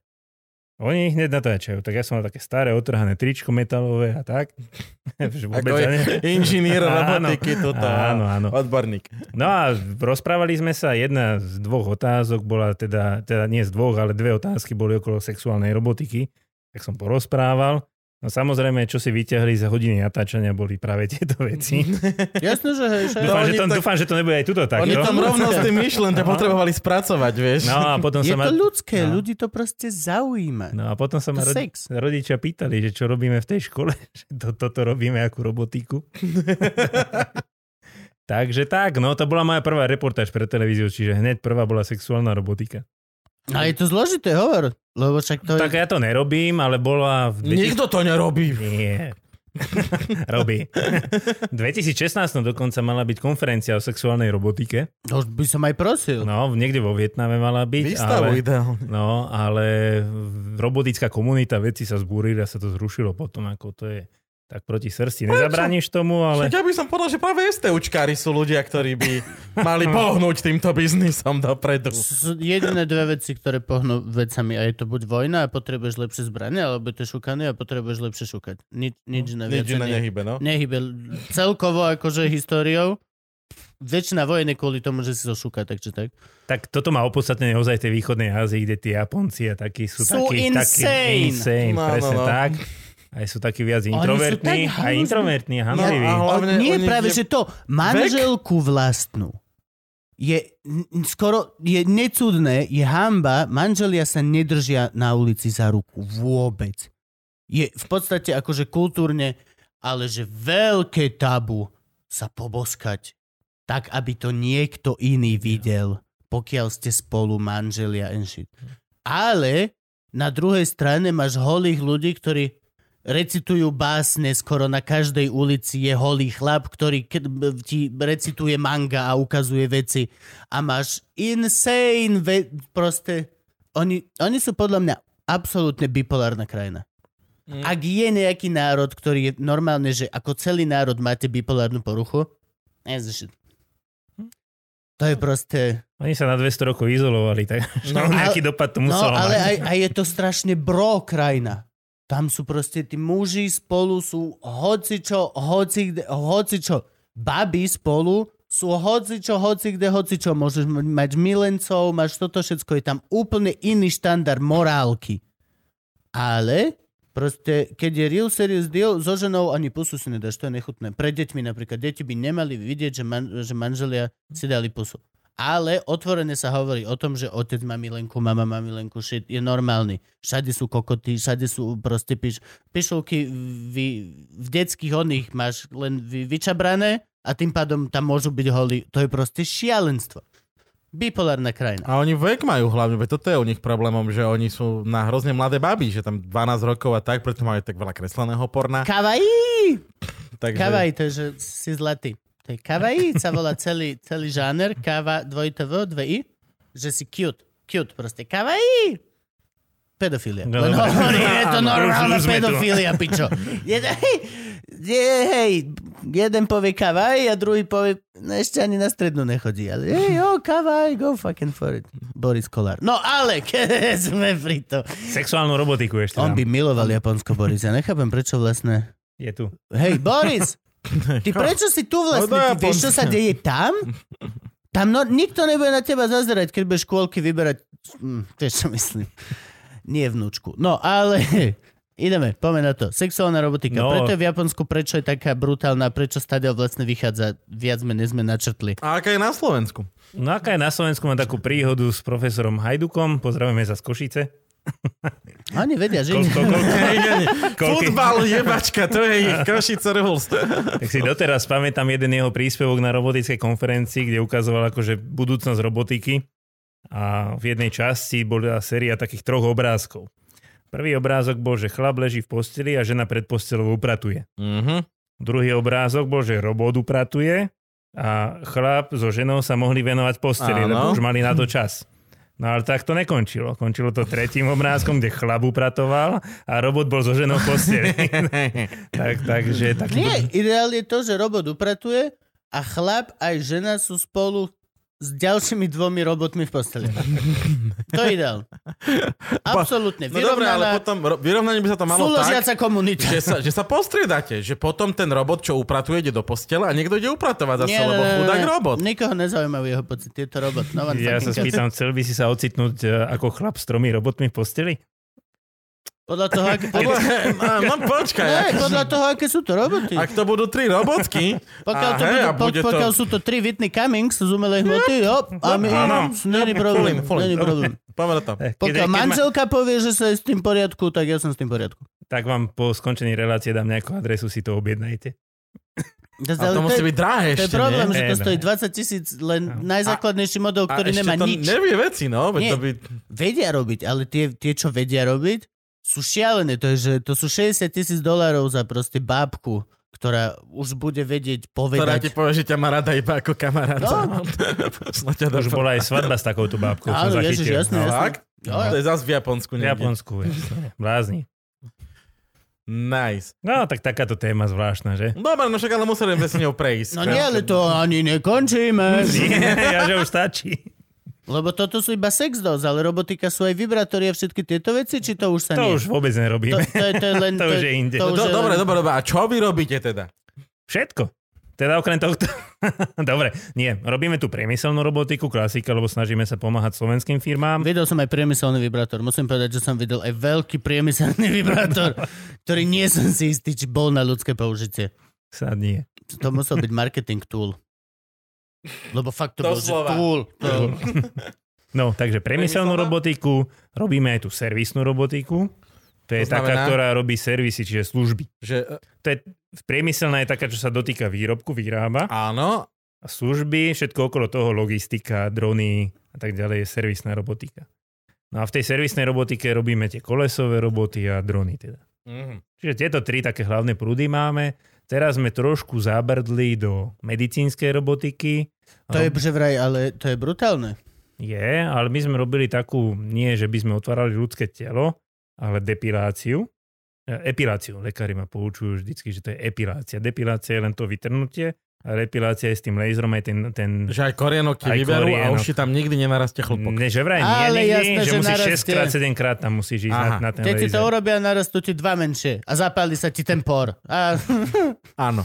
Speaker 4: Oni ich hneď natáčajú. Tak ja som mal také staré otrhané tričko metalové a tak. že
Speaker 3: Ako
Speaker 4: vôbec
Speaker 3: je
Speaker 4: ja ne-
Speaker 3: inžinier
Speaker 4: Áno,
Speaker 3: robotiky tuto.
Speaker 4: Áno, áno.
Speaker 3: Odborník.
Speaker 4: No a rozprávali sme sa, jedna z dvoch otázok bola teda, teda nie z dvoch, ale dve otázky boli okolo sexuálnej robotiky, tak som porozprával. No samozrejme, čo si vyťahli za hodiny natáčania boli práve tieto veci.
Speaker 2: Jasné, že hej, však.
Speaker 4: Dúfam,
Speaker 3: oni
Speaker 4: že to,
Speaker 3: tak-
Speaker 4: dúfam, že to nebude aj tuto
Speaker 3: Tak Oni
Speaker 4: takto.
Speaker 3: tam rovno s tým myšlenkou
Speaker 4: Aha.
Speaker 3: potrebovali spracovať, vieš.
Speaker 4: No a potom
Speaker 2: Je
Speaker 4: sa ma...
Speaker 2: to ľudské,
Speaker 4: no.
Speaker 2: ľudí to proste zaujíma.
Speaker 4: No a potom sa ma
Speaker 2: To
Speaker 4: rodi-
Speaker 2: sex.
Speaker 4: rodičia pýtali, že čo robíme v tej škole, že to, toto robíme ako robotiku. Takže tak, no to bola moja prvá reportáž pre televíziu, čiže hneď prvá bola sexuálna robotika.
Speaker 2: Ale je to zložité, hovor. Lebo však to
Speaker 4: Tak
Speaker 2: je...
Speaker 4: ja to nerobím, ale bola v...
Speaker 3: Nikto to nerobí.
Speaker 4: Nie. Robí. V 2016 dokonca mala byť konferencia o sexuálnej robotike.
Speaker 2: Už by som aj prosil.
Speaker 4: No, niekde vo Vietname mala byť.
Speaker 3: Výstavu
Speaker 4: ale,
Speaker 3: ideálne.
Speaker 4: no, ale robotická komunita veci sa zbúrili a sa to zrušilo potom, ako to je tak proti srsti. Nezabrániš tomu,
Speaker 3: Ale...
Speaker 4: ale...
Speaker 3: Ja by som povedal, že práve STUčkári sú ľudia, ktorí by mali pohnúť týmto biznisom dopredu.
Speaker 2: Sú jediné dve veci, ktoré pohnú vecami a je to buď vojna a potrebuješ lepšie zbranie, alebo je to šukanie a potrebuješ lepšie šukať. Nič, nič iné viacej
Speaker 3: Nič iné
Speaker 2: nie-
Speaker 3: nehybe, no.
Speaker 2: Nehybe. Celkovo akože históriou. Väčšina vojen je kvôli tomu, že si to šuka, takže tak.
Speaker 4: Tak toto má opodstatne naozaj tej východnej Ázii, kde tí Japonci a takí sú,
Speaker 2: Sú
Speaker 4: takí,
Speaker 2: insane.
Speaker 4: takí insane,
Speaker 3: No, no,
Speaker 4: presne
Speaker 3: no.
Speaker 4: tak. Aj sú takí viac
Speaker 2: sú tak
Speaker 4: introvertní, aj
Speaker 2: hanliví.
Speaker 4: introvertní, a
Speaker 3: No,
Speaker 4: hanliví.
Speaker 3: a hlavne
Speaker 2: Nie,
Speaker 3: oni-
Speaker 2: práve, že to. Manželku vlastnú. Je n- n- skoro, je necudné, je hamba, manželia sa nedržia na ulici za ruku. Vôbec. Je v podstate akože kultúrne, ale že veľké tabu sa poboskať, tak aby to niekto iný videl, pokiaľ ste spolu manželia and shit.
Speaker 3: Hm.
Speaker 2: Ale na druhej strane máš holých ľudí, ktorí recitujú básne, skoro na každej ulici je holý chlap, ktorý ke- b- ti recituje manga a ukazuje veci. A máš insane, ve- proste... Oni, oni sú podľa mňa absolútne bipolárna krajina.
Speaker 3: Mm.
Speaker 2: Ak je nejaký národ, ktorý je normálne, že ako celý národ máte bipolárnu poruchu, nezvyšit. To je proste...
Speaker 4: Oni sa na 200 rokov izolovali, tak
Speaker 2: No,
Speaker 4: no, nejaký
Speaker 2: ale-
Speaker 4: dopad to
Speaker 2: No,
Speaker 4: muselo
Speaker 2: ale
Speaker 4: mať.
Speaker 2: aj, aj je to strašne bro krajina. Tam sú proste tí muži spolu sú hocičo, hoci, hocičo. Baby spolu sú hocičo, hoci kde, hocičo. Môžeš m- mať milencov, máš toto všetko. Je tam úplne iný štandard morálky. Ale proste, keď je real serious deal, so ženou ani pusu si nedáš, to je nechutné. Pre deťmi napríklad. Deti by nemali vidieť, že, man, že manželia si dali pusu. Ale otvorene sa hovorí o tom, že otec má milenku, mama má milenku, shit, je normálny. Všade sú kokoty, všade sú proste piš, pišulky, vy, v detských oných máš len vy, vyčabrané a tým pádom tam môžu byť holí. To je proste šialenstvo. Bipolárna krajina.
Speaker 3: A oni vek majú hlavne, veď toto je u nich problémom, že oni sú na hrozne mladé baby, že tam 12 rokov a tak, preto majú tak veľa kresleného porna.
Speaker 2: Kawaii!
Speaker 3: takže...
Speaker 2: Kavaj, to je, že si zlatý. To je kavaj, sa volá celý, celý žáner, kava, dvojité V, dve I, že si cute, cute proste, kavaj. Pedofilia.
Speaker 4: No,
Speaker 2: No, Len
Speaker 4: dobre.
Speaker 2: hovorí, je to
Speaker 4: Áno,
Speaker 2: normálna
Speaker 4: už- už sme tu.
Speaker 2: pedofilia, pičo. Je, hej, je, hej, jeden povie kavaj a druhý povie, no ešte ani na strednú nechodí, ale hej, jo, kavaj, go fucking for it. Boris Kolár. No ale, keď sme pri to.
Speaker 4: Sexuálnu robotiku ešte
Speaker 2: On by
Speaker 4: tam.
Speaker 2: miloval Japonsko, Boris. Ja nechápem, prečo vlastne
Speaker 4: Je tu.
Speaker 2: Hej, Boris, ty prečo si tu vlastne? Ty
Speaker 3: Ale to je
Speaker 2: vieš, čo sa deje tam? Tam no, nikto nebude na teba zazerať, keď budeš škôlky vyberať. Hm, vieš, čo myslím. Nie vnúčku. No, ale ideme, poďme na to. Sexuálna robotika.
Speaker 4: No.
Speaker 2: Preto je v Japonsku, prečo je taká brutálna, prečo stadia vlastne vychádza, viac menej sme načrtli.
Speaker 3: A aká je na Slovensku?
Speaker 4: No aká je na Slovensku, mám takú príhodu s profesorom Hajdukom, pozdravujeme sa z Košice.
Speaker 2: Oni vedia, že...
Speaker 4: Koľko, koľko, koľko,
Speaker 3: Futbal, jebačka, to je ich Košice Rules.
Speaker 4: tak si doteraz pamätám jeden jeho príspevok na robotickej konferencii, kde ukazoval akože budúcnosť robotiky a v jednej časti bola séria takých troch obrázkov. Prvý obrázok bol, že chlap leží v posteli a žena pred postelou upratuje.
Speaker 3: Mhm.
Speaker 4: Druhý obrázok bol, že robot upratuje a chlap so ženou sa mohli venovať posteli,
Speaker 3: Áno.
Speaker 4: lebo už mali na to čas. No ale tak to nekončilo. Končilo to tretím obrázkom, kde chlap upratoval a robot bol so ženou v posteli. tak, takže tak...
Speaker 2: Nie, ideál je to, že robot upratuje a chlap aj žena sú spolu s ďalšími dvomi robotmi v posteli. To je ideál. Absolútne.
Speaker 3: No dobre,
Speaker 2: Vyrovnaná,
Speaker 3: ale potom ro- vyrovnanie by sa to malo tak,
Speaker 2: súložiaca komunita.
Speaker 3: že sa, že sa postriedate, že potom ten robot, čo upratuje, ide do postela a niekto ide upratovať zase, lebo chudák robot.
Speaker 2: Nikoho nezaujímajú jeho pocity. Je to robot. No one
Speaker 4: Ja sa
Speaker 2: fucking cares.
Speaker 4: spýtam, chcel by si sa ocitnúť e, ako chlap s tromi robotmi v posteli?
Speaker 2: Podľa toho, aké, podľa,
Speaker 3: No počkaj,
Speaker 2: ne,
Speaker 3: ak-
Speaker 2: podľa toho, aké sú to roboty.
Speaker 3: ak to budú tri robotky,
Speaker 2: Pokiaľ, to
Speaker 3: a hej,
Speaker 2: budú,
Speaker 3: a
Speaker 2: po,
Speaker 3: bude to- Hm?
Speaker 2: pokiaľ sú to tri Whitney Cummings z umelej hmoty, hop, a my,
Speaker 3: Áno. Hm?
Speaker 2: není problém,
Speaker 3: Fulín, fulín.
Speaker 2: není problém.
Speaker 3: poďme na to.
Speaker 4: Eh, keď-
Speaker 2: Pokiaľ
Speaker 4: keď ma-
Speaker 2: manželka povie, že sa je s tým v poriadku, tak ja som s tým v poriadku.
Speaker 4: Tak vám po skončení relácie dám nejakú adresu, si to objednajte.
Speaker 2: To,
Speaker 3: A to
Speaker 2: je-
Speaker 3: musí byť drahé
Speaker 2: to je
Speaker 3: ešte,
Speaker 2: problém,
Speaker 3: nie? No.
Speaker 2: že to
Speaker 4: Ne, ne.
Speaker 2: stojí 20 tisíc, len najzákladnejší model,
Speaker 3: A
Speaker 2: ktorý
Speaker 3: ešte
Speaker 2: nemá
Speaker 3: to
Speaker 2: nič.
Speaker 3: nevie veci, no? Veď
Speaker 2: Nie.
Speaker 3: to by...
Speaker 2: Vedia robiť, ale tie, tie, čo vedia robiť, sú šialené. To, je, že to sú 60 tisíc dolárov za proste bábku, ktorá už bude vedieť
Speaker 3: Ktorá ti
Speaker 2: povedať.
Speaker 3: povie, že ťa má rada iba ako kamaráta.
Speaker 2: No.
Speaker 3: Snad ťa dá-
Speaker 4: Už bola aj svadba s takouto bábkou, som
Speaker 2: Áno, ježiš,
Speaker 4: zachytil.
Speaker 2: jasné, No, jasné.
Speaker 3: No, Fakt?
Speaker 2: Jo,
Speaker 3: To
Speaker 2: jo.
Speaker 3: je zase v Japonsku.
Speaker 4: V
Speaker 3: niekde.
Speaker 4: Japonsku, jasné. Blázni.
Speaker 3: Nice.
Speaker 4: No, tak takáto téma zvláštna, že?
Speaker 3: Dobre, no však ale museli sme s ňou prejsť.
Speaker 2: No nie, ale to ani nekončíme.
Speaker 4: ja, že už stačí.
Speaker 2: Lebo toto sú iba sex dolls, ale robotika sú aj vibrátory a všetky tieto veci, či to už sa nie?
Speaker 4: To už vôbec
Speaker 2: to,
Speaker 4: nerobíme.
Speaker 2: to, je, to je len...
Speaker 4: To už je inde.
Speaker 2: to
Speaker 3: No,
Speaker 2: už
Speaker 3: do,
Speaker 2: je
Speaker 3: dobre,
Speaker 2: len-
Speaker 3: dobre, dobre. A čo vy robíte teda?
Speaker 4: Všetko. Teda okrem tohto... Dobre, nie. Robíme tu priemyselnú robotiku, klasika, lebo snažíme sa pomáhať slovenským firmám.
Speaker 2: Videl som aj priemyselný vibrátor. Musím povedať, že som videl aj veľký priemyselný vibrátor, ktorý nie som si istý, či bol na ľudské použitie.
Speaker 4: Sa nie.
Speaker 2: To musel byť marketing tool. Lebo fakt to bol, že
Speaker 3: Doslova.
Speaker 2: tool. To,
Speaker 4: No, takže priemyselnú
Speaker 3: Priemyselná?
Speaker 4: robotiku, robíme aj tú servisnú robotiku. To je
Speaker 3: To
Speaker 4: taká,
Speaker 3: znamená?
Speaker 4: ktorá robí servisy, čiže služby.
Speaker 3: Že e,
Speaker 4: To je, priemyselná je taká, čo sa dotýka výrobku, vyrába.
Speaker 3: áno,
Speaker 4: A služby, všetko okolo toho, logistika, drony a tak ďalej je servisná robotika. No a v tej servisnej robotike robíme tie kolesové roboty a drony teda.
Speaker 3: Mhm.
Speaker 4: Čiže tieto tri také hlavné prúdy máme. Teraz sme trošku zabrdli do medicínskej robotiky.
Speaker 2: to je že vraj, ale to je brutálne.
Speaker 4: je, ale my sme robili takú, nie že by sme otvárali ľudské telo, ale depiláciu. E, Epiláciu. Lekári ma poučujú vždycky, že to je epilácia. Depilácia je len to vytrhnutie, ale epilácia je s tým laserom aj ten... ten
Speaker 3: že aj korienok ti
Speaker 4: Aj
Speaker 3: vyberú a
Speaker 4: korienok.
Speaker 3: už ti tam nikdy nenarastie chlpok.
Speaker 4: ne, že vraj nie,
Speaker 2: Ale
Speaker 4: nikdy,
Speaker 2: jasné,
Speaker 4: že,
Speaker 2: že
Speaker 4: musíš
Speaker 2: narastie.
Speaker 4: 6 krát, 7 krát tam musíš ísť
Speaker 3: Aha.
Speaker 4: na, na ten
Speaker 2: Keď si to
Speaker 4: laser.
Speaker 2: urobia, narastú ti dva menšie a zapáli sa ti ten por. A
Speaker 3: Áno.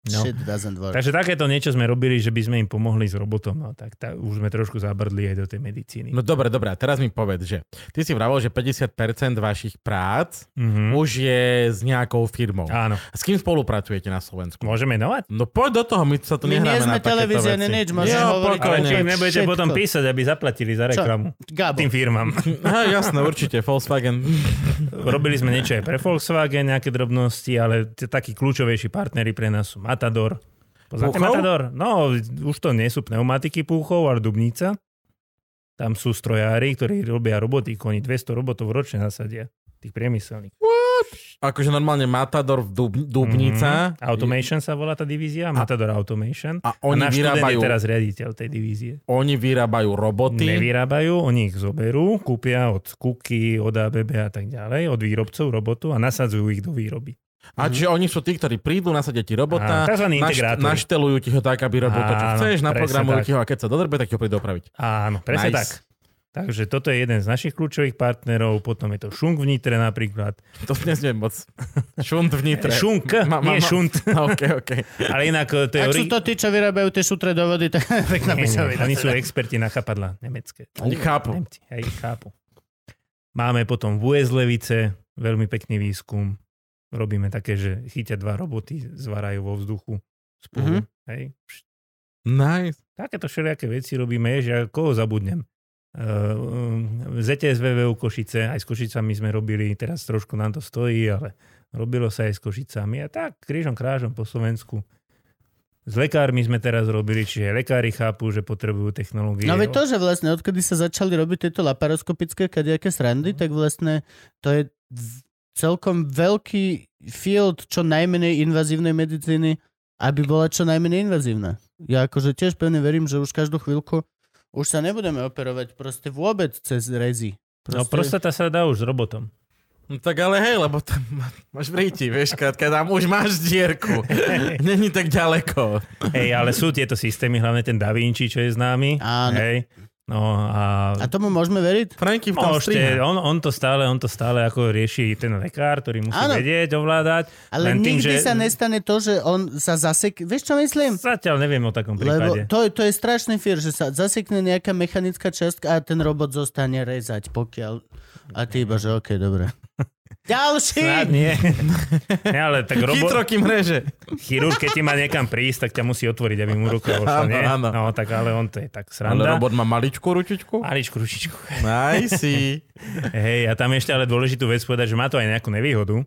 Speaker 4: No.
Speaker 2: shit doesn't work.
Speaker 4: Takže takéto niečo sme robili, že by sme im pomohli s robotom. No, tak tá, už sme trošku zabrdli aj do tej medicíny.
Speaker 3: No dobre, dobre, a teraz mi povedz, že ty si vravol, že 50% vašich prác
Speaker 2: Hm?
Speaker 4: Mhm.
Speaker 3: už je s nejakou firmou. A
Speaker 4: Áno.
Speaker 3: s kým spolupracujete na Slovensku?
Speaker 4: Môžeme menovať?
Speaker 3: No poď do toho, my sa tu
Speaker 2: My nie
Speaker 3: nehráme
Speaker 2: sme
Speaker 3: na takéto
Speaker 2: televízia,
Speaker 3: veci.
Speaker 2: ani nič, môžeme
Speaker 3: Jo,
Speaker 2: hovoriť
Speaker 3: pokojne.
Speaker 4: Ale čo im nebudete
Speaker 2: Všetko.
Speaker 4: potom písať, aby zaplatili za
Speaker 2: Čo?
Speaker 4: reklamu
Speaker 2: Gabo,
Speaker 4: tým firmám.
Speaker 3: Aha, jasné, určite, Volkswagen.
Speaker 4: Robili sme niečo aj pre Volkswagen, nejaké drobnosti, ale t- takí kľúčovejší partneri pre nás sú Matador. Poznáte
Speaker 3: Púchov?
Speaker 4: Matador? No, už to nie sú pneumatiky púchov, ale dubnica. Tam sú strojári, ktorí robia robotiku. Oni 200 robotov ročne nasadia. Tých priemyselných.
Speaker 3: Akože normálne Matador v Dub- Dubnica.
Speaker 4: Mhm. Automation sa volá tá divízia. Matador Automation.
Speaker 3: A
Speaker 4: A
Speaker 3: oni
Speaker 4: náš študent
Speaker 3: vyrábajú,
Speaker 4: je teraz riaditeľ tej divízie.
Speaker 3: oni vyrábajú roboty.
Speaker 4: Nevyrábajú, oni ich zoberú, kúpia od Kuky, od ABB a tak ďalej, od výrobcov robotu a nasadzujú ich do výroby.
Speaker 3: A čiže oni sú tí, ktorí prídu, nasadia ti robota,
Speaker 4: Áno, takzvaní
Speaker 3: našt-
Speaker 4: integrátori.
Speaker 3: naštelujú ti ho tak, aby robil to, čo
Speaker 4: Áno,
Speaker 3: chceš,
Speaker 4: presne
Speaker 3: naprogramujú
Speaker 4: tak.
Speaker 3: ti ho a keď sa dodrbe, tak ti ho prídu opraviť.
Speaker 4: Áno, presne
Speaker 3: Nice.
Speaker 4: tak. Takže toto je jeden z našich kľúčových partnerov, potom je to Šunk v Nitre napríklad.
Speaker 3: To nezviem moc. Šunt v nitre.
Speaker 4: Šunk,
Speaker 3: Ma- ma-
Speaker 4: nie
Speaker 3: ma-
Speaker 4: šunt,
Speaker 3: OK, OK.
Speaker 4: ale inak e, to je...
Speaker 2: ak sú
Speaker 4: ori-
Speaker 2: to tí, čo vyrábajú tie šutre do vody, tak pekná
Speaker 4: nie, nie,
Speaker 2: písavina.
Speaker 4: oni sú experti na chapadla nemecké.
Speaker 3: Oni chápu.
Speaker 4: Nemci, hej, chápu. Máme potom VS Levice, veľmi pekný výskum. Robíme také, že chytia dva roboty, zvarajú vo vzduchu spolu. Hej.
Speaker 3: Nice.
Speaker 4: Takéto všelijaké veci robíme, že ja koho zabudnem. Uh, ZSVV Košice, aj s Košicami sme robili, teraz trošku nám to stojí, ale robilo sa aj s Košicami a tak krížom krážom po Slovensku. S lekármi sme teraz robili, čiže lekári chápu, že potrebujú technológie.
Speaker 2: No veď to, že vlastne odkedy sa začali robiť tieto laparoskopické kadejaké
Speaker 4: Mhm.
Speaker 2: srandy, tak vlastne to je v- celkom veľký field čo najmenej invazívnej medicíny, aby bola čo najmenej invazívna. Ja akože tiež pevne verím, že už každú chvíľku už sa nebudeme operovať proste vôbec cez rezy.
Speaker 4: No prostata sa dá už s robotom.
Speaker 3: No tak ale hej, lebo tam ma- máš vríti, vieš, krátka, tam už máš dierku. Není tak ďaleko.
Speaker 4: Hej, ale sú tieto systémy, hlavne ten Da Vinci, čo je známy.
Speaker 2: Áno.
Speaker 4: Hej. No a...
Speaker 2: A tomu môžeme veriť?
Speaker 3: Franky v tom
Speaker 4: Môžete,
Speaker 3: striha.
Speaker 4: on, on, to stále, on to stále ako rieši ten lekár, ktorý musí
Speaker 2: Áno.
Speaker 4: vedieť, ovládať.
Speaker 2: Ale
Speaker 4: len tým,
Speaker 2: nikdy
Speaker 4: že...
Speaker 2: sa nestane to, že on sa zasek... Vieš, čo myslím?
Speaker 4: Zatiaľ neviem o takom
Speaker 2: Lebo
Speaker 4: prípade.
Speaker 2: to, je- to je strašný fear, že sa zasekne nejaká mechanická častka a ten robot zostane rezať, pokiaľ... A ty iba, že okej, dobre.
Speaker 4: Snad
Speaker 2: Ďalší!
Speaker 4: nie. nie. ale tak robo...
Speaker 3: Chytro, kým reže.
Speaker 4: chirurg, keď ti má niekam prísť, tak ťa musí otvoriť, aby mu ruka ošla,
Speaker 3: Áno,
Speaker 4: nie?
Speaker 3: áno.
Speaker 4: No, tak ale on to je tak
Speaker 3: Ale
Speaker 4: sranda.
Speaker 3: robot má maličkú ručičku?
Speaker 4: Maličku, ručičku.
Speaker 3: Nice.
Speaker 4: Hej, a tam ešte ale dôležitú vec povedať, že má to aj nejakú nevýhodu,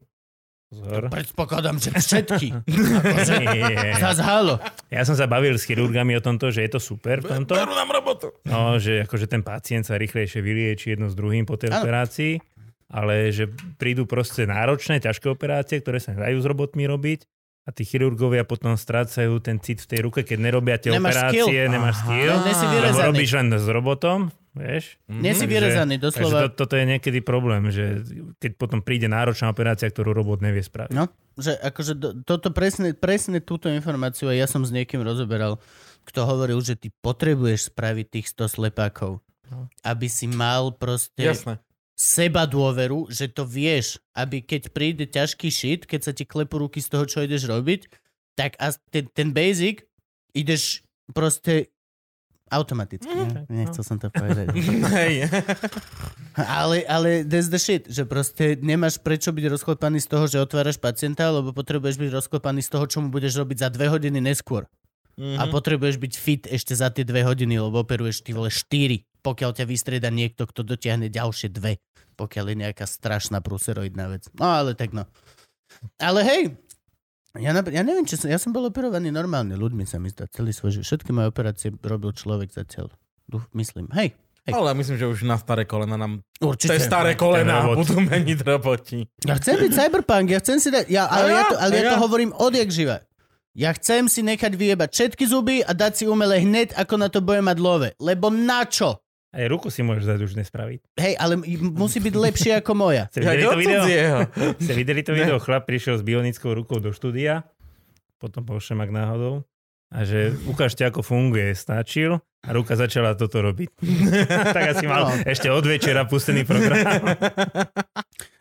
Speaker 4: Pozor.
Speaker 2: Predpokladám, že všetky. Akože,
Speaker 4: Nie.
Speaker 2: sa zhalo.
Speaker 4: Ja som sa bavil s chirurgami o tomto, že je to super v tomto.
Speaker 3: Berú nám robotu.
Speaker 4: No, že akože ten pacient sa rýchlejšie vylieči jedno s druhým po tej
Speaker 2: Áno.
Speaker 4: operácii, ale že prídu proste náročné, ťažké operácie, ktoré sa nedajú s robotmi robiť a tí chirurgovia potom strácajú ten cit v tej ruke, keď nerobia tie
Speaker 2: Nemáš
Speaker 4: operácie,
Speaker 2: skill.
Speaker 4: nemáš skill,
Speaker 2: No, nesi
Speaker 4: lebo
Speaker 2: vyrezaný.
Speaker 4: robíš len s robotom, vieš?
Speaker 2: Nie si
Speaker 4: Takže-
Speaker 2: vyrezaný,
Speaker 4: Takže
Speaker 2: doslova.
Speaker 4: to, toto je niekedy problém, že keď potom príde náročná operácia, ktorú robot nevie spraviť.
Speaker 2: No, že akože do, toto presne, presne túto informáciu aj ja som s niekým rozoberal, kto hovoril, že ty potrebuješ spraviť tých 100 slepákov,
Speaker 4: No.
Speaker 2: aby si mal
Speaker 4: Mhm.
Speaker 2: proste
Speaker 3: Jasné.
Speaker 2: seba dôveru, že to vieš, aby keď príde ťažký šit, keď sa ti klepú ruky z toho, čo ideš robiť, tak a ten, ten basic ideš proste automaticky.
Speaker 4: Mhm.
Speaker 2: Mm, Nechcel som to povedať.
Speaker 3: Hej.
Speaker 2: Ale, ale that's the shit, že proste nemáš prečo byť rozklepaný z toho, že otváraš pacienta, lebo potrebuješ byť rozklepaný z toho, čo mu budeš robiť za dve hodiny neskôr. Mm-hmm.
Speaker 3: Mhm.
Speaker 2: A potrebuješ byť fit ešte za tie dve hodiny, lebo operuješ ty vole štyri, pokiaľ ťa vystrieda niekto, kto dotiahne ďalšie dve, pokiaľ je nejaká strašná pruseroidná vec. No ale tak no. Ale hej, ja, napr- ja neviem, či som, ja som bol operovaný normálne ľuďmi, sa mi zdá, celý svoj život. Všetky moje operácie robil človek zatiaľ. Duch, myslím. Hej, hej.
Speaker 3: Ale ja myslím, že už na staré kolena nám...
Speaker 2: určite.
Speaker 3: Tie staré kolená
Speaker 4: robot.
Speaker 3: budú meniť roboti.
Speaker 2: Ja chcem byť cyberpunk, ja chcem si dať... Ja, ale
Speaker 3: A
Speaker 2: ja,
Speaker 3: ja,
Speaker 2: to, ale
Speaker 3: a
Speaker 2: ja to
Speaker 3: ja.
Speaker 2: hovorím odjak živa. Ja chcem si nechať vyjebať všetky zuby a dať si umele hneď, ako na to bude mať love. Lebo na čo?
Speaker 4: Aj ruku si môžeš dať už nespraviť.
Speaker 2: Hej, ale m- musí byť lepšie ako moja.
Speaker 4: Ste
Speaker 3: Ja
Speaker 4: videli to video?
Speaker 3: jeho.
Speaker 4: Ste videli to video? Chlap prišiel s bionickou rukou do štúdia, potom bol všemak náhodou a že ukážte, ako funguje. Stačil a ruka začala toto robiť. tak asi mal
Speaker 2: No.
Speaker 4: ešte od večera pustený program.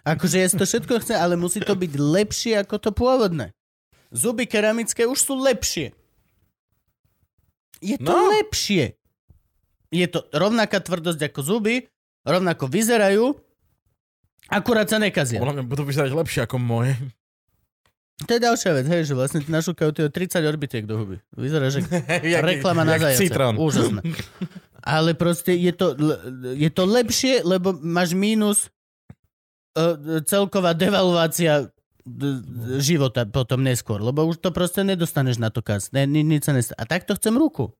Speaker 2: Akože ja si to všetko chcem, ale musí to byť lepšie ako to pôvodné. Zuby keramické už sú lepšie. Je to
Speaker 3: No.
Speaker 2: lepšie. Je to rovnaká tvrdosť ako zuby, rovnako vyzerajú, akurát sa nekazia.
Speaker 3: Podľa mňa budú vyzerať lepšie ako moje.
Speaker 2: To je ďalšia vec, hej, že vlastne ti našúkajú tie 30 orbitiek do huby. Vyzerá, že reklama na zajace.
Speaker 3: citrón.
Speaker 2: Úžasné. Ale proste je to, l- je to lepšie, lebo máš mínus e, celková devalvácia d- d- života potom neskôr, lebo už to proste nedostaneš na to kaz. Ne, ni, nič sa nestane. A takto chcem ruku.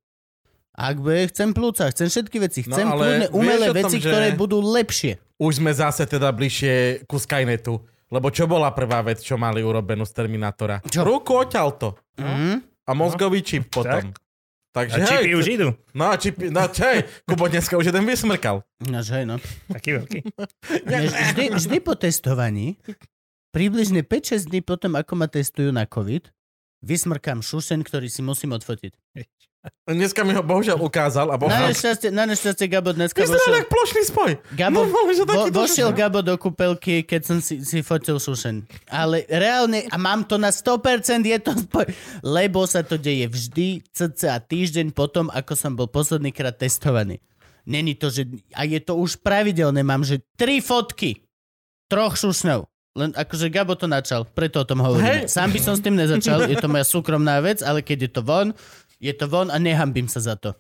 Speaker 2: Ak bude, chcem plúca, chcem všetky veci.
Speaker 3: No,
Speaker 2: Chcem
Speaker 3: ale
Speaker 2: kľudne umelé
Speaker 3: vieš o tom,
Speaker 2: veci,
Speaker 3: že-
Speaker 2: ktoré budú lepšie.
Speaker 3: Už sme zase teda bližšie ku Skynetu. Lebo čo bola prvá vec, čo mali urobenú z Terminátora?
Speaker 2: Čo?
Speaker 3: Ruku oťalto.
Speaker 2: Mm?
Speaker 3: A mozgový čip potom.
Speaker 4: No. A
Speaker 3: Takže hej,
Speaker 4: čipy už idú.
Speaker 3: no a čipy, no hej, Kubo dneska už jeden vysmrkal.
Speaker 2: No, že hej, no.
Speaker 4: Taký veľký.
Speaker 2: Vieš, Vždy, vždy po testovaní, približne 5-6 dní potom, ako ma testujú na COVID, vysmrkám šušen, ktorý si musím odfotiť.
Speaker 3: Dneska mi ho bohužiaľ ukázal
Speaker 2: Na
Speaker 3: a bohužiaľ...
Speaker 2: nešťastie, na nešťastie Gabo dneska
Speaker 3: Vyzeral
Speaker 2: vošiel,
Speaker 3: jak plošný spoj.
Speaker 2: Gabo,
Speaker 3: No, ale že
Speaker 2: vo,
Speaker 3: takýto
Speaker 2: vošiel
Speaker 3: šušen.
Speaker 2: Gabo do kúpelky, keď som si, si fotil šušen. Ale reálne, a mám to na 100%, je to spoj, lebo sa to deje vždy, cca týždeň potom, ako som bol poslednýkrát testovaný. Není to, že... A je to už pravidelné, mám, že tri fotky troch šušňov. Len akože Gabo to načal, preto o tom hovorím.
Speaker 3: Hej.
Speaker 2: Sám by som s tým nezačal, je to moja súkromná vec, ale keď je to von, je to von a nehambím sa za to.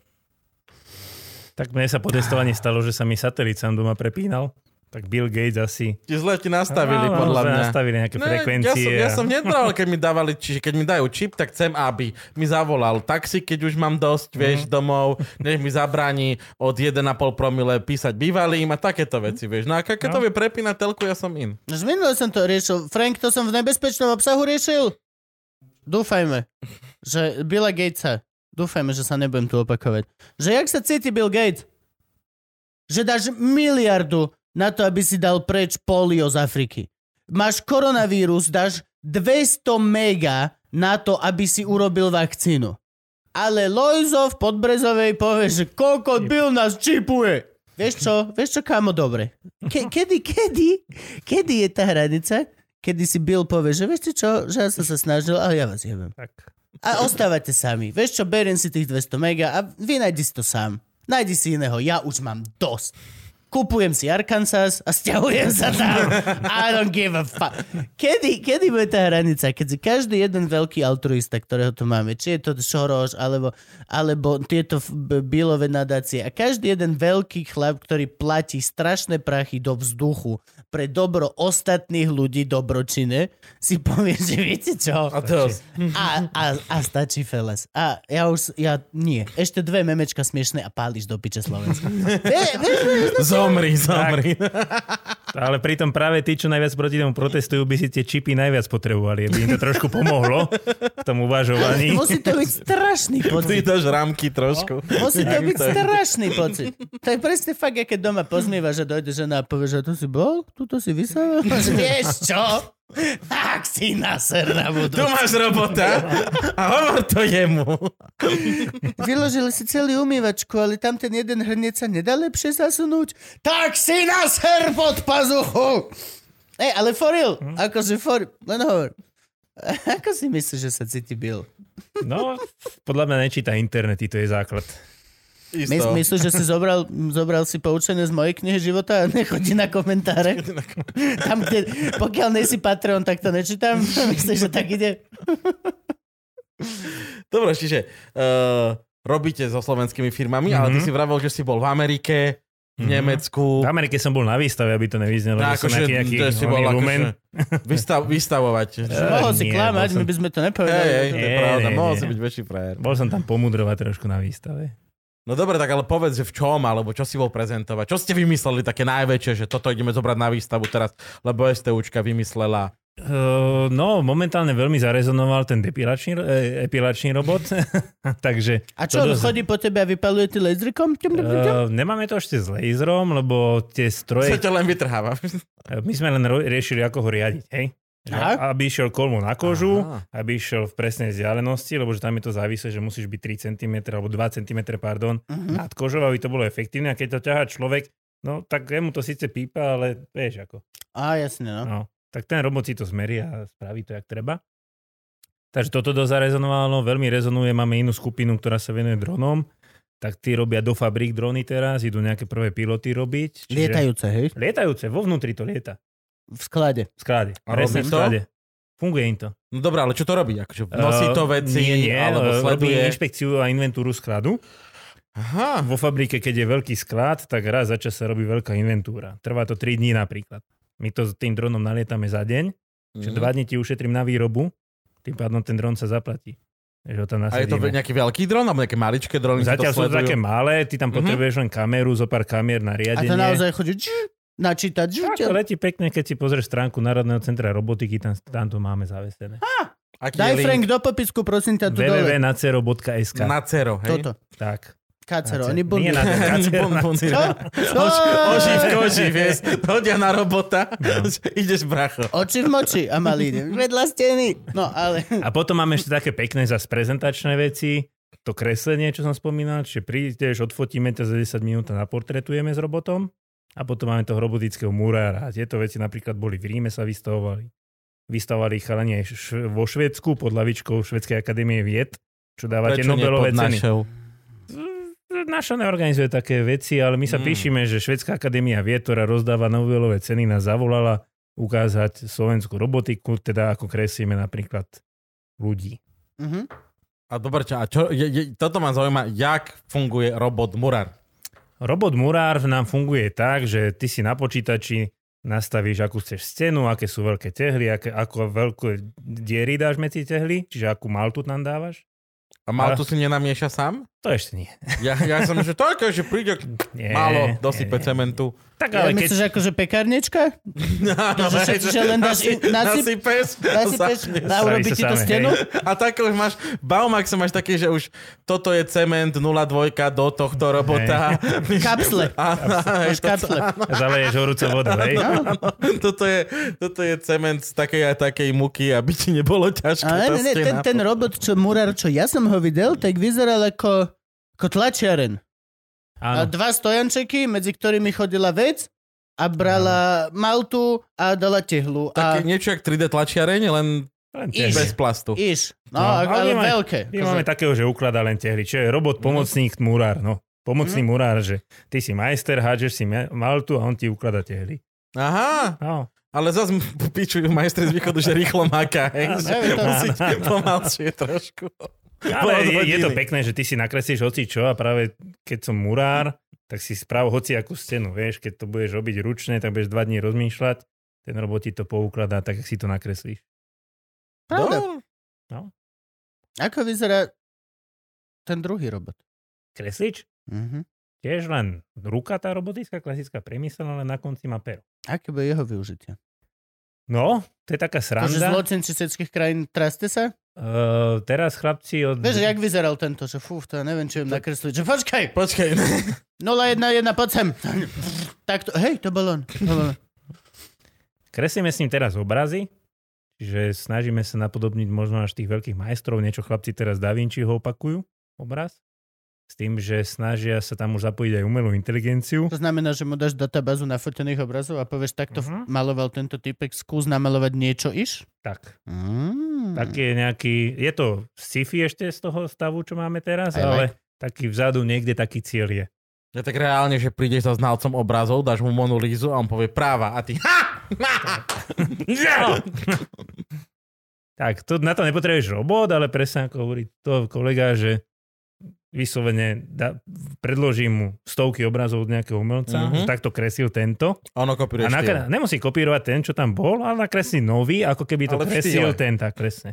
Speaker 4: Tak mne sa po testovaní stalo, že sa mi satelit sám doma prepínal. Tak Bill Gates asi...
Speaker 3: Ti zle ti nastavili,
Speaker 4: Áno,
Speaker 3: podľa
Speaker 4: že
Speaker 3: mňa.
Speaker 4: Nastavili nejaké
Speaker 3: ja
Speaker 4: frekvencie.
Speaker 3: som, ja
Speaker 4: a-
Speaker 3: som nebral, keď mi dávali, čiže keď mi dajú čip, tak chcem, aby mi zavolal taxi, keď už mám dosť, vieš,
Speaker 4: Mhm.
Speaker 3: domov, nech mi zabráni od 1,5 promile písať bývalým a takéto veci, vieš. No a keď to vie prepínať telku, ja som in.
Speaker 2: Už minule som No to riešil. Frank, to som v nebezpečnom obsahu riešil? Dúfajme, že Billa Gatesa. Dúfajme, že sa nebudem tu opakovať. Že jak sa cíti Bill Gates? Že dáš miliardu na to, aby si dal preč polio z Afriky. Máš koronavírus, dáš 200 mega na to, aby si urobil vakcínu. Ale Lojzo v Podbrezovej povie, že koľko Bill nás čipuje. Vieš čo? Vieš čo, kámo, dobre. Ke- kedy, kedy, kedy je tá hranica, kedy si Bill povie, že vieš ty čo, že ja som sa snažil, ale ja vás jebem.
Speaker 4: Tak.
Speaker 2: A ostávate sami. Vieš čo, beriem si tých 200 mega a vy nájdi si to sám. Nájdi si iného, ja už mám dosť. kupujem si Arkansas a stiahujem sa tam. I don't give a fuck. Kedy, kedy bude tá hranica? Keď si každý jeden veľký altruista, ktorého tu máme, či je to Soros, alebo, alebo tieto f- b- bilové nadácie a každý jeden veľký chlap, ktorý platí strašné prachy do vzduchu pre dobro ostatných ľudí dobročine, si povie, že viete čo?
Speaker 3: A teraz,
Speaker 2: A, a, a stačí feles. A ja už, ja nie. Ešte dve memečka smiešné a páliš do piče Slovenska. Vie- vieš, vieš,
Speaker 3: zomri, zomri.
Speaker 4: Ale pritom práve tí, čo najviac proti tomu protestujú, by si tie čipy najviac potrebovali, aby im to trošku pomohlo v tom uvažovaní.
Speaker 2: musí to byť strašný
Speaker 3: Ty
Speaker 2: pocit.
Speaker 3: dáš rámky trošku.
Speaker 4: No.
Speaker 2: Musí to
Speaker 3: Tak
Speaker 2: byť
Speaker 3: to je.
Speaker 2: strašný pocit. To je presne fakt, keď doma pozmievaš a dojde žena a povie, že tu si bol, tuto si vysával. Vieš čo? Tak si naser na budú.
Speaker 3: Tu máš robota a hovor to jemu.
Speaker 2: Vyložili si celý umývačku, ale tam ten jeden hrniec sa nedá lepšie zasunúť. Tak si naser pod pazuchu! Ej, ale for real, akože for... Len hovor. Ako si myslíš, že sa cíti Bill?
Speaker 4: No, podľa mňa nečíta internety, to je základ.
Speaker 2: Mys-
Speaker 3: Isto.
Speaker 2: myslíš, že si zobral, zobral si poučenie z mojej knihy života a nechodí na komentáre? Tam, kde, pokiaľ nejsi Patreon, tak to nečítam. Myslíš, že tak ide?
Speaker 3: Dobre, čiže uh, robíte so slovenskými firmami, mm-hmm. ale ty si vravel, že si bol v Amerike, v
Speaker 4: Mhm.
Speaker 3: Nemecku.
Speaker 4: V Amerike som bol na výstave, aby No, to nevyznelo,
Speaker 3: Tak, akože
Speaker 4: že som nejaký, nejaký
Speaker 3: No, to si bol
Speaker 4: oný
Speaker 3: akože
Speaker 4: lumen.
Speaker 3: vystav, vystavovať.
Speaker 4: Eh,
Speaker 2: Mohol si
Speaker 4: nie,
Speaker 2: klamať,
Speaker 4: bol som-
Speaker 2: my by sme to nepovedali.
Speaker 3: Hej, hej,
Speaker 2: To-
Speaker 3: to je
Speaker 4: Nie,
Speaker 3: pravda,
Speaker 4: nie,
Speaker 3: mohol
Speaker 4: nie.
Speaker 3: si byť väčší frajer.
Speaker 4: Bol som tam pomudrovať trošku na výstave.
Speaker 3: No dobre, tak ale povedz, že v čom, alebo čo si bol prezentovať. Čo ste vymysleli také najväčšie, že toto ideme zobrať na výstavu teraz, lebo STUčka vymyslela. Ehm,
Speaker 4: Uh, no, momentálne veľmi zarezonoval ten depilačný, e, epilačný robot, takže...
Speaker 2: A čo, on
Speaker 4: to dosť-
Speaker 2: chodí po tebe a vypaluje ti laserkom? Ťum, ťum, ťum, ťum.
Speaker 4: Eh, nemáme to ešte s laserom, lebo tie
Speaker 3: Sa
Speaker 4: stroje,
Speaker 3: ťa len vytrháva.
Speaker 4: my sme len ro- riešili, ako ho riadiť, hej? Že
Speaker 2: Aha.
Speaker 4: Aby išiel kolmo na kožu,
Speaker 3: Aha.
Speaker 4: aby išiel v presnej vzdialenosti, lebo že tam je to závislé, že musíš byť 3 cm alebo 2 cm, pardon,
Speaker 2: Mhm.
Speaker 4: nad kožou, aby to bolo efektívne. A keď to ťahá človek, no tak jemu to síce pípa, ale vieš ako.
Speaker 2: Á, jasne, no.
Speaker 4: No, tak ten robot si to zmerí a spraví to, jak treba. Takže toto dozarezonovalo, veľmi rezonuje, máme inú skupinu, ktorá sa venuje dronom, tak tí robia do fabrík drony teraz, idú nejaké prvé piloty robiť. Čiže...
Speaker 2: Lietajúce, hej?
Speaker 4: Lietajúce, vo vnútri to lieta.
Speaker 2: V sklade.
Speaker 4: V skláde.
Speaker 3: A robí
Speaker 4: Presne v
Speaker 3: to?
Speaker 4: sklade. Funguje im to.
Speaker 3: No dobré, ale čo to robí? Akože nosí
Speaker 4: Eh,
Speaker 3: to veci, alebo
Speaker 4: eh,
Speaker 3: sleduje.
Speaker 4: Robí inšpekciu a inventúru skladu.
Speaker 3: Aha.
Speaker 4: Vo fabrike, keď je veľký sklad, tak raz za čas sa robí veľká inventúra. Trvá to 3 dní napríklad. My to s tým dronom nalietame za deň,
Speaker 3: Mhm.
Speaker 4: Čiže dva dní ti ušetrím na výrobu, tým pádom ten dron sa zaplatí. Že ho tam
Speaker 3: A je to
Speaker 4: nasadíme.
Speaker 3: nejaký veľký dron, alebo nejaké maličké drony? že
Speaker 4: Zatiaľ
Speaker 3: to
Speaker 4: sú to
Speaker 3: sledujú?
Speaker 4: také malé, ty tam
Speaker 3: Mhm.
Speaker 4: potrebuješ len kameru, zo pár kamier
Speaker 2: A
Speaker 4: na riadenie.
Speaker 2: to naozaj chodí dž, načítať. Dž,
Speaker 4: Tak
Speaker 2: ťa-
Speaker 4: to letí pekne, keď si pozrieš stránku Národného centra robotiky, tam, tam to máme zavesené.
Speaker 3: Aký
Speaker 2: Daj
Speaker 3: je link?
Speaker 2: Frank do popisku, prosím ťa, tu dole.
Speaker 4: www.nacero.sk
Speaker 3: Na cero, hej?
Speaker 2: Toto.
Speaker 4: Tak.
Speaker 2: Kacero,
Speaker 4: Nacero.
Speaker 2: oni boli.
Speaker 4: Nie na to, Nacero.
Speaker 3: Bun, bun,
Speaker 2: Čo? Čo?
Speaker 3: Oži v koži, vieš. Hodia na robota,
Speaker 2: No.
Speaker 3: ideš bracho.
Speaker 2: Oči v moči a malý. Vedľa steny. No, ale...
Speaker 4: A potom máme ešte také pekné zase prezentačné veci, to kreslenie, čo som spomínal, čiže prídeš, odfotíme to za 10 minút a naportretujeme s robotom a potom máme toho robotického murára. A tieto veci napríklad boli v Ríme, sa vystavovali. Vystavovali ich chalani aj š- vo Švedsku pod lavičkou Švedskej akadémie vied, čo dávate
Speaker 3: Prečo
Speaker 4: Nobelové ceny.
Speaker 3: nepodnášajú?
Speaker 4: Naša neorganizuje také veci, ale my sa
Speaker 3: Mm.
Speaker 4: mm. píšime, že Švedská akadémia vie, ktorá rozdáva Nobelové ceny, nás zavolala ukázať slovenskú robotiku, teda ako kreslíme napríklad ľudí.
Speaker 2: Mhm.
Speaker 3: A dobre, čo, a čo, je, je, toto ma zaujíma, jak funguje robot Murar.
Speaker 4: Robot murár nám funguje tak, že ty si na počítači nastavíš, akú chceš stenu, aké sú veľké tehly, aké, ako veľké diery dáš medzi tehly, čiže akú maltu tam dávaš.
Speaker 3: A mal tu si nenamieša sám?
Speaker 4: To ešte nie.
Speaker 3: Ja, ja som, že to je, že príde
Speaker 4: nie
Speaker 3: málo,
Speaker 4: nie,
Speaker 3: dosype
Speaker 4: nie.
Speaker 3: cementu.
Speaker 4: Tak
Speaker 2: Ja
Speaker 4: ale
Speaker 2: myslíš,
Speaker 4: keď...
Speaker 2: akože pekárnička?
Speaker 3: No,
Speaker 2: že všetci, že len dáš- nasyp-
Speaker 3: nasypeš,
Speaker 2: Daj si peč,
Speaker 3: zapneš.
Speaker 2: dá urobiť
Speaker 4: Spraví sa
Speaker 2: ti tú
Speaker 4: samé,
Speaker 2: stenu?
Speaker 3: A tak už máš, Baumax máš taký, že už toto je cement 02 do tohto robota.
Speaker 2: Kapsle.
Speaker 3: A, a,
Speaker 2: Máš kapsle.
Speaker 4: Zaleješ horúco vodu, hej?
Speaker 2: No.
Speaker 3: toto, je, toto je cement z takej a takej muky, aby ti nebolo ťažké.
Speaker 2: Ale
Speaker 3: tá
Speaker 2: ne, ne, ten,
Speaker 3: stena.
Speaker 2: ten robot, čo murár, čo ja som ho videl, tak vyzeral ako, ako tlačiaren. A
Speaker 4: Áno.
Speaker 2: dva stojančeky, medzi ktorými chodila vec a brala maltu a dala tehlu.
Speaker 3: Také
Speaker 2: A
Speaker 3: niečo jak 3D tlačiareň, len
Speaker 4: Len
Speaker 2: Iš.
Speaker 3: bez
Speaker 4: tehly.
Speaker 3: plastu.
Speaker 2: iš. No,
Speaker 4: No,
Speaker 2: ale,
Speaker 4: ale
Speaker 2: ale
Speaker 4: my máme-
Speaker 2: veľké. akože.
Speaker 4: My máme takého, že ukladá len tehly, čo je robot pomocník murár, no. Pomocný murár, že ty si majster, hádžeš si ma- maltu a on ti ukladá tehly.
Speaker 3: Aha,
Speaker 4: No,
Speaker 3: ale zase pičujú majstri z východu, že rýchlo maká, hej. Že
Speaker 2: Áno, áno.
Speaker 3: musíš pomalšie trošku.
Speaker 4: ale je, je to
Speaker 3: Odhodiny.
Speaker 4: pekné, že ty si nakreslíš hoci čo a práve keď som murár, tak si sprav hoci akú stenu, vieš, keď to budeš robiť ručne, tak budeš dva dní rozmýšľať, ten robot ti to poukladá, tak jak si to nakreslíš.
Speaker 2: Pravda.
Speaker 3: No,
Speaker 2: Ako vyzerá ten druhý robot?
Speaker 4: Kreslič?
Speaker 2: Mhm.
Speaker 4: Tiež len ruka tá robotická, klasická priemyselná, ale na konci má pero.
Speaker 2: Aké bude jeho využitie?
Speaker 4: No, to je taká
Speaker 2: To, že
Speaker 4: sranda.
Speaker 2: zločinci všetkých krajín traste sa?
Speaker 4: Uh, teraz chlapci od...
Speaker 2: Vieš, jak vyzeral tento, že fú, to ja neviem, čo im nakresliť. Že počkaj,
Speaker 3: počkaj, ne.
Speaker 2: 011, poď sem. Tak to, hej, to bol on. To bol on.
Speaker 4: Kreslíme s ním teraz obrazy, že snažíme sa napodobniť možno až tých veľkých majstrov, niečo chlapci teraz Da Vinci ho opakujú, obraz, s tým, že snažia sa tam už zapojiť aj umelú inteligenciu.
Speaker 2: To znamená, že mu dáš databázu nafotených obrazov a povieš, takto
Speaker 4: Mhm.
Speaker 2: uh-huh. maloval tento typek, skús namalovať niečo iš?
Speaker 4: Tak,
Speaker 2: Mm.
Speaker 4: tak je nejaký, je to sci-fi ešte z toho stavu, čo máme teraz,
Speaker 2: I like.
Speaker 4: ale taký vzadu niekde taký cieľ je.
Speaker 3: Ja tak reálne, že prídeš za znalcom obrazov, dáš mu monolízu a on povie práva a ty ha! No.
Speaker 4: Tak, to, na to nepotrebuješ robot, ale presne ako hovorí to kolega, že vyslovene da, predložím mu stovky obrazov od nejakého umelca,
Speaker 3: Mhm.
Speaker 4: mm-hmm. že takto kresil tento
Speaker 3: A ono kopíruje
Speaker 4: a
Speaker 3: na...
Speaker 4: nakre- nemusí kopírovať ten, čo tam bol, ale nakreslí nový, ako keby to
Speaker 3: Ale v
Speaker 4: kresil
Speaker 3: štýle.
Speaker 4: ten tak presne.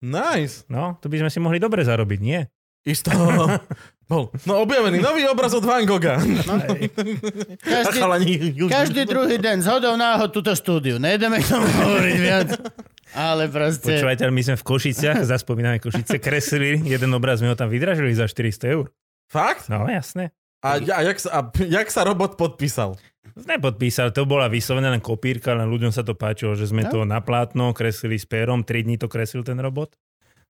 Speaker 3: Nice.
Speaker 4: No, to by sme si mohli dobre zarobiť, nie?
Speaker 3: Isto. Bol. No objavený nový obraz od Van Gogha. A
Speaker 2: Každý,
Speaker 3: chalani-
Speaker 2: každý druhý deň zhodou náhod túto štúdiu. Nejdeme k tomu hovoriť viac. Ale proste...
Speaker 4: Počúvajte, ale my sme v Košiciach, zaspomíname Košice, kreslili jeden obraz, my ho tam vydražili za 400 eur.
Speaker 3: Fakt?
Speaker 4: No, jasné.
Speaker 3: A, a, jak sa, a jak sa robot podpísal?
Speaker 4: Nepodpísal, to bola vyslovená len kopírka, len ľuďom sa to páčilo, že sme
Speaker 2: No.
Speaker 4: to na plátno kreslili s pérom, 3 dní to kreslil ten robot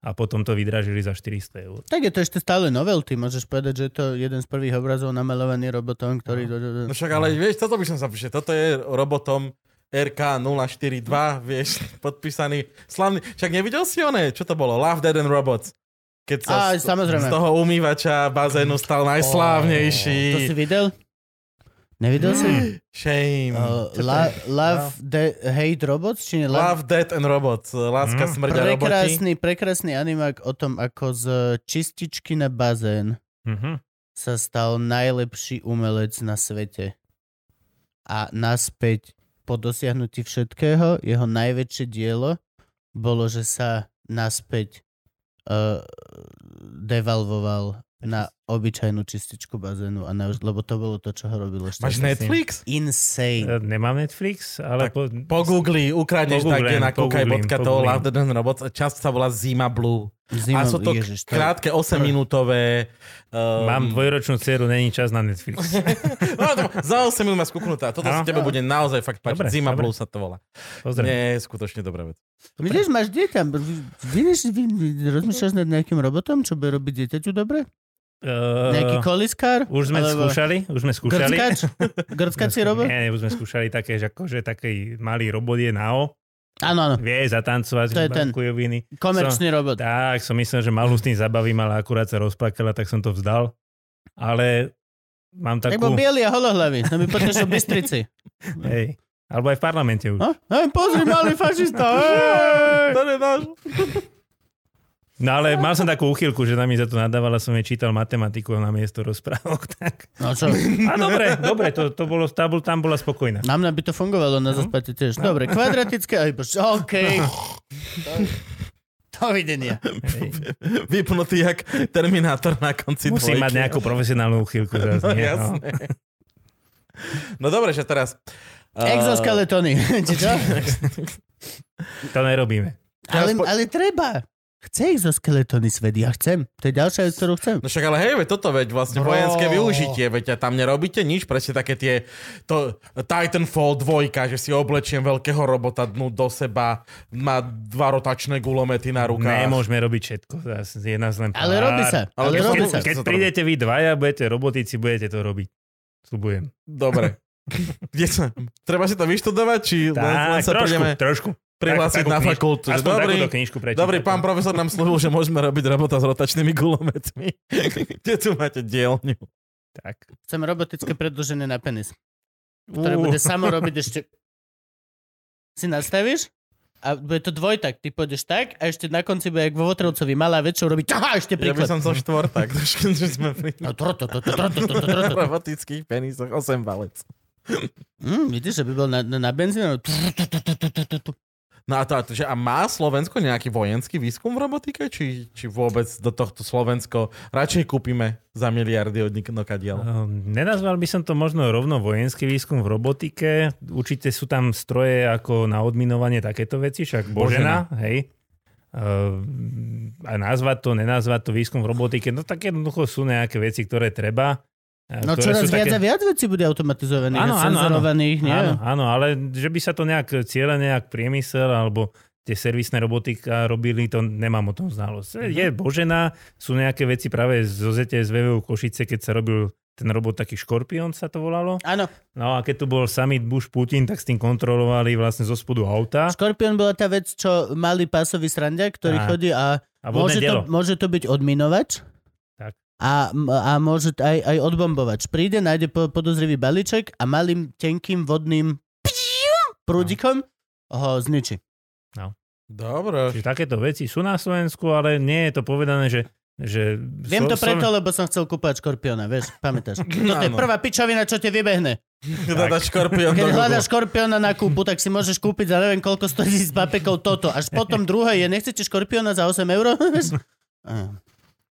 Speaker 4: a potom to vydražili za 400 eur.
Speaker 2: Tak je to ešte stále novelty. Môžeš povedať, že je to jeden z prvých obrazov namalovaný robotom, ktorý...
Speaker 3: No však ale vieš, toto by som sa píše. Toto je robotom RK042, vieš, podpísaný slavný. Však nevidel si one, čo to bolo? Love, Dead and Robots. Keď sa
Speaker 2: Á,
Speaker 3: z,
Speaker 2: samozrejme.
Speaker 3: z toho umývača bazénu stal najslávnejší.
Speaker 2: To si videl? Nevidel si?
Speaker 3: Shame.
Speaker 2: Uh, la, love, de, hate robots? Či nie?
Speaker 3: Love, Dead and Robots. eh,
Speaker 2: Hm?
Speaker 3: Láska,
Speaker 4: Mm.
Speaker 3: smrť a roboti.
Speaker 2: Prekrásny, prekrásny animák o tom, ako z čističky na bazén
Speaker 4: Mhm.
Speaker 2: sa stal najlepší umelec na svete. A naspäť po dosiahnutí všetkého, jeho najväčšie dielo bolo, že sa naspäť uh, devalvoval na obyčajnú čističku bazénu, a na, lebo to bolo to, čo ho robilo
Speaker 3: Máš Eh,
Speaker 2: šťastným.
Speaker 3: Netflix?
Speaker 2: Insane.
Speaker 4: E, Nemám Netflix, ale
Speaker 3: Tak
Speaker 4: po,
Speaker 3: Pogoogli, ukradneš tak, kde
Speaker 4: Pogooglím,
Speaker 3: na kúkaj.to
Speaker 4: pogooglím.
Speaker 3: Love, Dead and Robots. Časť sa volá Zima Blue.
Speaker 2: Zima,
Speaker 3: a sú to
Speaker 2: ježiš, to je-
Speaker 3: krátke 8-minútové... Um,
Speaker 4: mám dvojročnú dceru, není čas na Netflix.
Speaker 3: No, to, za 8 minút má skúknutá. Toto sa
Speaker 4: Áno.
Speaker 3: tebe bude naozaj fakt páčiť.
Speaker 4: Dobre,
Speaker 3: Zima
Speaker 4: dobre.
Speaker 3: Blue sa to volá.
Speaker 4: Pozri. E,
Speaker 3: Nie, skutočne dobrá vec.
Speaker 2: Vidíš, máš dieťa. Vidíš, vy, vy, rozmýšľaš nad nejakým robotom, čo bude robiť dieťaťu dobre? Uh, Nejaký koliskár?
Speaker 4: už sme skúšali, už sme skúšali.
Speaker 2: Grckač? Grckací robot?
Speaker 4: Nie, už sme skúšali také, že akože taký malý robot je na O,
Speaker 2: Áno, áno.
Speaker 4: vie zatancovať
Speaker 2: To je ten.
Speaker 4: kujoviny.
Speaker 2: Komerčný robot.
Speaker 4: Tak, som myslel, že malú s tým zabavím, ale akurát sa rozplakala, tak som to vzdal. Ale mám
Speaker 2: Tak bol
Speaker 4: takú...
Speaker 2: bielý a holohlavý. To by potrešil v Bystrici.
Speaker 4: Hej, alebo aj v parlamente už.
Speaker 2: No? Hej, pozri, malý fašista. hej!
Speaker 3: To je náš.
Speaker 4: No ale mal som takú úchylku, že na mi za to nadávala, som jej čítal matematiku na miesto rozprávok. Tak.
Speaker 2: No čo,
Speaker 4: A dobre, dobre, to, to bolo, tá bol, tam bola spokojná.
Speaker 2: na mňa by to fungovalo na zaspate tiež.
Speaker 4: No.
Speaker 2: Dobre, kvadratické. Aj, bož, OK. Dovidenia.
Speaker 4: Hej.
Speaker 3: Vypnutý jak Terminátor na konci
Speaker 4: Musí
Speaker 3: dvojky.
Speaker 4: mať nejakú profesionálnu úchylku. Zás,
Speaker 3: No,
Speaker 4: nie, no.
Speaker 3: jasné. No dobre, že teraz... eh,
Speaker 2: Exoskeletony. Či čo?
Speaker 4: To nerobíme.
Speaker 2: Ale,
Speaker 3: Teraz po-
Speaker 2: ale treba. Chce exoskeletony svet, ja chcem. To je ďalšia vec, ktorú chcem.
Speaker 3: No však ale hej, veď toto veď vlastne
Speaker 2: Bro.
Speaker 3: vojenské využitie, veď a tam nerobíte nič, presne také tie to, Titanfall 2, že si oblečiem veľkého robota dnu do seba, má dva rotačné gulomety na rukách.
Speaker 4: Nemôžeme robiť všetko. zás, Je nás len pár.
Speaker 2: Ale robí sa. Ale
Speaker 3: keď-
Speaker 2: robí
Speaker 4: Keď,
Speaker 2: sa.
Speaker 4: keď prídete vy dvaja, budete robotici, budete to robiť. Slubujem.
Speaker 3: Dobre. Kde sa? Treba si to vyštudovať, či len, len
Speaker 4: Tak,
Speaker 3: sa
Speaker 4: trošku,
Speaker 3: prídeme...
Speaker 4: trošku.
Speaker 3: prihlásiť
Speaker 4: Takú
Speaker 3: na
Speaker 4: kniž-
Speaker 3: fakultu. že
Speaker 4: Aspoň
Speaker 3: Dobrý,
Speaker 4: takúto knižku prečítať.
Speaker 3: dobrý, pán profesor nám slúbil, že môžeme robiť robota s rotačnými gulometmi. Kde tu máte dielňu?
Speaker 4: Tak.
Speaker 2: Chcem robotické predlžené na penis, ktoré
Speaker 3: Ú,
Speaker 2: bude samo robiť ešte... Si nastavíš? A bude to dvojtak. Ty pôjdeš tak a ešte na konci bude, jak vo Votrovcovi, malá väčšou robiť... Aha, ešte
Speaker 3: Ja by
Speaker 2: príklad.
Speaker 3: som zo štvortak, trošku, že sme pri
Speaker 2: No, tro, to, to, to, tro, to, to, to, to, to.
Speaker 3: robotických penisoch, 8 valec.
Speaker 2: Mm, vidíš, že by bol na, na, na benzín.
Speaker 3: No a, to, a to- že a má Slovensko nejaký vojenský výskum v robotike? Či, či vôbec do tohto Slovensko radšej kúpime za miliardy od niknoka diela?
Speaker 4: Ehm, Nenazval by som to možno rovno vojenský výskum v robotike. Určite sú tam stroje ako na odminovanie takéto veci, však Božena, hej. Ehm, A nazvať to, nenazvať to výskum v robotike, no tak jednoducho sú nejaké veci, ktoré treba. e,
Speaker 2: No
Speaker 4: ktoré
Speaker 2: čoraz
Speaker 4: sú
Speaker 2: viac
Speaker 4: také-
Speaker 2: a viac vecí bude automatizovaných
Speaker 4: Áno,
Speaker 2: a
Speaker 4: áno, áno.
Speaker 2: senzorovaných, nie?
Speaker 4: Áno, áno, ale že by sa to nejak cieľene, nejak priemysel alebo tie servisné robotika robili, to nemám o tom
Speaker 2: Mhm.
Speaker 4: znalosť. Je Božená, sú nejaké veci práve zo ZTSVV Košice, keď sa robil ten robot taký škorpión sa to volalo.
Speaker 2: Áno,
Speaker 4: No a keď tu bol summit Bush Putin, tak s tým kontrolovali vlastne zo spodu auta.
Speaker 2: Škorpión bola tá vec, čo malý pásový srandia, ktorý
Speaker 4: Á.
Speaker 2: chodí a,
Speaker 4: A vodné
Speaker 2: môže,
Speaker 4: dielo.
Speaker 2: to, môže to byť odminovač.
Speaker 4: Tak.
Speaker 2: A, a môže t- aj, aj odbombovač. Príde, nájde po, podozrivý balíček a malým tenkým vodným prúdikom ho zničí.
Speaker 3: Dobre.
Speaker 4: Čiže takéto veci sú na Slovensku, ale nie je to povedané, že... že
Speaker 2: Viem to
Speaker 4: Slo-
Speaker 2: preto, lebo som chcel kúpať škorpiona, vieš, pamätáš. To je
Speaker 3: Áno.
Speaker 2: prvá pičovina, čo ti vybehne.
Speaker 3: Kto dá škorpión do
Speaker 2: Keď
Speaker 3: Google?
Speaker 2: hľadáš škorpiona na kúpu, tak si môžeš kúpiť za neviem koľko stojí z papekov toto. Až potom druhé je, nechcete škorpiona za 8 eur? Á.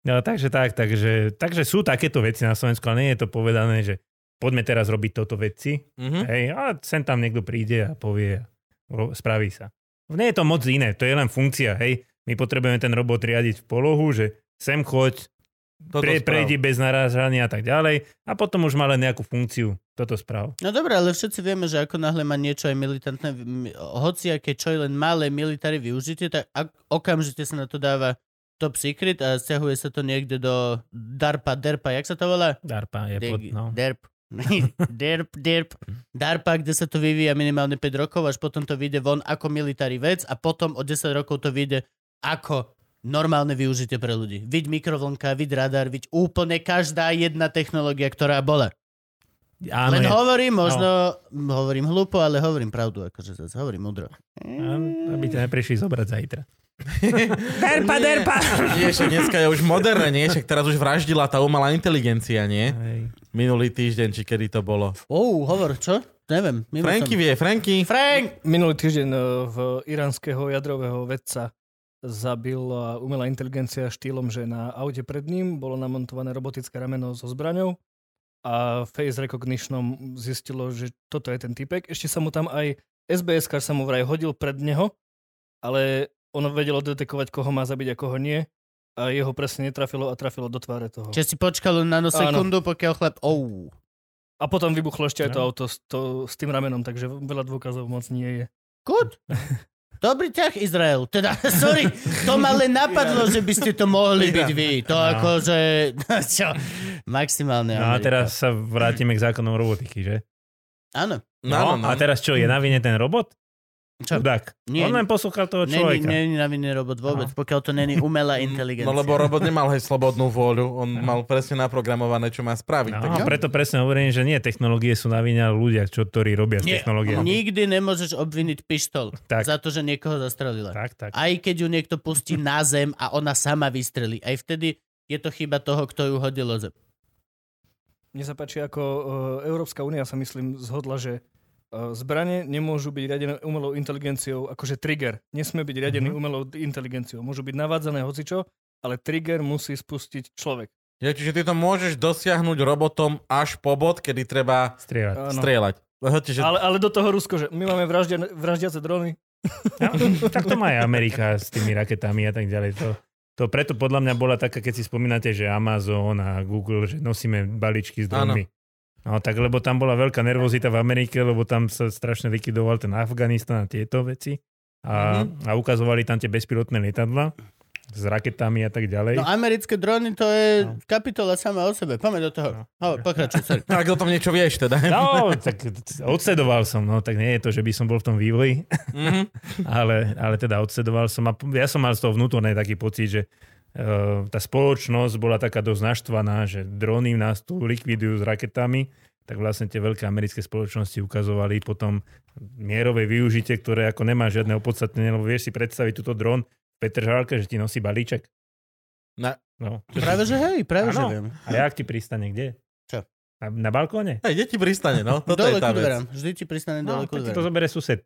Speaker 4: No, takže tak, takže, takže sú takéto veci na Slovensku, ale nie je to povedané, že poďme teraz robiť toto veci.
Speaker 3: Mhm.
Speaker 4: Hej, ale sem tam niekto príde a povie, a ro- spraví sa. Nie je to moc iné, to je len funkcia, hej. My potrebujeme ten robot riadiť v polohu, že sem choď,
Speaker 3: Toto
Speaker 4: pre,
Speaker 3: správ.
Speaker 4: prejdi bez narážania a tak ďalej a potom už má len nejakú funkciu, toto správ.
Speaker 2: No dobré, ale všetci vieme, že ako náhle má niečo aj militantné, m- hociaké čo je len malé militári využitie, tak ak, okamžite sa na to dáva top secret a stiahuje sa to niekde do DARPA, DERPA, jak sa to volá?
Speaker 4: DARPA je pod, no.
Speaker 2: DERP. DERP, DERP. DARPA, kde sa to vyvíja minimálne 5 rokov, až potom to vyjde von ako militári vec a potom o 10 rokov to vyjde ako normálne využitie pre ľudí. Vid mikrovlnka, vid radar, vid úplne každá jedna technológia, ktorá bola.
Speaker 4: Áno,
Speaker 2: Len
Speaker 4: je, No.
Speaker 2: hovorím možno, hovorím hlúpo, ale hovorím pravdu, akože zase hovorím múdro.
Speaker 4: áno, aby ťa neprišli zobrať zajtra.
Speaker 3: Derpa, derpa. Nie, však dneska je už moderné, nie? Však teraz už vraždila tá umelá inteligencia, nie?
Speaker 4: Hej.
Speaker 3: Minulý týždeň, či kedy to bolo.
Speaker 2: Ou, hovor, čo? Neviem. mimo
Speaker 3: Franky
Speaker 2: som.
Speaker 3: vie, Franky.
Speaker 2: Frank!
Speaker 5: Minulý týždeň e, v iránskeho jadrového vedca zabila umelá inteligencia štýlom, že na aute pred ním bolo namontované robotické rameno so zbraňou a face recognitionom zistilo, že toto je ten typek. Ešte sa mu tam aj SBS kar sa mu vraj hodil pred neho, ale ono vedelo detekovať, koho má zabiť a koho nie a jeho presne netrafilo a trafilo do tváre toho.
Speaker 2: Čiže si počkal len nanosekundu, pokiaľ chlap... Ou.
Speaker 5: A potom vybuchlo ešte aj to
Speaker 4: No.
Speaker 5: auto s, to, s tým ramenom, takže veľa dôkazov moc nie je.
Speaker 2: Good. Dobrý ťah, Izrael. Teda, sorry, to ma len napadlo, že by ste to mohli byť vy. To
Speaker 4: No.
Speaker 2: akože, čo, maximálne.
Speaker 4: No a
Speaker 2: Amerika.
Speaker 4: teraz sa vrátime k zákonom robotiky, že?
Speaker 2: Áno.
Speaker 4: No, a teraz čo, je na vine ten robot?
Speaker 2: Čo?
Speaker 4: Chudák.
Speaker 2: Nie,
Speaker 4: On len poslúchal toho
Speaker 2: Není,
Speaker 4: človeka.
Speaker 2: není na viny robot vôbec, pokiaľ to není umelá inteligencia.
Speaker 3: No lebo robot nemal hej slobodnú vôľu, on mal presne naprogramované, čo má spraviť.
Speaker 4: No,
Speaker 3: tak,
Speaker 4: a preto presne hovorím, že nie technológie sú na vine, ale ľudia, čo, ktorí robia s
Speaker 2: Nie,
Speaker 4: technológiami.
Speaker 2: Nikdy nemôžeš obviniť pištol
Speaker 4: Tak.
Speaker 2: za to, že niekoho zastrelila.
Speaker 4: Tak, tak.
Speaker 2: Aj keď ju niekto pustí na zem a ona sama vystrelí. Aj vtedy je to chyba toho, kto ju hodil o zem.
Speaker 5: Mne sa páči, ako e, Európska únia sa myslím zhodla, že e, zbranie nemôžu byť riadené umelou inteligenciou, akože trigger. Nesmie byť riadený
Speaker 4: Mhm.
Speaker 5: umelou inteligenciou. Môžu byť navádzané hocičo, ale trigger musí spustiť človek.
Speaker 3: Ja, čiže ty to môžeš dosiahnuť robotom až po bod, kedy treba
Speaker 4: Strieľať.
Speaker 5: Áno.
Speaker 3: strieľať. No, Lebo Čiže,
Speaker 5: Ale, ale do toho Rusko, že my máme vraždia, vraždiace drony.
Speaker 4: No, tak to má aj Amerika s tými raketami a tak ďalej. To, to preto podľa mňa bola taká, keď si spomínate, že Amazon a Google, že nosíme balíčky s dronmi. No tak lebo tam bola veľká nervozita v Amerike, lebo tam sa strašne likvidoval ten Afganistan a tieto veci. A, a ukazovali tam tie bezpilotné lietadla. A s raketami a tak ďalej.
Speaker 2: No americké drony to je
Speaker 4: No.
Speaker 2: kapitola sama o sebe. Poďme do toho.
Speaker 4: No.
Speaker 2: Hovor, pokračuj, sorry.
Speaker 3: Ak o tom niečo vieš, teda.
Speaker 4: No, tak odsledoval som, no, tak nie je to, že by som bol v tom vývoji,
Speaker 3: Mhm.
Speaker 4: ale, ale teda odsledoval som a p- ja som mal z toho vnútornej taký pocit, že eh, tá spoločnosť bola taká dosť naštvaná, že drony nás tu likvidujú s raketami, tak vlastne tie veľké americké spoločnosti ukazovali potom mierové využitie, ktoré ako nemá žiadne opodstatnenie, lebo vieš si predstaviť túto dron v Petržálke, že ti nosí balíček.
Speaker 3: Na-
Speaker 4: No.
Speaker 2: Práve že hej, práve že
Speaker 4: Áno.
Speaker 2: viem.
Speaker 4: A jak ti pristane, kde?
Speaker 2: Čo?
Speaker 4: Na, na balkóne?
Speaker 3: Hej, deti pristane, no. Toto
Speaker 2: dole
Speaker 3: je tá
Speaker 2: ku
Speaker 3: vec.
Speaker 2: dverám. Vždy ti pristane
Speaker 4: No,
Speaker 2: dole ku
Speaker 4: tak ti to
Speaker 2: dverám.
Speaker 4: zobere sused.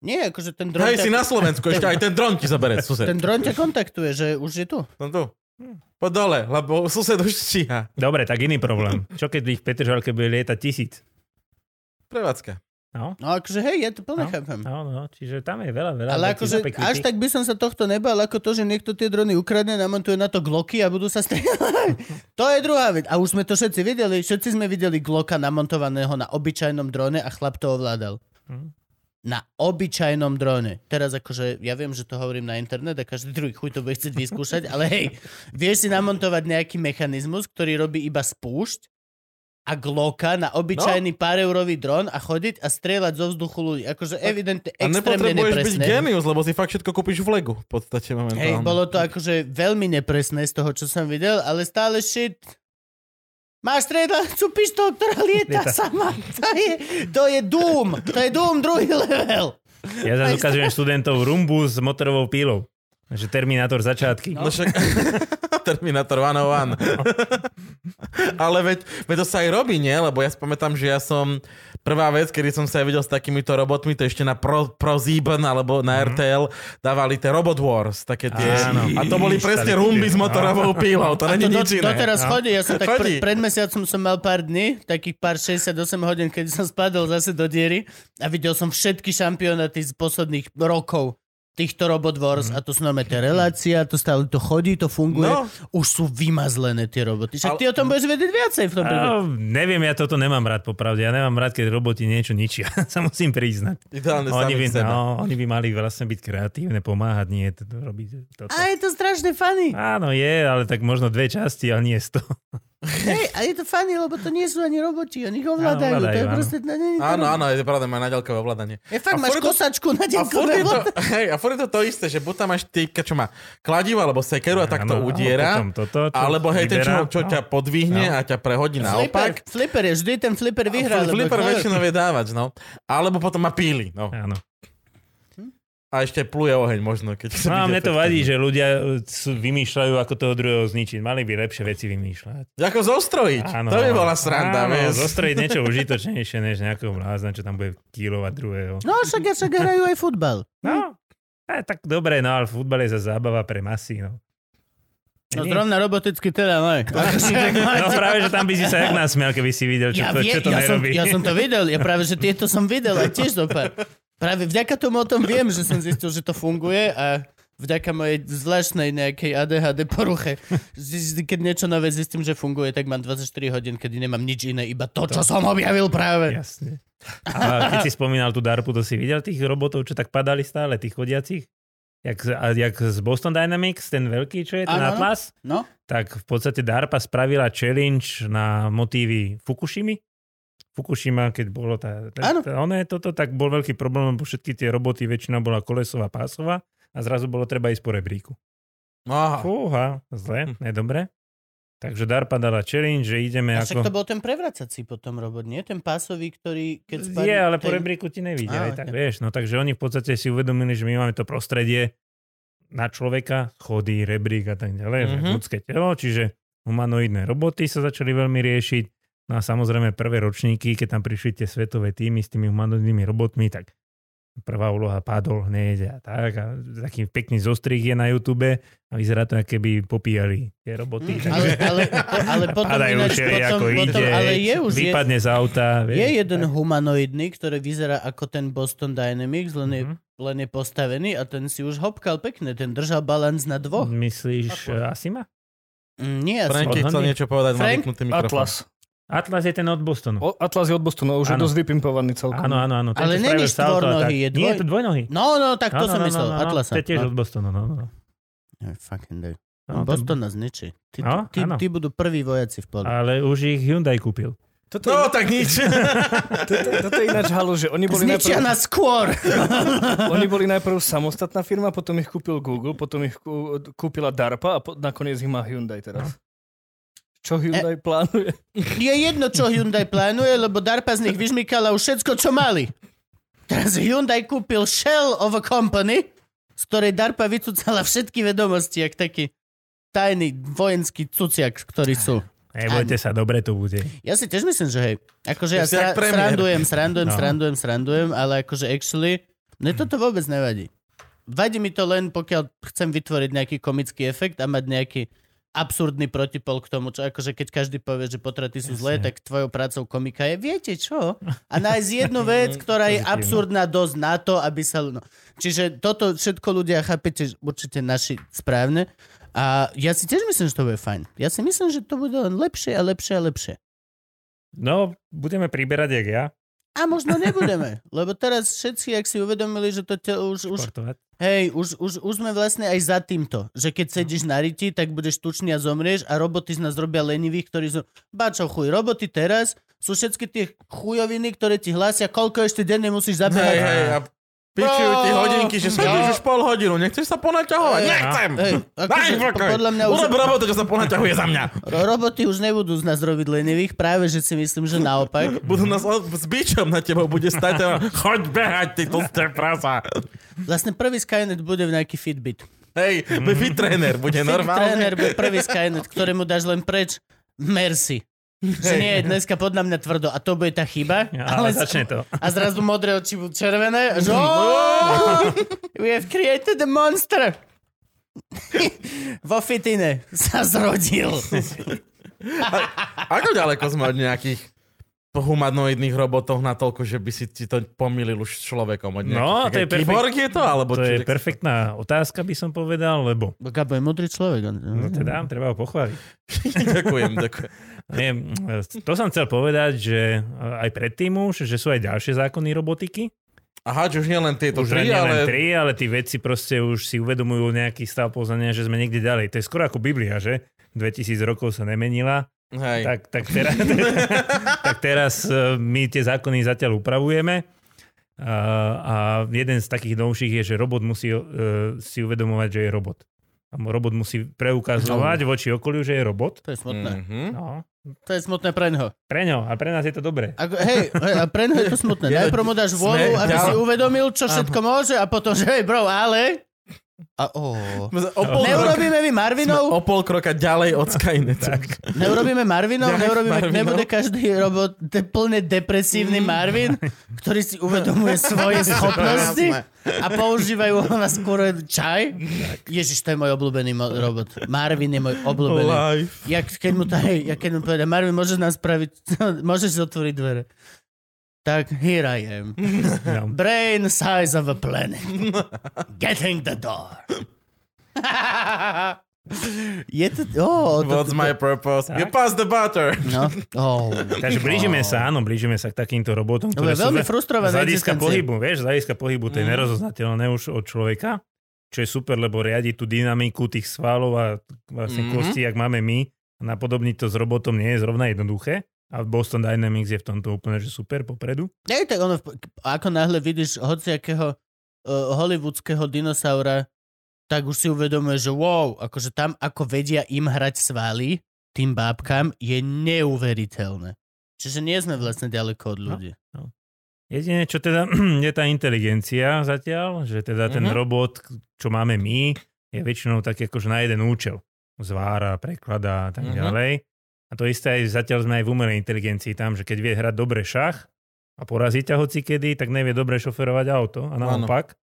Speaker 2: Nie, akože ten dron,
Speaker 3: Hej, si
Speaker 2: ťa,
Speaker 3: na Slovensku, ešte aj ten dron ti zabere, sused.
Speaker 2: ten dron ťa kontaktuje, že už je tu.
Speaker 3: No tu. Poď dole, lebo sused už stíha.
Speaker 4: Dobre, tak iný problém. Čo keď by ich v Petržalke bude lietať tisíc?
Speaker 3: Prevádzka.
Speaker 4: No,
Speaker 2: No akože hej, ja to plne
Speaker 4: No.
Speaker 2: chápem.
Speaker 4: no, no, čiže tam je veľa, veľa.
Speaker 2: Ale
Speaker 4: vecí
Speaker 2: akože
Speaker 4: zapeknutých.
Speaker 2: až tak by som sa tohto nebal, ako to, že niekto tie drony ukradne, namontuje na to gloky a budú sa strieľať. to je druhá vec. A už sme to všetci videli. Všetci sme videli gloka namontovaného na obyčajnom drone a chlap to ovládal.
Speaker 4: Hm.
Speaker 2: Na obyčajnom drone. Teraz akože, ja viem, že to hovorím na internet a každý druhý chuj to bude chcieť vyskúšať, ale hej, vieš si namontovať nejaký mechanizmus, ktorý robí iba spúšť a gloka na obyčajný no. pár eurový dron a chodiť a strieľať zo vzduchu ľudí. Akože evidentne
Speaker 3: A
Speaker 2: extrémne
Speaker 3: nepotrebuješ byť
Speaker 2: nepresné.
Speaker 3: genius, lebo si fakt všetko kúpiš v legu. V podstate
Speaker 2: Hej,
Speaker 3: momentálne.
Speaker 2: bolo to akože veľmi nepresné z toho, čo som videl, ale stále shit. Máš striedacu pištol, ktorá lieta,
Speaker 4: Lieta.
Speaker 2: sama. To je, to je Doom. To je Doom druhý level.
Speaker 4: Ja zase ukazujem študentov rumbu s motorovou pílou. Že Terminátor začiatky.
Speaker 3: No však... Terminator 101. Ale veď, veď to sa aj robí, nie? Lebo ja si pamätám, že ja som... Prvá vec, kedy som sa aj videl s takýmito robotmi, to ešte na Pro, ProSieben alebo na RTL dávali tie Robot Wars, také tie.
Speaker 4: Mhm. Áno.
Speaker 3: A to boli presne rumby s motorovou pílou, to
Speaker 2: A
Speaker 3: není
Speaker 2: to do,
Speaker 3: nič iné.
Speaker 2: doteraz
Speaker 4: No.
Speaker 2: chodí. Ja som tak
Speaker 3: Chodí.
Speaker 2: pr- pred mesiacom som mal pár dní, takých pár 68 hodín, keď som spadol zase do diery a videl som všetky šampionáty z posledných rokov týchto Robot Wars a to sú normálne tie relácia, to stále to chodí, to funguje.
Speaker 3: Mhm. No.
Speaker 2: Už sú vymazlené tie roboty. Však
Speaker 3: Ale-
Speaker 2: ty o tom budeš vedieť viacej v tom príbehu.
Speaker 4: No, neviem, ja toto nemám rád popravde. Ja nemám rád, keď roboti niečo ničia. sa musím priznať.
Speaker 3: Ideálne
Speaker 4: Oni
Speaker 3: sami
Speaker 4: by,
Speaker 3: sebe.
Speaker 4: no, oni by mali vlastne byť kreatívne, pomáhať, nie to, robiť toto.
Speaker 2: A je to strašne funny.
Speaker 4: Áno, je, ale tak možno dve časti, ale nie sto.
Speaker 2: Hej, a je to funny, lebo to nie sú ani roboti, oni ich ovládajú. to
Speaker 4: Áno,
Speaker 2: je
Speaker 4: ovládajú, áno.
Speaker 2: proste... No, nie, nie, to
Speaker 3: Áno,
Speaker 2: robí.
Speaker 3: áno, je to pravda, má naďalkové ovládanie.
Speaker 2: Je fakt,
Speaker 3: A
Speaker 2: máš
Speaker 3: furt je to-
Speaker 2: kosačku na
Speaker 3: A furt,
Speaker 2: denkové
Speaker 3: je to, hej, a furt je to to isté, že buď tam máš týka, čo má kladivo alebo sekeru a tak to
Speaker 4: Áno, áno,
Speaker 3: udiera,
Speaker 4: potom toto, čo
Speaker 3: alebo hej, ten, čo,
Speaker 4: vyberá.
Speaker 3: čo ťa
Speaker 4: No.
Speaker 3: podvihne a ťa prehodí
Speaker 2: Flipper,
Speaker 3: naopak.
Speaker 2: flipper je, vždy ten flipper vyhrá. lebo
Speaker 3: Flipper
Speaker 2: kto-
Speaker 3: väčšinou vie dávať, no. Alebo potom má píly, no.
Speaker 4: Áno.
Speaker 3: A ešte pluje oheň možno, keď sa
Speaker 4: No a
Speaker 3: vidie
Speaker 4: mne to
Speaker 3: efektívne.
Speaker 4: vadí, že ľudia e, sú- vymýšľajú, ako toho druhého zničiť. Mali by lepšie veci vymýšľať.
Speaker 3: Ako zostrojiť, to by bola sranda,
Speaker 4: Áno,
Speaker 3: vieš.
Speaker 4: Zostrojiť niečo užitočnejšie, než nejakého blázna, čo tam bude kýlovať druhého.
Speaker 2: No, však ja však hrajú aj futbal.
Speaker 4: No, e, tak dobre, no ale futbal je za zábava pre masy, no.
Speaker 2: No
Speaker 4: Nie.
Speaker 2: zrovna roboticky teda, no. Akože tak máte.
Speaker 4: No práve, že tam by si sa jak nasmial, keby si videl, čo,
Speaker 2: Ja,
Speaker 4: to,
Speaker 2: vie,
Speaker 4: čo to
Speaker 2: ja, som,
Speaker 4: nerobí.
Speaker 2: ja som to videl, ja práve, že tieto som videl aj tiež dopad. Práve vďaka tomu o tom viem, že som zistil, že to funguje a vďaka mojej zvláštnej nejakej ADHD poruche. z- z- Keď niečo nové zistím, že funguje, tak mám 24 hodín, kedy nemám nič iné, iba to, čo som objavil práve.
Speaker 4: Jasne. A keď si spomínal tú DARPu, to si videl tých robotov, čo tak padali stále, tých chodiacich? Jak, z- a, jak z Boston Dynamics, ten veľký, čo je, ten
Speaker 2: Áno, áno.
Speaker 4: Atlas?
Speaker 2: No,
Speaker 4: tak v podstate DARPA spravila challenge na motívy Fukushimy. Fukushima, keď bolo tá, tá,
Speaker 2: Áno.
Speaker 4: tá ono je toto, tak bol veľký problém, lebo všetky tie roboty, väčšina bola kolesová, pásová a zrazu bolo treba ísť po rebríku.
Speaker 3: No,
Speaker 2: Ah.
Speaker 3: Aha.
Speaker 4: Fúha,
Speaker 2: Hm.
Speaker 4: zle, nedobre. Takže DARPA dala challenge, že ideme
Speaker 2: a však to
Speaker 4: ako...
Speaker 2: bol ten prevracací potom robot, nie? Ten pásový, ktorý... Keď spadne-
Speaker 4: Je, ale po
Speaker 2: ten-
Speaker 4: rebríku ti
Speaker 2: Á,
Speaker 4: nevidia, aj tak,
Speaker 2: ok.
Speaker 4: vieš. No takže oni v podstate si uvedomili, že my máme to prostredie na človeka, chody, rebrík a tak ďalej,
Speaker 3: Mhm.
Speaker 4: mm-hmm. ľudské telo, čiže humanoidné roboty sa začali veľmi riešiť. No a samozrejme prvé ročníky, keď tam prišli tie svetové týmy s tými humanoidnými robotmi, tak prvá úloha padol hneď a tak. A taký pekný zostrih je na YouTube a vyzerá to, ako keby popíjali tie roboty.
Speaker 2: Mm, ale, ale, ale potom,
Speaker 4: Padajú
Speaker 2: ináč,
Speaker 4: šeli,
Speaker 2: potom,
Speaker 4: ako
Speaker 2: potom,
Speaker 4: ide,
Speaker 2: ale je už je,
Speaker 4: vypadne z auta. Vieš,
Speaker 2: Je jeden humanoidný, ktorý vyzerá ako ten Boston Dynamics, len je,
Speaker 4: Mhm.
Speaker 2: len je postavený a ten si už hopkal pekne, ten držal balans na dvoch.
Speaker 4: Myslíš eh, Asima?
Speaker 2: Mm, nie, ja som...
Speaker 3: Franky chcel
Speaker 4: Odhodný.
Speaker 3: niečo povedať, má
Speaker 2: Frank?
Speaker 3: vypnutý mikrofón.
Speaker 5: Atlas.
Speaker 4: Atlas je ten od Bostonu.
Speaker 5: O, Atlas je od Bostonu, už je
Speaker 4: Áno.
Speaker 5: dosť vypimpovaný celkom.
Speaker 4: Áno, áno, áno. ten,
Speaker 2: Ale
Speaker 4: čo
Speaker 2: není
Speaker 4: spravil salto a
Speaker 2: štvornohý,
Speaker 4: tak.
Speaker 2: je dvoj-
Speaker 4: Nie, je to dvojnohý.
Speaker 2: No, no, tak to
Speaker 4: Áno,
Speaker 2: som
Speaker 4: áno,
Speaker 2: myslel,
Speaker 4: áno, áno,
Speaker 2: Atlasa.
Speaker 4: To je tiež
Speaker 2: no.
Speaker 4: od Bostonu, no, no. no.
Speaker 2: No, fucking day.
Speaker 4: No, ten-
Speaker 2: Boston nás ničí. Ty,
Speaker 4: No,
Speaker 2: ty,
Speaker 4: áno.
Speaker 2: ty budú prví vojaci v poli.
Speaker 4: Ale už ich Hyundai kúpil.
Speaker 5: Toto,
Speaker 3: No,
Speaker 5: no,
Speaker 3: tak nič.
Speaker 5: toto, toto je ináč halu, že oni boli,
Speaker 2: Zničia
Speaker 5: najprv,
Speaker 2: nás skôr!
Speaker 5: oni boli najprv samostatná firma, potom ich kúpil Google, potom ich kú- kúpila DARPA a po, nakoniec ich má Hyundai teraz.
Speaker 3: No.
Speaker 5: Čo Hyundai plánuje?
Speaker 2: Je jedno, čo Hyundai plánuje, lebo DARPA z nich vyžmykala už všetko, čo mali. Teraz Hyundai kúpil Shell of a company, z ktorej DARPA vycúcala všetky vedomosti, jak taký tajný vojenský cuciak, ktorý sú.
Speaker 4: Nebojte sa, dobre to bude.
Speaker 2: Ja si tiež myslím, že hej, akože
Speaker 3: To
Speaker 2: ja
Speaker 3: si jak
Speaker 2: sra-
Speaker 3: premiér.
Speaker 2: srandujem, srandujem,
Speaker 4: No.
Speaker 2: srandujem, srandujem, ale akože actually, mne toto vôbec nevadí. Vadí mi to len, pokiaľ chcem vytvoriť nejaký komický efekt a mať nejaký absurdný protipol k tomu, čo akože keď každý povie, že potraty sú zlé, tak tvojou prácou komika je, viete čo? A nájsť jednu vec, ktorá je
Speaker 4: Pozitívne.
Speaker 2: absurdná dosť na to, aby sa... No. Čiže toto všetko ľudia chápete určite naši správne. A ja si tiež myslím, že to bude fajn. Ja si myslím, že to bude len lepšie a lepšie a lepšie.
Speaker 4: No, budeme priberať, jak ja,
Speaker 2: A možno nebudeme, lebo teraz všetci, ak si uvedomili, že to te, už, už,
Speaker 4: športovať.
Speaker 2: hej, už, už, už sme vlastne aj za týmto, že
Speaker 3: No.
Speaker 2: keď sedíš na riti, tak budeš tučný a zomrieš a roboty z nás robia lenivých, ktorí sú, bačo chuj, roboty teraz sú všetky tie chujoviny, ktoré ti hlásia, koľko ešte denne musíš zabehať.
Speaker 3: Hej, hej, a pičujú ti
Speaker 2: No.
Speaker 3: hodinky, že sedíš
Speaker 2: No.
Speaker 3: už pol hodinu, nechceš sa ponaťahovať?
Speaker 2: Hej.
Speaker 3: Nechcem!
Speaker 2: Hej,
Speaker 3: Daj
Speaker 2: akože,
Speaker 3: mi pokoj!
Speaker 2: podľa mňa už
Speaker 3: Urob robotu, čo sa ponaťahuje za mňa.
Speaker 2: ro- roboty už nebudú z nás robiť lenivých, práve že si myslím, že naopak.
Speaker 3: Budú nás od- s bičom na tebou, bude stať a choď behať, ty to ste prasa.
Speaker 2: Vlastne prvý Skynet bude v nejaký Fitbit.
Speaker 3: Hej,
Speaker 4: Mhm.
Speaker 3: mm. fit tréner bude
Speaker 2: Fit tréner
Speaker 3: normálne.
Speaker 2: bude prvý Skynet, ktorému dáš len preč. Merci. Že nie, dneska podľa mňa tvrdo. A to bude tá chyba.
Speaker 4: Ja, ale začne to.
Speaker 2: A zrazu modré oči budú červené. a Že, "Oh, we have created a monster. Vo fitine sa zrodil.
Speaker 3: Ako ďaleko sme od nejakých humanoidných robotov na toľko, že by si ti to pomýlil už s človekom od nejakých. Taký
Speaker 4: No, to je perfekt-
Speaker 3: Kyborg je to? Alebo
Speaker 4: To
Speaker 3: čo?
Speaker 4: je perfektná otázka, by som povedal, lebo
Speaker 2: Bo Gabo je modrý človek.
Speaker 4: no teda, treba ho pochváliť.
Speaker 3: ďakujem, ďakujem.
Speaker 4: Nie, to som chcel povedať, že eh, aj predtým už, že sú aj ďalšie zákony robotiky.
Speaker 3: Aha, že už nie len tieto
Speaker 4: Už
Speaker 3: tri,
Speaker 4: nie
Speaker 3: ale...
Speaker 4: len tri, ale tí vedci proste už si uvedomujú nejaký stav poznania, že sme niekde ďalej. To je skoro ako Biblia, že? 2000 rokov sa nemenila.
Speaker 3: Hej.
Speaker 4: Tak, tak teraz, tak teraz eh, my tie zákony zatiaľ upravujeme. A, a jeden z takých novších je, že robot musí eh, si uvedomovať, že je robot. A robot musí preukazovať
Speaker 3: No.
Speaker 4: voči okoliu, že je robot.
Speaker 2: To je smutné.
Speaker 3: Mhm.
Speaker 4: No,
Speaker 2: To je smutné pre neho.
Speaker 4: pre ňo, a pre nás je to dobré.
Speaker 2: Ako, hej, hej, a pre neho je to smutné. Najprv mu dáš vôľu, aby si uvedomil, čo všetko môže a potom, že hej, bro, ale... A oh.
Speaker 3: Sme O pol, roka,
Speaker 2: Neurobíme my
Speaker 3: sme
Speaker 2: Marvinov?
Speaker 3: o pol kroka ďalej od Skynetu.
Speaker 2: Neurobíme Marvinov,
Speaker 3: Ja,
Speaker 2: neurobíme,
Speaker 3: Marvinov. Mm.
Speaker 2: nebude každý robot de, plne depresívny Marvin, ktorý si uvedomuje svoje schopnosti a používajú ho na skôr čaj. Ježiš, to je môj obľúbený mo- robot. Marvin je môj
Speaker 4: No,
Speaker 2: obľúbený.
Speaker 3: Life.
Speaker 2: Jak, keď mu, to, hej, ja keď mu povedia, Marvin, môžeš nám spraviť, môžeš si otvoriť dvere. Tak, here I am.
Speaker 4: No.
Speaker 2: Brain size of a planet. Getting the door. je to... Oh, to,
Speaker 3: What's my purpose? You pass the butter.
Speaker 2: No. Oh.
Speaker 4: Takže blížime sa, áno, blížime sa k takýmto robotom,
Speaker 2: To je
Speaker 4: ktoré sú
Speaker 2: veľmi
Speaker 4: za-
Speaker 2: frustrované.
Speaker 4: z hľadiska
Speaker 2: existencie.
Speaker 4: pohybu, vieš, z hľadiska pohybu to je
Speaker 3: Mm.
Speaker 4: nerozoznateľné už od človeka, čo je super, lebo riadi tú dynamiku tých svalov a vlastne
Speaker 3: Mhm.
Speaker 4: kosti, jak máme my. Napodobniť to s robotom nie je zrovna jednoduché. A Boston Dynamics je v tomto úplne že super popredu.
Speaker 2: Nie, tak ono, v- ako náhle vidíš hociakého uh, hollywoodského dinosaura, tak už si uvedomuje, že wow, akože tam, ako vedia im hrať svaly, tým bábkam, je neuveriteľné. Čiže nie sme vlastne ďaleko
Speaker 4: No.
Speaker 2: od ľudí.
Speaker 4: Jedine, čo teda je tá inteligencia zatiaľ, že teda ten
Speaker 3: Mhm.
Speaker 4: robot, čo máme my, je väčšinou tak akože na jeden účel. Zvára, prekladá a tak
Speaker 3: Mhm.
Speaker 4: ďalej. A to isté aj zatiaľ sme aj v umelej inteligencii tam, že keď vie hrať dobre šach a porazí ťa hoci kedy, tak nevie dobre šoferovať auto a naopak.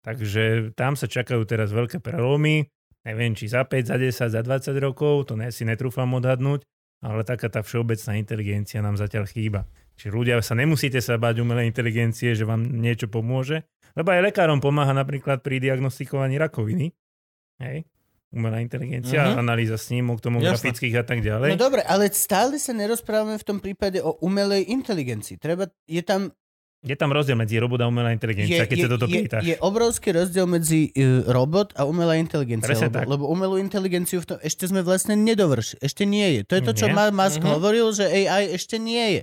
Speaker 4: Takže tam sa čakajú teraz veľké prelomy. Neviem, či za 5, za 10, za 20 rokov, to ne, si netrúfam odhadnúť, ale taká tá všeobecná inteligencia nám zatiaľ chýba. Čiže ľudia sa nemusíte sa báť umelej inteligencie, že vám niečo pomôže. Lebo aj lekárom pomáha napríklad pri diagnostikovaní rakoviny. Hej? Umelá inteligencia,
Speaker 3: Mhm.
Speaker 4: mm-hmm. analýza snímok, tomografických a tak ďalej.
Speaker 2: No dobre, ale stále sa nerozprávame v tom prípade o umelej inteligencii. Treba, je tam
Speaker 4: Je tam rozdiel medzi robot a umelá inteligencia, keď sa toto
Speaker 2: je,
Speaker 4: pýtaš.
Speaker 2: je obrovský rozdiel medzi e, robot a umelá inteligencia.
Speaker 4: Presne
Speaker 2: Lebo,
Speaker 4: tak.
Speaker 2: lebo umelú inteligenciu v tom, ešte sme vlastne nedovršili. Ešte nie je. To je to, čo
Speaker 4: Nie? Mhm.
Speaker 2: Ma- Musk hovoril, že AI ešte nie je.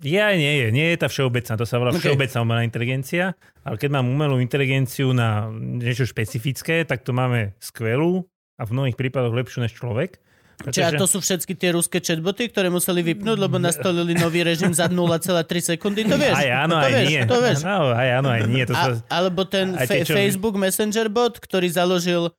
Speaker 4: Je aj nie je. Nie je tá všeobecná. To sa volá
Speaker 2: Ok.
Speaker 4: okay. všeobecná umelá inteligencia. Ale keď mám umelú inteligenciu na niečo špecifické, tak to máme skvelú a v mnohých prípadoch lepšiu než človek.
Speaker 2: Čiže a to sú všetky tie ruské chatboty, ktoré museli vypnúť, lebo nastolili nový režim za 0,3 sekundy, to vieš.
Speaker 4: Aj áno,
Speaker 2: to
Speaker 4: aj
Speaker 2: vieš,
Speaker 4: nie.
Speaker 2: To vieš.
Speaker 4: No, aj áno, aj nie. To
Speaker 2: A,
Speaker 4: sa...
Speaker 2: alebo ten
Speaker 4: aj
Speaker 2: fe-
Speaker 4: tie, čo-
Speaker 2: Facebook Messenger bot, ktorý založil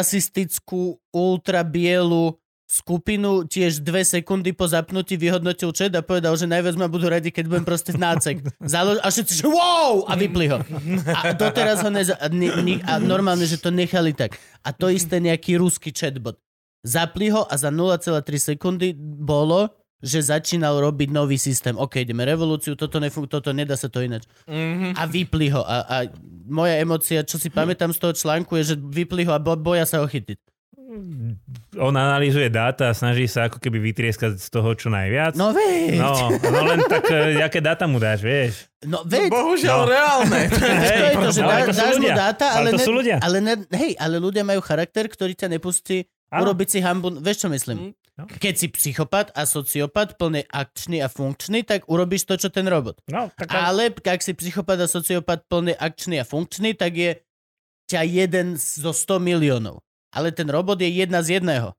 Speaker 2: rasistickú ultrabielu skupinu tiež dve sekundy po zapnutí vyhodnotil chat a povedal, že najviac ma budú radi, keď budem proste nácek. Založ- a všetci, že wow! A vypli ho. A doteraz ho neza- a, ni- ni- a normálne, že to nechali tak. A to isté nejaký ruský chatbot. Zapli ho a za 0,3 sekundy bolo, že začínal robiť nový systém. OK, ideme revolúciu, toto, nefun- toto nedá sa to ináč
Speaker 3: Mm-hmm.
Speaker 2: a vypli ho. A, a moja emócia, čo si pamätám z toho článku, je, že vypli ho a bo, boja sa ho chytiť.
Speaker 4: On analýzuje dáta a snaží sa ako keby vytrieskať z toho čo najviac.
Speaker 2: No veď, no,
Speaker 4: no, no len tak, e, aké dáta mu dáš, vieš.
Speaker 2: no veď.
Speaker 3: Bohužiaľ,
Speaker 4: No.
Speaker 3: reálne.
Speaker 2: Vieš, to
Speaker 4: Hej,
Speaker 2: je to, že
Speaker 4: ale
Speaker 2: dá,
Speaker 4: to sú
Speaker 2: dáš mu
Speaker 4: ľudia.
Speaker 2: dáta,
Speaker 4: Ale
Speaker 2: ale,
Speaker 4: to
Speaker 2: ne,
Speaker 4: sú ľudia.
Speaker 2: ale ne, hej, ale ľudia majú charakter, ktorý ťa nepustí
Speaker 4: Áno.
Speaker 2: urobiť si hambu. Vieš, čo myslím?
Speaker 4: No.
Speaker 2: Keď si psychopat a sociopat, plne akčný a funkčný, tak urobíš to, čo ten robot.
Speaker 4: No, tak
Speaker 2: Ale ak si psychopat a sociopat plne akčný a funkčný, tak je ťa jeden zo 100 miliónov. Ale ten robot je jedna z jedného.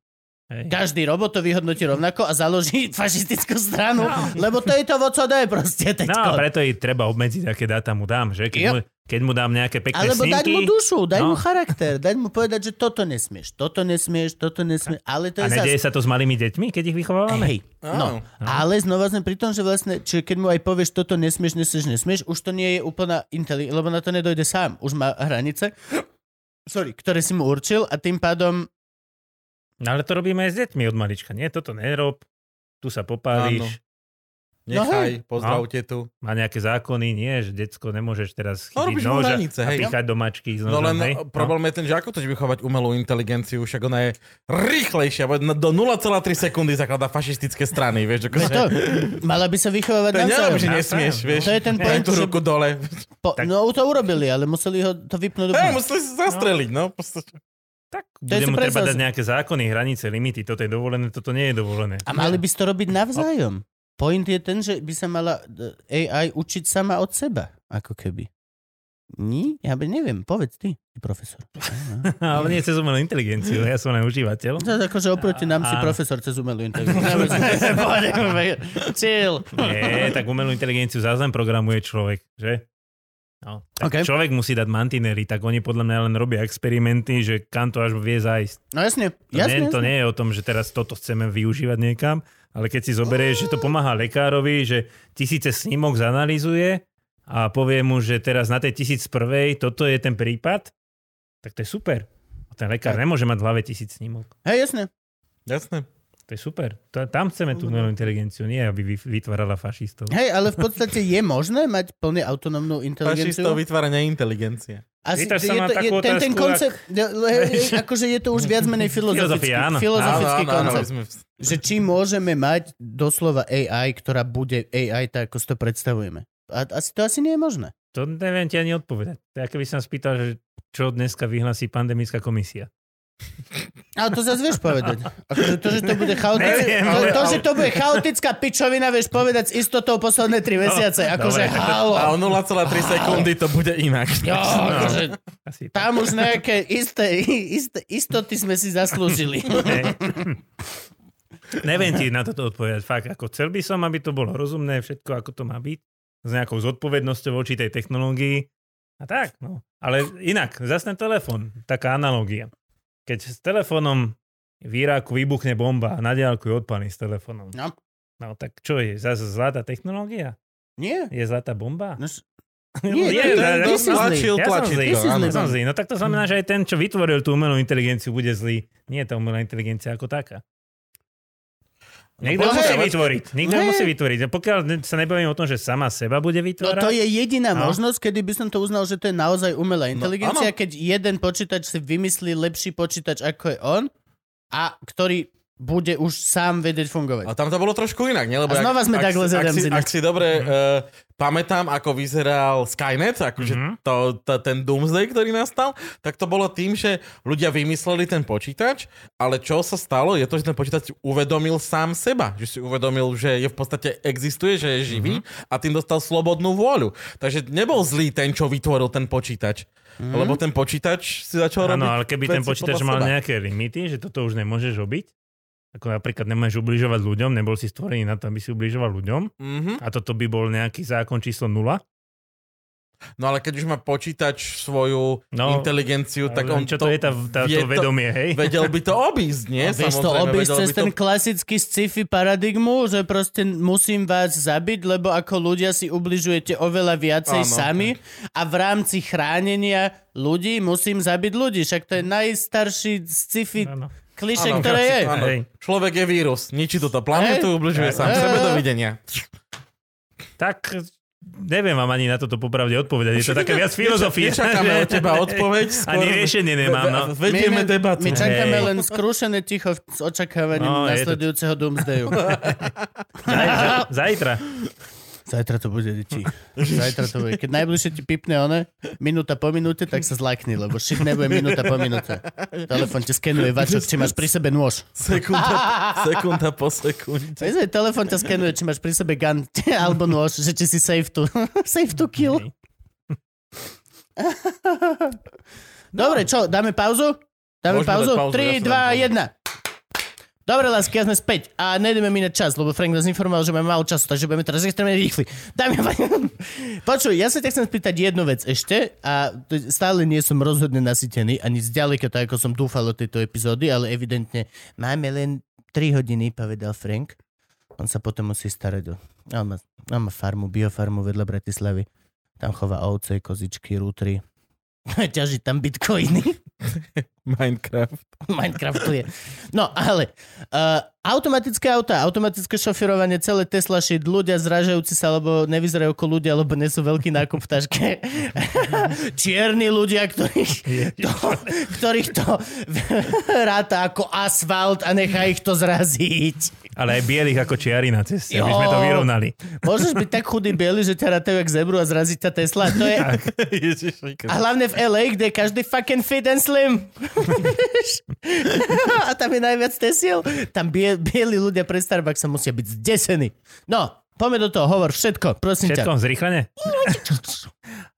Speaker 4: hej.
Speaker 2: Každý robot to vyhodnotí rovnako a založí fašistickú stranu, lebo to je to VCD proste
Speaker 4: No a
Speaker 2: teďko.
Speaker 4: preto jej treba obmedziť, aké dáta mu dám, že? Keď,
Speaker 2: Jo.
Speaker 4: mu, keď mu dám nejaké pekné
Speaker 2: Alebo
Speaker 4: snímky,
Speaker 2: dať mu dušu, daj mu
Speaker 4: No.
Speaker 2: charakter, daj mu povedať, že toto nesmieš, toto nesmieš, toto nesmieš, ale to
Speaker 4: a
Speaker 2: je
Speaker 4: nedieje
Speaker 2: zase...
Speaker 4: sa to s malými deťmi, keď ich vychovávame?
Speaker 2: Hej, no.
Speaker 3: Áno.
Speaker 2: Ale znova sme pri tom, že vlastne, čiže keď mu aj povieš toto nesmieš, nesmieš, nesmieš, už to nie je úplná inteligencia, lebo na to nedojde sám. Už má hranice, sorry, ktoré si mu určil a tým pádom
Speaker 4: No ale to robíme aj s deťmi od malička. Nie, toto nerob, tu sa popálíš, No,
Speaker 3: Nechaj, pozdravte tu.
Speaker 4: má nejaké zákony, nie, že decko nemôžeš teraz
Speaker 3: No,
Speaker 4: chytiť
Speaker 3: robíš mu
Speaker 4: noža
Speaker 3: hranice,
Speaker 4: a
Speaker 3: hej.
Speaker 4: píchať do mačky s
Speaker 3: No
Speaker 4: nožom,
Speaker 3: len
Speaker 4: hej?
Speaker 3: no. problém je ten, že ako to vychovať umelú inteligenciu, však ona je rýchlejšia, bo do 0,3 sekundy zakladá fašistické strany, vieš,
Speaker 2: Veď
Speaker 3: akože...
Speaker 2: to, mala by sa vychovávať
Speaker 3: To je nerobí, že
Speaker 2: navzájom.
Speaker 3: nesmieš, vieš.
Speaker 2: To je ten point,
Speaker 3: Daj tú
Speaker 2: že-
Speaker 3: ruku dole.
Speaker 2: Po,
Speaker 4: Tak-
Speaker 2: no to urobili, ale museli ho to vypnúť.
Speaker 3: Hej,
Speaker 2: úplne.
Speaker 3: museli sa zastreliť, no. proste.
Speaker 4: Tak
Speaker 2: To je si
Speaker 4: bude mu treba
Speaker 2: predstav-
Speaker 4: dať nejaké zákony, hranice, limity, toto je dovolené, toto nie je dovolené.
Speaker 2: A mali by si to robiť navzájom. Point je ten, že by sa mala e, AI učiť sama od seba, ako keby. Nie? Ja by neviem, povedz ty, ty profesor.
Speaker 4: ale nie cez umelú inteligenciu, ja som len užívateľ.
Speaker 2: To je akože oproti nám si
Speaker 4: Áno.
Speaker 2: profesor cez umelú inteligenciu. Poďme, Chill.
Speaker 4: Nie, tak umelú inteligenciu záznam programuje človek, že? No,
Speaker 2: Ok.
Speaker 4: tak človek musí dať mantinery, tak oni podľa mňa len robia experimenty, že kam to až vie zájsť.
Speaker 2: No jasne,
Speaker 4: To,
Speaker 2: jasne.
Speaker 4: nie, to
Speaker 2: jasne.
Speaker 4: nie je o tom, že teraz toto chceme využívať niekam, ale keď si zoberieš, že to pomáha lekárovi, že tisíce snímok zanalizuje a povie mu, že teraz na tej tisíc prvej toto je ten prípad, tak to je super. A ten lekár
Speaker 2: Tak.
Speaker 4: nemôže mať v hlave tisíc snímok.
Speaker 2: Hej, jasne.
Speaker 3: Jasné.
Speaker 4: To je super. To, tam chceme tú umelú inteligenciu, nie aby vy- vytvárala fašistov.
Speaker 2: Hej, ale v podstate je možné mať plne autonómnu
Speaker 3: Fašistov
Speaker 2: inteligenciu.
Speaker 3: vytvára neinteligencia.
Speaker 2: Asi,
Speaker 4: Pýtaš sa
Speaker 2: je
Speaker 4: na
Speaker 2: to, je,
Speaker 4: takú
Speaker 2: ten, ten
Speaker 4: otázku,
Speaker 2: koncept, ak... akože je to už viac menej filozofický,
Speaker 4: Filozofia, áno.
Speaker 2: filozofický
Speaker 3: Áno, áno, áno,
Speaker 2: koncept.
Speaker 3: my sme v-
Speaker 2: že či môžeme mať doslova AI, ktorá bude AI tak, ako si to predstavujeme. A, asi to asi nie je možné.
Speaker 4: To neviem ti ani odpovedať. To je, keby som spýtal, že čo dneska vyhlasí pandemická komisia.
Speaker 2: Ale to zase vieš povedať. Akože to, že to bude chaotické,
Speaker 4: Neviem,
Speaker 2: to,
Speaker 4: ale-
Speaker 2: to, že to bude chaotická pičovina, vieš povedať s istotou posledné tri mesiace. Akože
Speaker 4: No, dobre.
Speaker 3: A
Speaker 2: halo.
Speaker 3: o 0,3 sekundy to bude inak. No,
Speaker 2: Jo,
Speaker 4: No.
Speaker 2: akože,
Speaker 4: Asi tak.
Speaker 2: tam už nejaké isté, isté, istoty sme si zaslúžili.
Speaker 4: Hej. Neviem ti na toto odpovedať. Fakt, ako chcel by som, aby to bolo rozumné, všetko, ako to má byť, s nejakou zodpovednosťou voči tej technológii. A tak, no. Ale inak, zase ten telefón, taká analogia. Keď s telefónom v Iráku vybuchne bomba a na diálku ju odpalí s telefónom.
Speaker 2: No.
Speaker 4: No tak čo je, zase zlatá technológia?
Speaker 2: Nie.
Speaker 4: Je zlatá bomba?
Speaker 2: No, s- nie,
Speaker 4: Je,
Speaker 2: to-
Speaker 4: ja- ja
Speaker 2: ty si
Speaker 4: som-
Speaker 2: zlý.
Speaker 3: tlačil
Speaker 4: Ja som zlý,
Speaker 2: ja som
Speaker 3: tlačidlo. áno.
Speaker 2: zlý.
Speaker 4: Ja som zlý. No tak to znamená, že aj ten, čo vytvoril tú umelú inteligenciu, bude zlý. Nie je tá umelá inteligencia ako taká. Niekto
Speaker 2: No,
Speaker 4: ju musí
Speaker 2: hej.
Speaker 4: vytvoriť. Niekto ju
Speaker 2: Hej.
Speaker 4: musí vytvoriť. A Pokiaľ ne- sa nebavíme o tom, že sama seba bude
Speaker 2: No
Speaker 4: vytvárať,
Speaker 2: to je jediná
Speaker 4: No.
Speaker 2: možnosť, kedy by som to uznal, že to je naozaj umelá inteligencia,
Speaker 3: No, áno.
Speaker 2: keď jeden počítač si vymyslí lepší počítač ako je on a ktorý bude už sám vedieť fungovať.
Speaker 3: A tam to bolo trošku inak, nie? Lebo
Speaker 2: A znova sme takhle
Speaker 3: si- ak,
Speaker 2: zedem
Speaker 3: si,
Speaker 2: zedem.
Speaker 3: ak si dobre
Speaker 2: Mhm.
Speaker 3: uh, pamätám, ako vyzeral Skynet, akože
Speaker 4: Mhm.
Speaker 3: to, to, ten Doomsday, ktorý nastal, tak to bolo tým, že ľudia vymysleli ten počítač, ale čo sa stalo, je to, že ten počítač si uvedomil sám seba. Že si uvedomil, že je v podstate existuje, že je živý
Speaker 4: Mhm.
Speaker 3: a tým dostal slobodnú vôľu. Takže nebol zlý ten, čo vytvoril ten počítač.
Speaker 2: Mhm.
Speaker 3: Lebo ten počítač si začal robiť
Speaker 4: Áno, ale keby ten
Speaker 3: veci
Speaker 4: počítač
Speaker 3: podľa
Speaker 4: mal
Speaker 3: seba.
Speaker 4: nejaké limity, že toto už nemôžeš robiť, ako napríklad nemôžeš ubližovať ľuďom, nebol si stvorený na to, aby si ubližoval ľuďom,
Speaker 3: Mhm.
Speaker 4: a toto by bol nejaký zákon číslo 0,
Speaker 3: No ale keď už má počítač svoju
Speaker 4: No,
Speaker 3: inteligenciu, tak on
Speaker 4: čo to, je tá, tá,
Speaker 3: vie
Speaker 4: to vedomie, hej?
Speaker 3: Vedel by to obísť, nie?
Speaker 2: Vieš to
Speaker 3: Samozrejme,
Speaker 2: obísť
Speaker 3: vedel
Speaker 2: cez
Speaker 3: by
Speaker 2: ten klasický sci-fi paradigmu, že proste musím vás zabiť, lebo ako ľudia si ubližujete oveľa viacej
Speaker 3: Áno.
Speaker 2: sami a v rámci chránenia ľudí musím zabiť ľudí. Však to je najstarší sci-fi
Speaker 4: Áno.
Speaker 2: kliše,
Speaker 3: Áno.
Speaker 2: ktoré je.
Speaker 3: Áno,
Speaker 4: Hej.
Speaker 3: Človek je vírus, ničí túto planetu,
Speaker 2: Hej.
Speaker 3: ubližuje
Speaker 4: Hej.
Speaker 3: sám sebe,
Speaker 2: Hej.
Speaker 3: dovidenia.
Speaker 4: Tak neviem vám ani na toto popravde odpovedať. Je to také viac filozofie.
Speaker 3: Nečakáme
Speaker 4: že-
Speaker 3: od teba odpoveď. skôr-
Speaker 4: Ani riešenie nemám, no.
Speaker 3: Ve- ve- Vedieme debatu.
Speaker 2: my čakáme
Speaker 4: Hej.
Speaker 2: len skrušené ticho v- s očakávaním
Speaker 4: No, je to-
Speaker 2: nasledujúceho Doomsdayu.
Speaker 4: Zaj- za- Zajtra.
Speaker 2: Zajtra to bude, deti. Zajtra to bude. Keď najbližšie ti pipne one, minúta po minúte, tak sa zlakni, lebo shit nebude minúta po minúte. Telefón ti skenuje vačok, či máš pri sebe nôž.
Speaker 3: Sekunda, sekunda po sekunde.
Speaker 2: Vieš, že telefón ťa skenuje, či máš pri sebe gun alebo nôž, že či si safe to, safe to kill.
Speaker 4: Hej.
Speaker 2: Dobre, čo, dáme pauzu? Dáme
Speaker 3: Môžeme dať
Speaker 2: pauzu?
Speaker 3: pauzu, ja
Speaker 2: 3,
Speaker 3: som dám
Speaker 2: 2, 1. Dobre, lásky, ja sme späť. A nejdeme minúť čas, lebo Frank nás informoval, že máme málo času, takže budeme teraz extrémne rýchli. Dámy a páni, počuj, ja sa ťa chcem spýtať jednu vec ešte a t- stále nie som rozhodne nasytený, ani zďaleka tak, ako som dúfal od tejto epizódy, ale evidentne máme len 3 hodiny, povedal Frank. On sa potom musí starať o... On má, on má farmu, biofarmu vedľa Bratislavy. Tam chová ovce, kozičky, rútry. Ťaží tam bitcoiny.
Speaker 3: Minecraft.
Speaker 2: Minecraftuje. No, ale uh, automatické auta, automatické šofirovanie, celé Tesla shit, ľudia zražajúci sa, lebo nevyzerajú ako ľudia, lebo nesú veľký nákup v taške. Čierni ľudia, ktorých to, ktorých to ráta ako asfalt a nechá ich to zraziť.
Speaker 4: Ale aj bielých ako čiary na ceste, aby sme to
Speaker 2: Jo.
Speaker 4: vyrovnali.
Speaker 2: Môžeš byť tak chudý biely, že ťa rátajú jak zebru a zrazí ťa Tesla. To je,
Speaker 3: Ježiši,
Speaker 2: A hlavne v LA, kde je každý fucking fit and slim. Vieš? a tam je najviac tesiel. Tam bie, bieli ľudia pre Starbucks sa musia byť zdesení. No, poďme do toho, hovor všetko, prosím
Speaker 4: Všetko
Speaker 2: ťa.
Speaker 4: zrýchlene?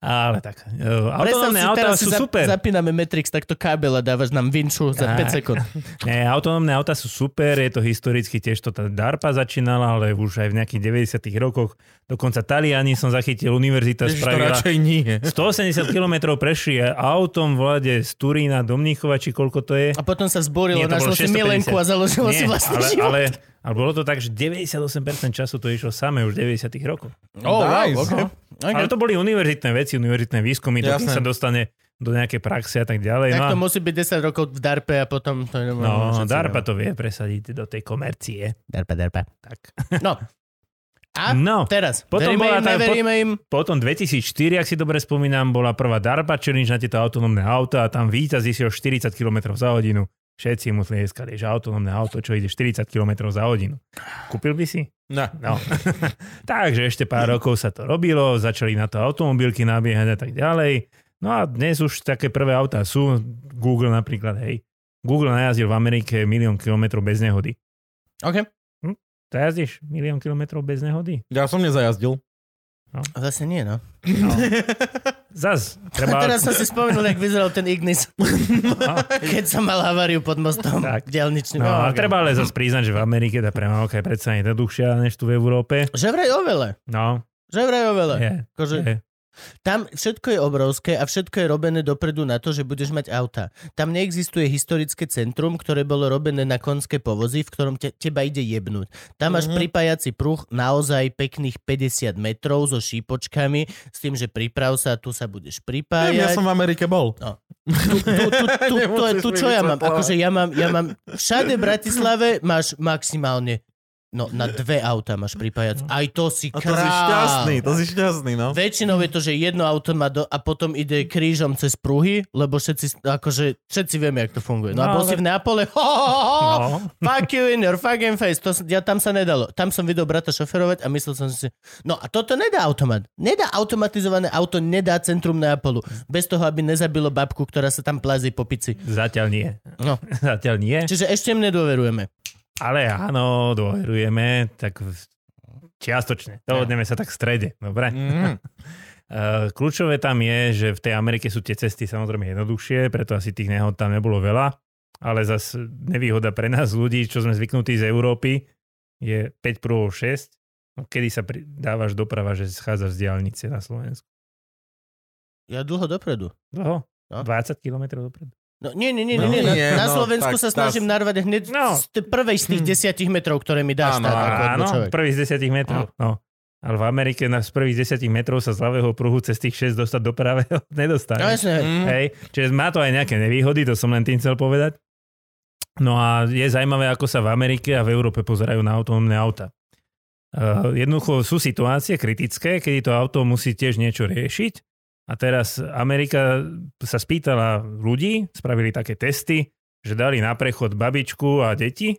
Speaker 4: Ale tak. e,
Speaker 2: Predstav
Speaker 4: Autonómne
Speaker 2: si,
Speaker 4: autá
Speaker 2: teraz si
Speaker 4: sú
Speaker 2: za-
Speaker 4: super.
Speaker 2: zapíname Matrix, takto kábel a dávaš nám vinču za
Speaker 4: Tak.
Speaker 2: 5 sekúnd.
Speaker 4: Nie, autonómne auta sú super, je to historicky tiež to tá DARPA začínala, ale už aj v nejakých 90 rokoch. Dokonca Taliani som zachytil, univerzita
Speaker 3: Ježiš, to
Speaker 4: spravila.
Speaker 3: radšej nie.
Speaker 4: 180 km prešli autom vlade z Turína do Mníchova, či koľko to je.
Speaker 2: A potom sa vzborilo,
Speaker 4: Nie, to bolo
Speaker 2: našlo si
Speaker 4: 650.
Speaker 2: milenku a založilo si vlastný
Speaker 4: ale,
Speaker 2: život.
Speaker 4: ale, ale bolo to tak, že 98% času to išlo samé už v 90 rokoch.
Speaker 2: Oh, wow,
Speaker 3: Nice.
Speaker 2: okay. Okay.
Speaker 4: Ale to boli univerzitné veci, univerzitné výskumy, dokým
Speaker 3: Jasné.
Speaker 4: sa dostane do nejakej praxe a tak ďalej.
Speaker 2: Tak to
Speaker 4: no, a-
Speaker 2: musí byť 10 rokov v DARPE a potom... To je
Speaker 4: no, DARPA to vie presadiť do tej komercie.
Speaker 2: DARPA, DARPA.
Speaker 4: Tak.
Speaker 2: No. A
Speaker 4: No,
Speaker 2: teraz,
Speaker 4: Potom
Speaker 2: veríme
Speaker 4: bola
Speaker 2: im,
Speaker 4: tá-
Speaker 2: neveríme im.
Speaker 4: potom 2004, ak si dobre spomínam, bola prvá DARPA challenge na tieto autonómne auta a tam víťaz išiel 40 km za hodinu. Všetci mu tlieskali, že autonómne auto, čo ide 40 km za hodinu. Kúpil by si?
Speaker 3: No.
Speaker 4: No. Takže ešte pár rokov sa to robilo, začali na to automobilky nabiehať a tak ďalej. No a dnes už také prvé autá sú, Google napríklad, hej. Google najazdil v Amerike milión kilometrov bez nehody.
Speaker 2: Okay.
Speaker 4: Zajazdíš milión kilometrov bez nehody?
Speaker 3: Ja som nezajazdil.
Speaker 2: Vlastne nie, no.
Speaker 4: No. Zas,
Speaker 2: A
Speaker 4: treba...
Speaker 2: teraz som si spomenul, jak vyzeral ten Ignis,
Speaker 4: no,
Speaker 2: keď som mal haváriu pod mostom
Speaker 4: Tak.
Speaker 2: dielničným.
Speaker 4: no, a
Speaker 2: okay.
Speaker 4: treba ale zase priznať, že v Amerike tá premávka je predsa jednoduchšia než tu v Európe.
Speaker 2: Že vraj oveľa.
Speaker 4: No,
Speaker 2: Že vraj oveľa.
Speaker 4: je,
Speaker 2: Akože,
Speaker 4: je.
Speaker 2: tam všetko je obrovské a všetko je robené dopredu na to, že budeš mať auta. Tam neexistuje historické centrum, ktoré bolo robené na konské povozy, v ktorom te, teba ide jebnúť. Tam máš
Speaker 3: Mhm.
Speaker 2: pripájací pruh naozaj pekných 50 metrov so šípočkami, s tým, že priprav sa, tu sa budeš pripájať.
Speaker 3: Ja som v Amerike bol.
Speaker 2: tu, tu, tu, tu, tu,
Speaker 3: Nemusíš
Speaker 2: tu
Speaker 3: mi
Speaker 2: čo ja mám?
Speaker 3: vysvetľovať.
Speaker 2: Akože ja mám, ja mám, všade v Bratislave máš maximálne No, na dve auta máš pripájať. Aj to si
Speaker 3: A
Speaker 2: král.
Speaker 3: to si šťastný, to si šťastný, no.
Speaker 2: Väčšinou je to, že jedno auto má do, a potom ide krížom cez pruhy, lebo všetci, akože, všetci vieme, jak to funguje. No, no a
Speaker 4: No,
Speaker 2: bol
Speaker 4: ale-
Speaker 2: si v Neapole, ho, ho, ho, ho, no.
Speaker 4: No,
Speaker 2: fuck you in your fucking face. To, som- ja, tam sa nedalo. Tam som videl brata šoferovať a myslel som si, no a toto nedá automat. Nedá automatizované auto, nedá centrum Neapolu. Bez toho, aby nezabilo babku, ktorá sa tam plazí po pici.
Speaker 4: zatiaľ nie.
Speaker 2: No.
Speaker 4: Zatiaľ nie.
Speaker 2: Čiže ešte im nedôverujeme.
Speaker 4: Ale áno, dôverujeme, tak v- čiastočne. Dohodneme sa tak v strede, dobre?
Speaker 3: Mm.
Speaker 4: Eh, Kľúčové tam je, že v tej Amerike sú tie cesty samozrejme jednoduchšie, preto asi tých nehod tam nebolo veľa, ale zase nevýhoda pre nás ľudí, čo sme zvyknutí z Európy, je 5 prvov 6. No, kedy sa pri- dávaš doprava, že schádzaš z diálnice na Slovensku?
Speaker 2: Ja dlho dopredu.
Speaker 4: Dlho?
Speaker 2: No.
Speaker 4: 20 km dopredu.
Speaker 2: No, nie, nie, nie,
Speaker 3: No,
Speaker 2: nie, nie.
Speaker 3: nie,
Speaker 2: Na, na
Speaker 3: no,
Speaker 2: Slovensku
Speaker 3: tak
Speaker 2: sa
Speaker 3: tá-
Speaker 2: snažím narvať hneď
Speaker 4: No.
Speaker 2: z t- prvej z tých
Speaker 3: Hm.
Speaker 2: desiatich metrov, ktoré mi dáš. No,
Speaker 3: Áno,
Speaker 2: tak, ako
Speaker 4: Áno,
Speaker 2: človek.
Speaker 4: prvý z 10 metrov. No. Ale v Amerike na z prvých 10 metrov sa z ľavého pruhu cez tých 6 dostať do pravého nedostane.
Speaker 2: No jasne.
Speaker 3: Mm.
Speaker 4: Hej, čiže má to aj nejaké nevýhody, to som len tým chcel povedať. No a je zaujímavé, ako sa v Amerike a v Európe pozerajú na autonómne auta. Uh, jednoducho sú situácie kritické, kedy to auto musí tiež niečo riešiť. A teraz Amerika sa spýtala ľudí, spravili také testy, že dali na prechod babičku a deti.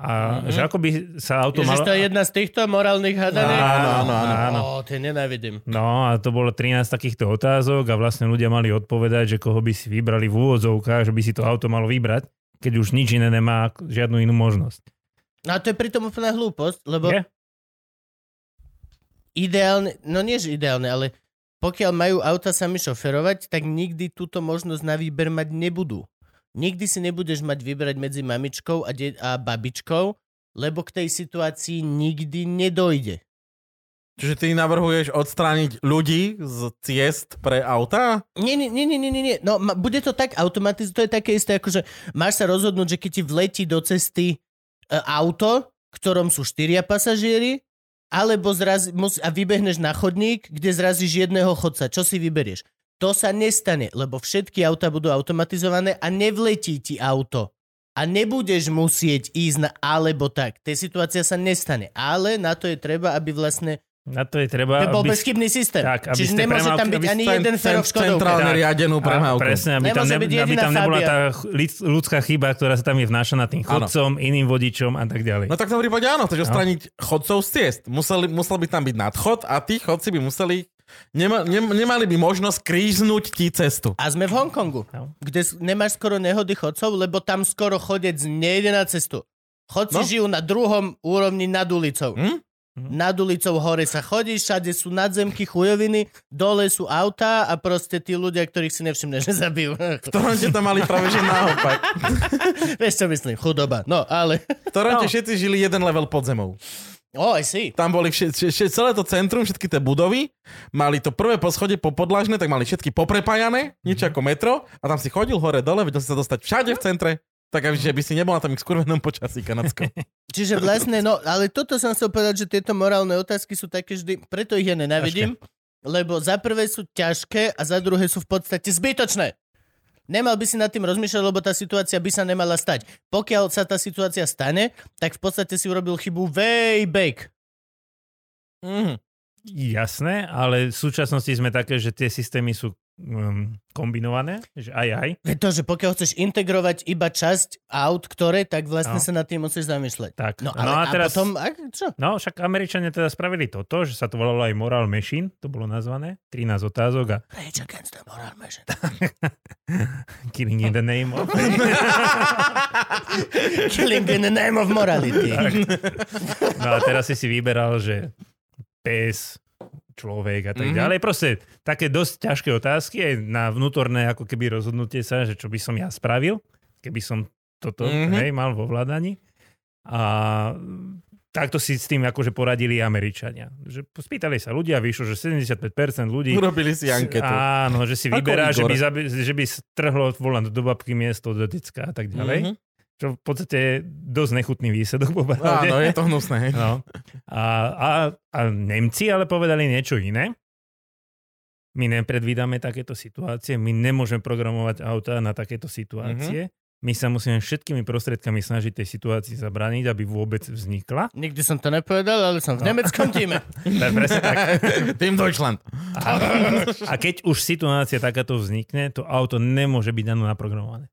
Speaker 4: A
Speaker 3: Mhm.
Speaker 4: že ako by sa auto
Speaker 2: Ježiš,
Speaker 4: malo...
Speaker 2: to je jedna z týchto morálnych hadaní?
Speaker 4: Áno,
Speaker 3: áno, áno,
Speaker 4: áno.
Speaker 2: Ó, tie nenávidím.
Speaker 4: No a to bolo 13 takýchto otázok a vlastne ľudia mali odpovedať, že koho by si vybrali v úvodzovkách, že by si to auto malo vybrať, keď už nič iné nemá ako- žiadnu inú možnosť.
Speaker 2: No a to je pritom úplná hlúposť, lebo
Speaker 4: Je?
Speaker 2: ideálne, no nie že ideálne, ale pokiaľ majú auta sami šoferovať, tak nikdy túto možnosť na výber mať nebudú. Nikdy si nebudeš mať vybrať medzi mamičkou a, de- a babičkou, lebo k tej situácii nikdy nedojde.
Speaker 3: Čiže ty navrhuješ odstrániť ľudí z ciest pre auta?
Speaker 2: Nie, nie, nie, nie, nie, nie, nie. No, ma, bude to tak automaticky, to je také isté, ako že máš sa rozhodnúť, že keď ti vletí do cesty e, auto, v ktorom sú štyria pasažieri, alebo zraz, mus, a vybehneš na chodník, kde zrazíš jedného chodca. Čo si vyberieš? To sa nestane, lebo všetky auta budú automatizované a nevletí ti auto. A nebudeš musieť ísť na alebo tak. Tej situácia sa nestane. Ale na to je treba, aby vlastne...
Speaker 4: Na to je
Speaker 2: To
Speaker 4: treba...
Speaker 2: bol
Speaker 4: aby-
Speaker 2: bezchybný systém.
Speaker 4: tak, aby
Speaker 2: Čiže
Speaker 4: ste
Speaker 2: nemôže
Speaker 4: premávky-
Speaker 2: tam byť
Speaker 4: aby
Speaker 2: ani
Speaker 3: Cen-
Speaker 2: jeden
Speaker 3: cen-
Speaker 2: fero v Škodovke.
Speaker 3: Centrálne riadenú
Speaker 4: a,
Speaker 3: premávku.
Speaker 4: presne, aby tam,
Speaker 2: Nemôže
Speaker 4: ne,
Speaker 2: byť jediná
Speaker 4: aby tam nebola
Speaker 2: Fabia.
Speaker 4: tá ch- lid- ľudská chyba, ktorá sa tam je vnášaná tým
Speaker 3: Áno.
Speaker 4: chodcom, iným vodičom a tak ďalej.
Speaker 3: No tak v tom prípade áno, chceš
Speaker 4: No.
Speaker 3: odstrániť chodcov z ciest. Museli, musel by tam byť nadchod a tí chodci by museli, nema, ne, nemali by možnosť krížnuť ti cestu.
Speaker 2: A sme v Hongkongu,
Speaker 4: No.
Speaker 2: kde s- nemáš skoro nehody chodcov, lebo tam skoro chodec nejde na cestu. Chodci
Speaker 3: No.
Speaker 2: žijú na druhom úrovni nad ulicou.
Speaker 3: Hm?
Speaker 2: Nad ulicou hore sa chodí, všade sú nadzemky, chujoviny, dole sú autá a proste tí ľudia, ktorých si nevšimne, že zabijú.
Speaker 3: V Toronte to mali práve že naopak.
Speaker 2: Vieš čo myslím, chudoba. No, ale...
Speaker 3: V Toronte
Speaker 4: No.
Speaker 3: všetci žili jeden level pod zemou.
Speaker 2: Oh, I see.
Speaker 3: Tam boli všet, všet, všet, celé to centrum, všetky tie budovy, mali to prvé poschodie popodlažné, tak mali všetky poprepájané, niečo
Speaker 4: Mhm.
Speaker 3: ako metro, a tam si chodil hore dole, vedel si sa dostať všade v centre, tak aby- že by si nebol na tom skurvenom počasí kanadskom.
Speaker 2: Čiže vlastne, no, ale toto som chcel povedať, že tieto morálne otázky sú také vždy, preto ich ja nenávidím, lebo za prvé sú ťažké a za druhé sú v podstate zbytočné. Nemal by si nad tým rozmýšľať, lebo tá situácia by sa nemala stať. Pokiaľ sa tá situácia stane, tak v podstate si urobil chybu way back.
Speaker 3: Mm.
Speaker 4: Jasné, ale v súčasnosti sme také, že tie systémy sú um, kombinované, že aj aj.
Speaker 2: Veď to, že pokiaľ chceš integrovať iba časť aut, ktoré, tak vlastne
Speaker 4: No.
Speaker 2: sa nad tým musíš zamýšľať.
Speaker 4: Tak.
Speaker 2: No, ale, no a, teraz... potom, a čo?
Speaker 4: No, však Američania teda spravili toto, že sa to volalo aj Moral Machine, to bolo nazvané, 13 otázok a
Speaker 2: Rage against the moral measure.
Speaker 4: Killing in the name of...
Speaker 2: Killing in the name of morality.
Speaker 4: No a teraz si si vyberal, že pes, človek a tak
Speaker 3: Mhm.
Speaker 4: ďalej. Proste také dosť ťažké otázky aj na vnútorné ako keby rozhodnutie sa, že čo by som ja spravil, keby som toto
Speaker 3: Mhm.
Speaker 4: hej, mal vo vládaní. A takto si s tým akože poradili Američania. Že spýtali sa ľudia, vyšlo, že 75% ľudí
Speaker 3: Urobili si anketu.
Speaker 4: Áno, že si
Speaker 3: Ako
Speaker 4: vyberá, že
Speaker 3: Igor.
Speaker 4: by, zabi- že by strhlo volant do babky miesto do decka a tak
Speaker 3: Mhm.
Speaker 4: ďalej. Čo v podstate je dosť nechutný výsledok po
Speaker 3: Áno, je to hnusné. hej.
Speaker 4: No. A, a, a Nemci ale povedali niečo iné.
Speaker 3: Mhm.
Speaker 4: My nepredvídame takéto situácie, my nemôžeme programovať autá na takéto situácie. My sa musíme všetkými prostriedkami snažiť tej situácii zabraniť, aby vôbec vznikla.
Speaker 2: Nikdy som to nepovedal, ale som v nemeckom týme.
Speaker 4: To je presne tak.
Speaker 3: Tým Deutschland.
Speaker 4: A, a keď už situácia takáto vznikne, to auto nemôže byť danú naprogramované.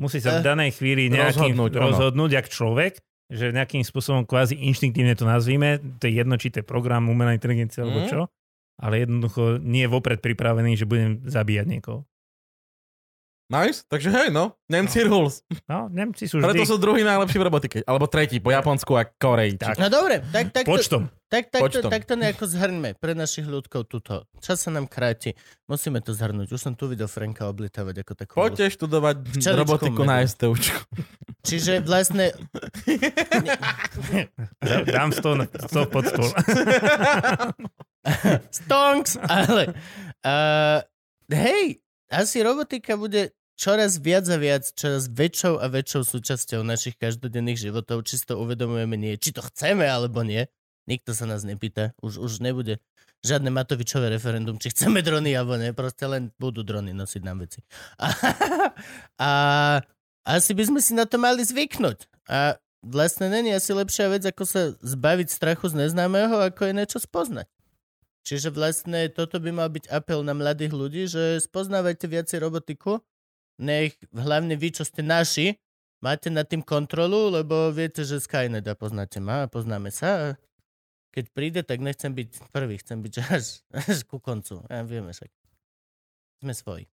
Speaker 4: Musí
Speaker 2: Eh,
Speaker 4: sa v danej chvíli
Speaker 3: rozhodnúť,
Speaker 4: nejakým rozhodnúť,
Speaker 3: áno.
Speaker 4: rozhodnúť jak človek, že nejakým spôsobom kvázi inštinktívne to nazvime, to je jedno, či to je program, umelá inteligencia
Speaker 3: Mhm.
Speaker 4: alebo čo, ale jednoducho nie je vopred pripravený, že budem zabíjať niekoho.
Speaker 3: Nice, takže hej, no. Nemci no. rules.
Speaker 4: No, Nemci sú
Speaker 3: Preto
Speaker 4: vždy
Speaker 3: sú druhý najlepší v robotike. Alebo tretí, po Japonsku a Koreji.
Speaker 4: Tak.
Speaker 2: No dobre, tak, tak, to,
Speaker 4: počtom.
Speaker 2: tak, tak, to,
Speaker 3: Počtom.
Speaker 2: tak to nejako zhrňme pre našich ľudkov tuto. Čas sa nám kráti, musíme to zhrnúť. Už som tu videl Franka oblietavať ako takú...
Speaker 3: Poďte študovať
Speaker 2: Včeličku
Speaker 3: robotiku
Speaker 2: medzi.
Speaker 3: na STUčku.
Speaker 2: Čiže vlastne
Speaker 4: Dám 100, 100 pod stôl.
Speaker 2: Stonks, ale... Uh, hej, asi robotika bude čoraz viac a viac, čoraz väčšou a väčšou súčasťou našich každodenných životov, či si to uvedomujeme nie, či to chceme alebo nie. Nikto sa nás nepýta, už, už nebude žiadne Matovičové referendum, či chceme drony alebo nie, proste len budú drony nosiť nám veci. A, a asi by sme si na to mali zvyknúť. A vlastne není asi lepšia vec, ako sa zbaviť strachu z neznámeho, ako je niečo spoznať. Čiže vlastne toto by mal byť apel na mladých ľudí, že spoznávajte viacej robotiku, nech hlavne vy, čo ste naši, máte nad tým kontrolu, lebo viete, že Skynet a poznáte ma a poznáme sa. A keď príde, tak nechcem byť prvý, chcem byť až, až ku koncu. A vieme však. Sme svoji.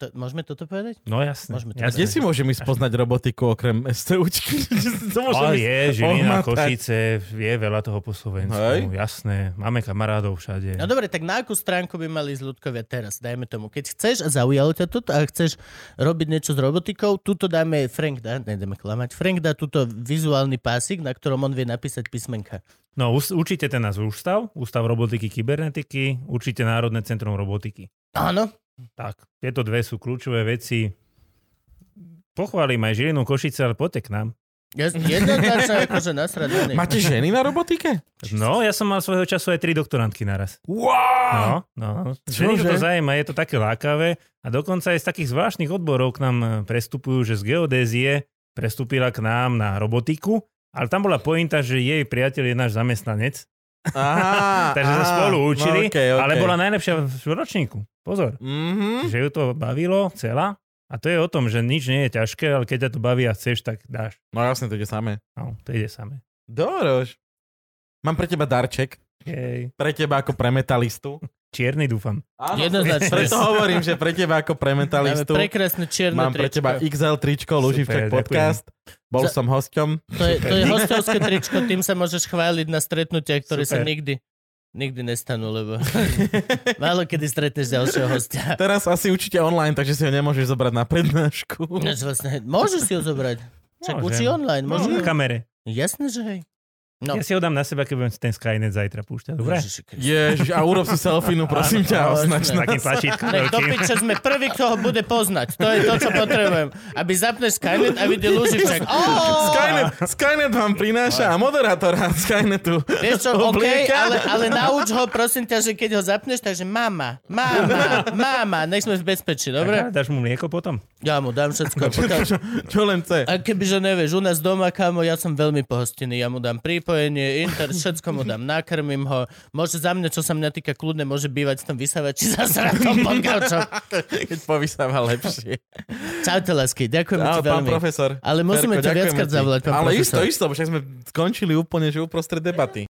Speaker 2: To, môžeme toto povedať?
Speaker 4: No jasne.
Speaker 2: Môžeme to
Speaker 3: A kde
Speaker 4: jasne.
Speaker 3: si môžem ísť poznať robotiku okrem STUčky? Kde si to môžem
Speaker 4: Ale
Speaker 3: ísť?
Speaker 4: je, Žilina,
Speaker 3: ohmatať.
Speaker 4: Košice, je veľa toho po Slovensku,
Speaker 3: Hej.
Speaker 4: jasné. Máme kamarádov všade.
Speaker 2: No dobre, tak na akú stránku by mali ísť ľudkovia teraz? Dajme tomu, keď chceš a zaujalo ťa toto a chceš robiť niečo s robotikou, tuto dáme Frank, dá, nejdeme klamať, Frank dá tuto vizuálny pásik, na ktorom on vie napísať písmenka.
Speaker 4: No us- určite ten nás ústav, Ústav robotiky kybernetiky, určite Národné centrum robotiky.
Speaker 2: Áno,
Speaker 4: Tak, tieto dve sú kľúčové veci. Pochválim aj Žilinu Košice, ale poďte k nám.
Speaker 2: je- jednoznačne akože nasradaný.
Speaker 3: Máte ženy na robotike?
Speaker 4: No, ja som mal svojho času aj tri doktorantky naraz.
Speaker 3: Wow!
Speaker 4: No, no.
Speaker 3: Čože?
Speaker 4: Čo to zaujíma, je to také lákavé a dokonca aj z takých zvláštnych odborov k nám e, prestupujú, že z geodézie prestúpila k nám na robotiku, ale tam bola pointa, že jej priateľ je náš zamestnanec,
Speaker 3: Aha,
Speaker 4: takže sa
Speaker 3: aha,
Speaker 4: spolu učili,
Speaker 3: no, okej, okej.
Speaker 4: ale bola najlepšia v ročníku. Pozor,
Speaker 3: Mhm.
Speaker 4: že ju to bavilo celá a to je o tom, že nič nie je ťažké, ale keď ťa to baví a chceš, tak dáš.
Speaker 3: No jasne, to ide samé.
Speaker 4: No, to ide samé.
Speaker 3: Dobre už. Mám pre teba darček.
Speaker 4: Jej.
Speaker 3: Pre teba ako pre metalistu.
Speaker 4: Čierny dúfam.
Speaker 3: Áno,
Speaker 2: Jednoznačne.
Speaker 3: preto hovorím, že pre teba ako pre
Speaker 2: Máme
Speaker 3: metalistu
Speaker 2: prekrásne čierne
Speaker 3: mám pre
Speaker 2: tričko.
Speaker 3: teba XL tričko, Luživčak
Speaker 4: Super,
Speaker 3: podcast. Bol
Speaker 2: Za-
Speaker 3: som hosťom.
Speaker 2: To je, to je hostovské tričko, tým sa môžeš chváliť na stretnutiach, ktoré sa
Speaker 4: Super.
Speaker 2: nikdy, nikdy nestanú, lebo málo kedy stretneš ďalšieho hostia.
Speaker 3: Teraz asi učíte online, takže si ho nemôžeš zobrať na prednášku.
Speaker 2: Ináč vlastne, môžeš si ho zobrať. Však
Speaker 4: Môžem.
Speaker 2: učí online,
Speaker 4: No,
Speaker 2: môžeš.
Speaker 4: na kamere.
Speaker 2: Jasné, že hej. No.
Speaker 4: Ja si ho dám na seba, keď budem ten Skynet zajtra púšťať. Dobre?
Speaker 2: Ježiši Kriste.
Speaker 3: Ježiš, a urob si selfinu, prosím ťa,
Speaker 2: Áno,
Speaker 3: označ
Speaker 2: jasné.
Speaker 3: nás.
Speaker 4: Takým tlačítkom
Speaker 2: Nech do
Speaker 4: veľkým.
Speaker 2: piče sme prvý, kto ho bude poznať. To je to, čo potrebujem. Aby zapneš Skynet a videl Luživčak. Oh!
Speaker 3: Skynet, Skynet vám prináša a moderátora Skynetu.
Speaker 2: Vieš čo, OK,
Speaker 3: Oblieka.
Speaker 2: ale, ale nauč ho, prosím ťa, že keď ho zapneš, takže mama, mama, mama, nech sme v bezpečí,
Speaker 4: Tak, ale
Speaker 2: dobre?
Speaker 4: dáš mu mlieko potom?
Speaker 2: Ja mu dám všetko. Pokiaľ,
Speaker 3: Čo, čo len chce.
Speaker 2: A kebyže nevieš, u nás doma, kámo, ja som veľmi pohostinný. Ja mu dám pripojenie, inter, všetko mu dám, nakrmím ho. Môže za mňa, čo sa mňa týka kľudne, môže bývať v tom vysavači za sratom pod gaučom.
Speaker 3: Keď povysáva lepšie.
Speaker 2: Čaute, lásky, ďakujeme ti
Speaker 3: Áno, pán
Speaker 2: veľmi.
Speaker 3: profesor.
Speaker 2: Ale musíme ťa
Speaker 3: Ferko, ďakujeme
Speaker 2: viackrát
Speaker 3: ti.
Speaker 2: zavolať, pán
Speaker 3: Ale
Speaker 2: profesor.
Speaker 3: isto, isto, však sme skončili úplne, že uprostred debaty.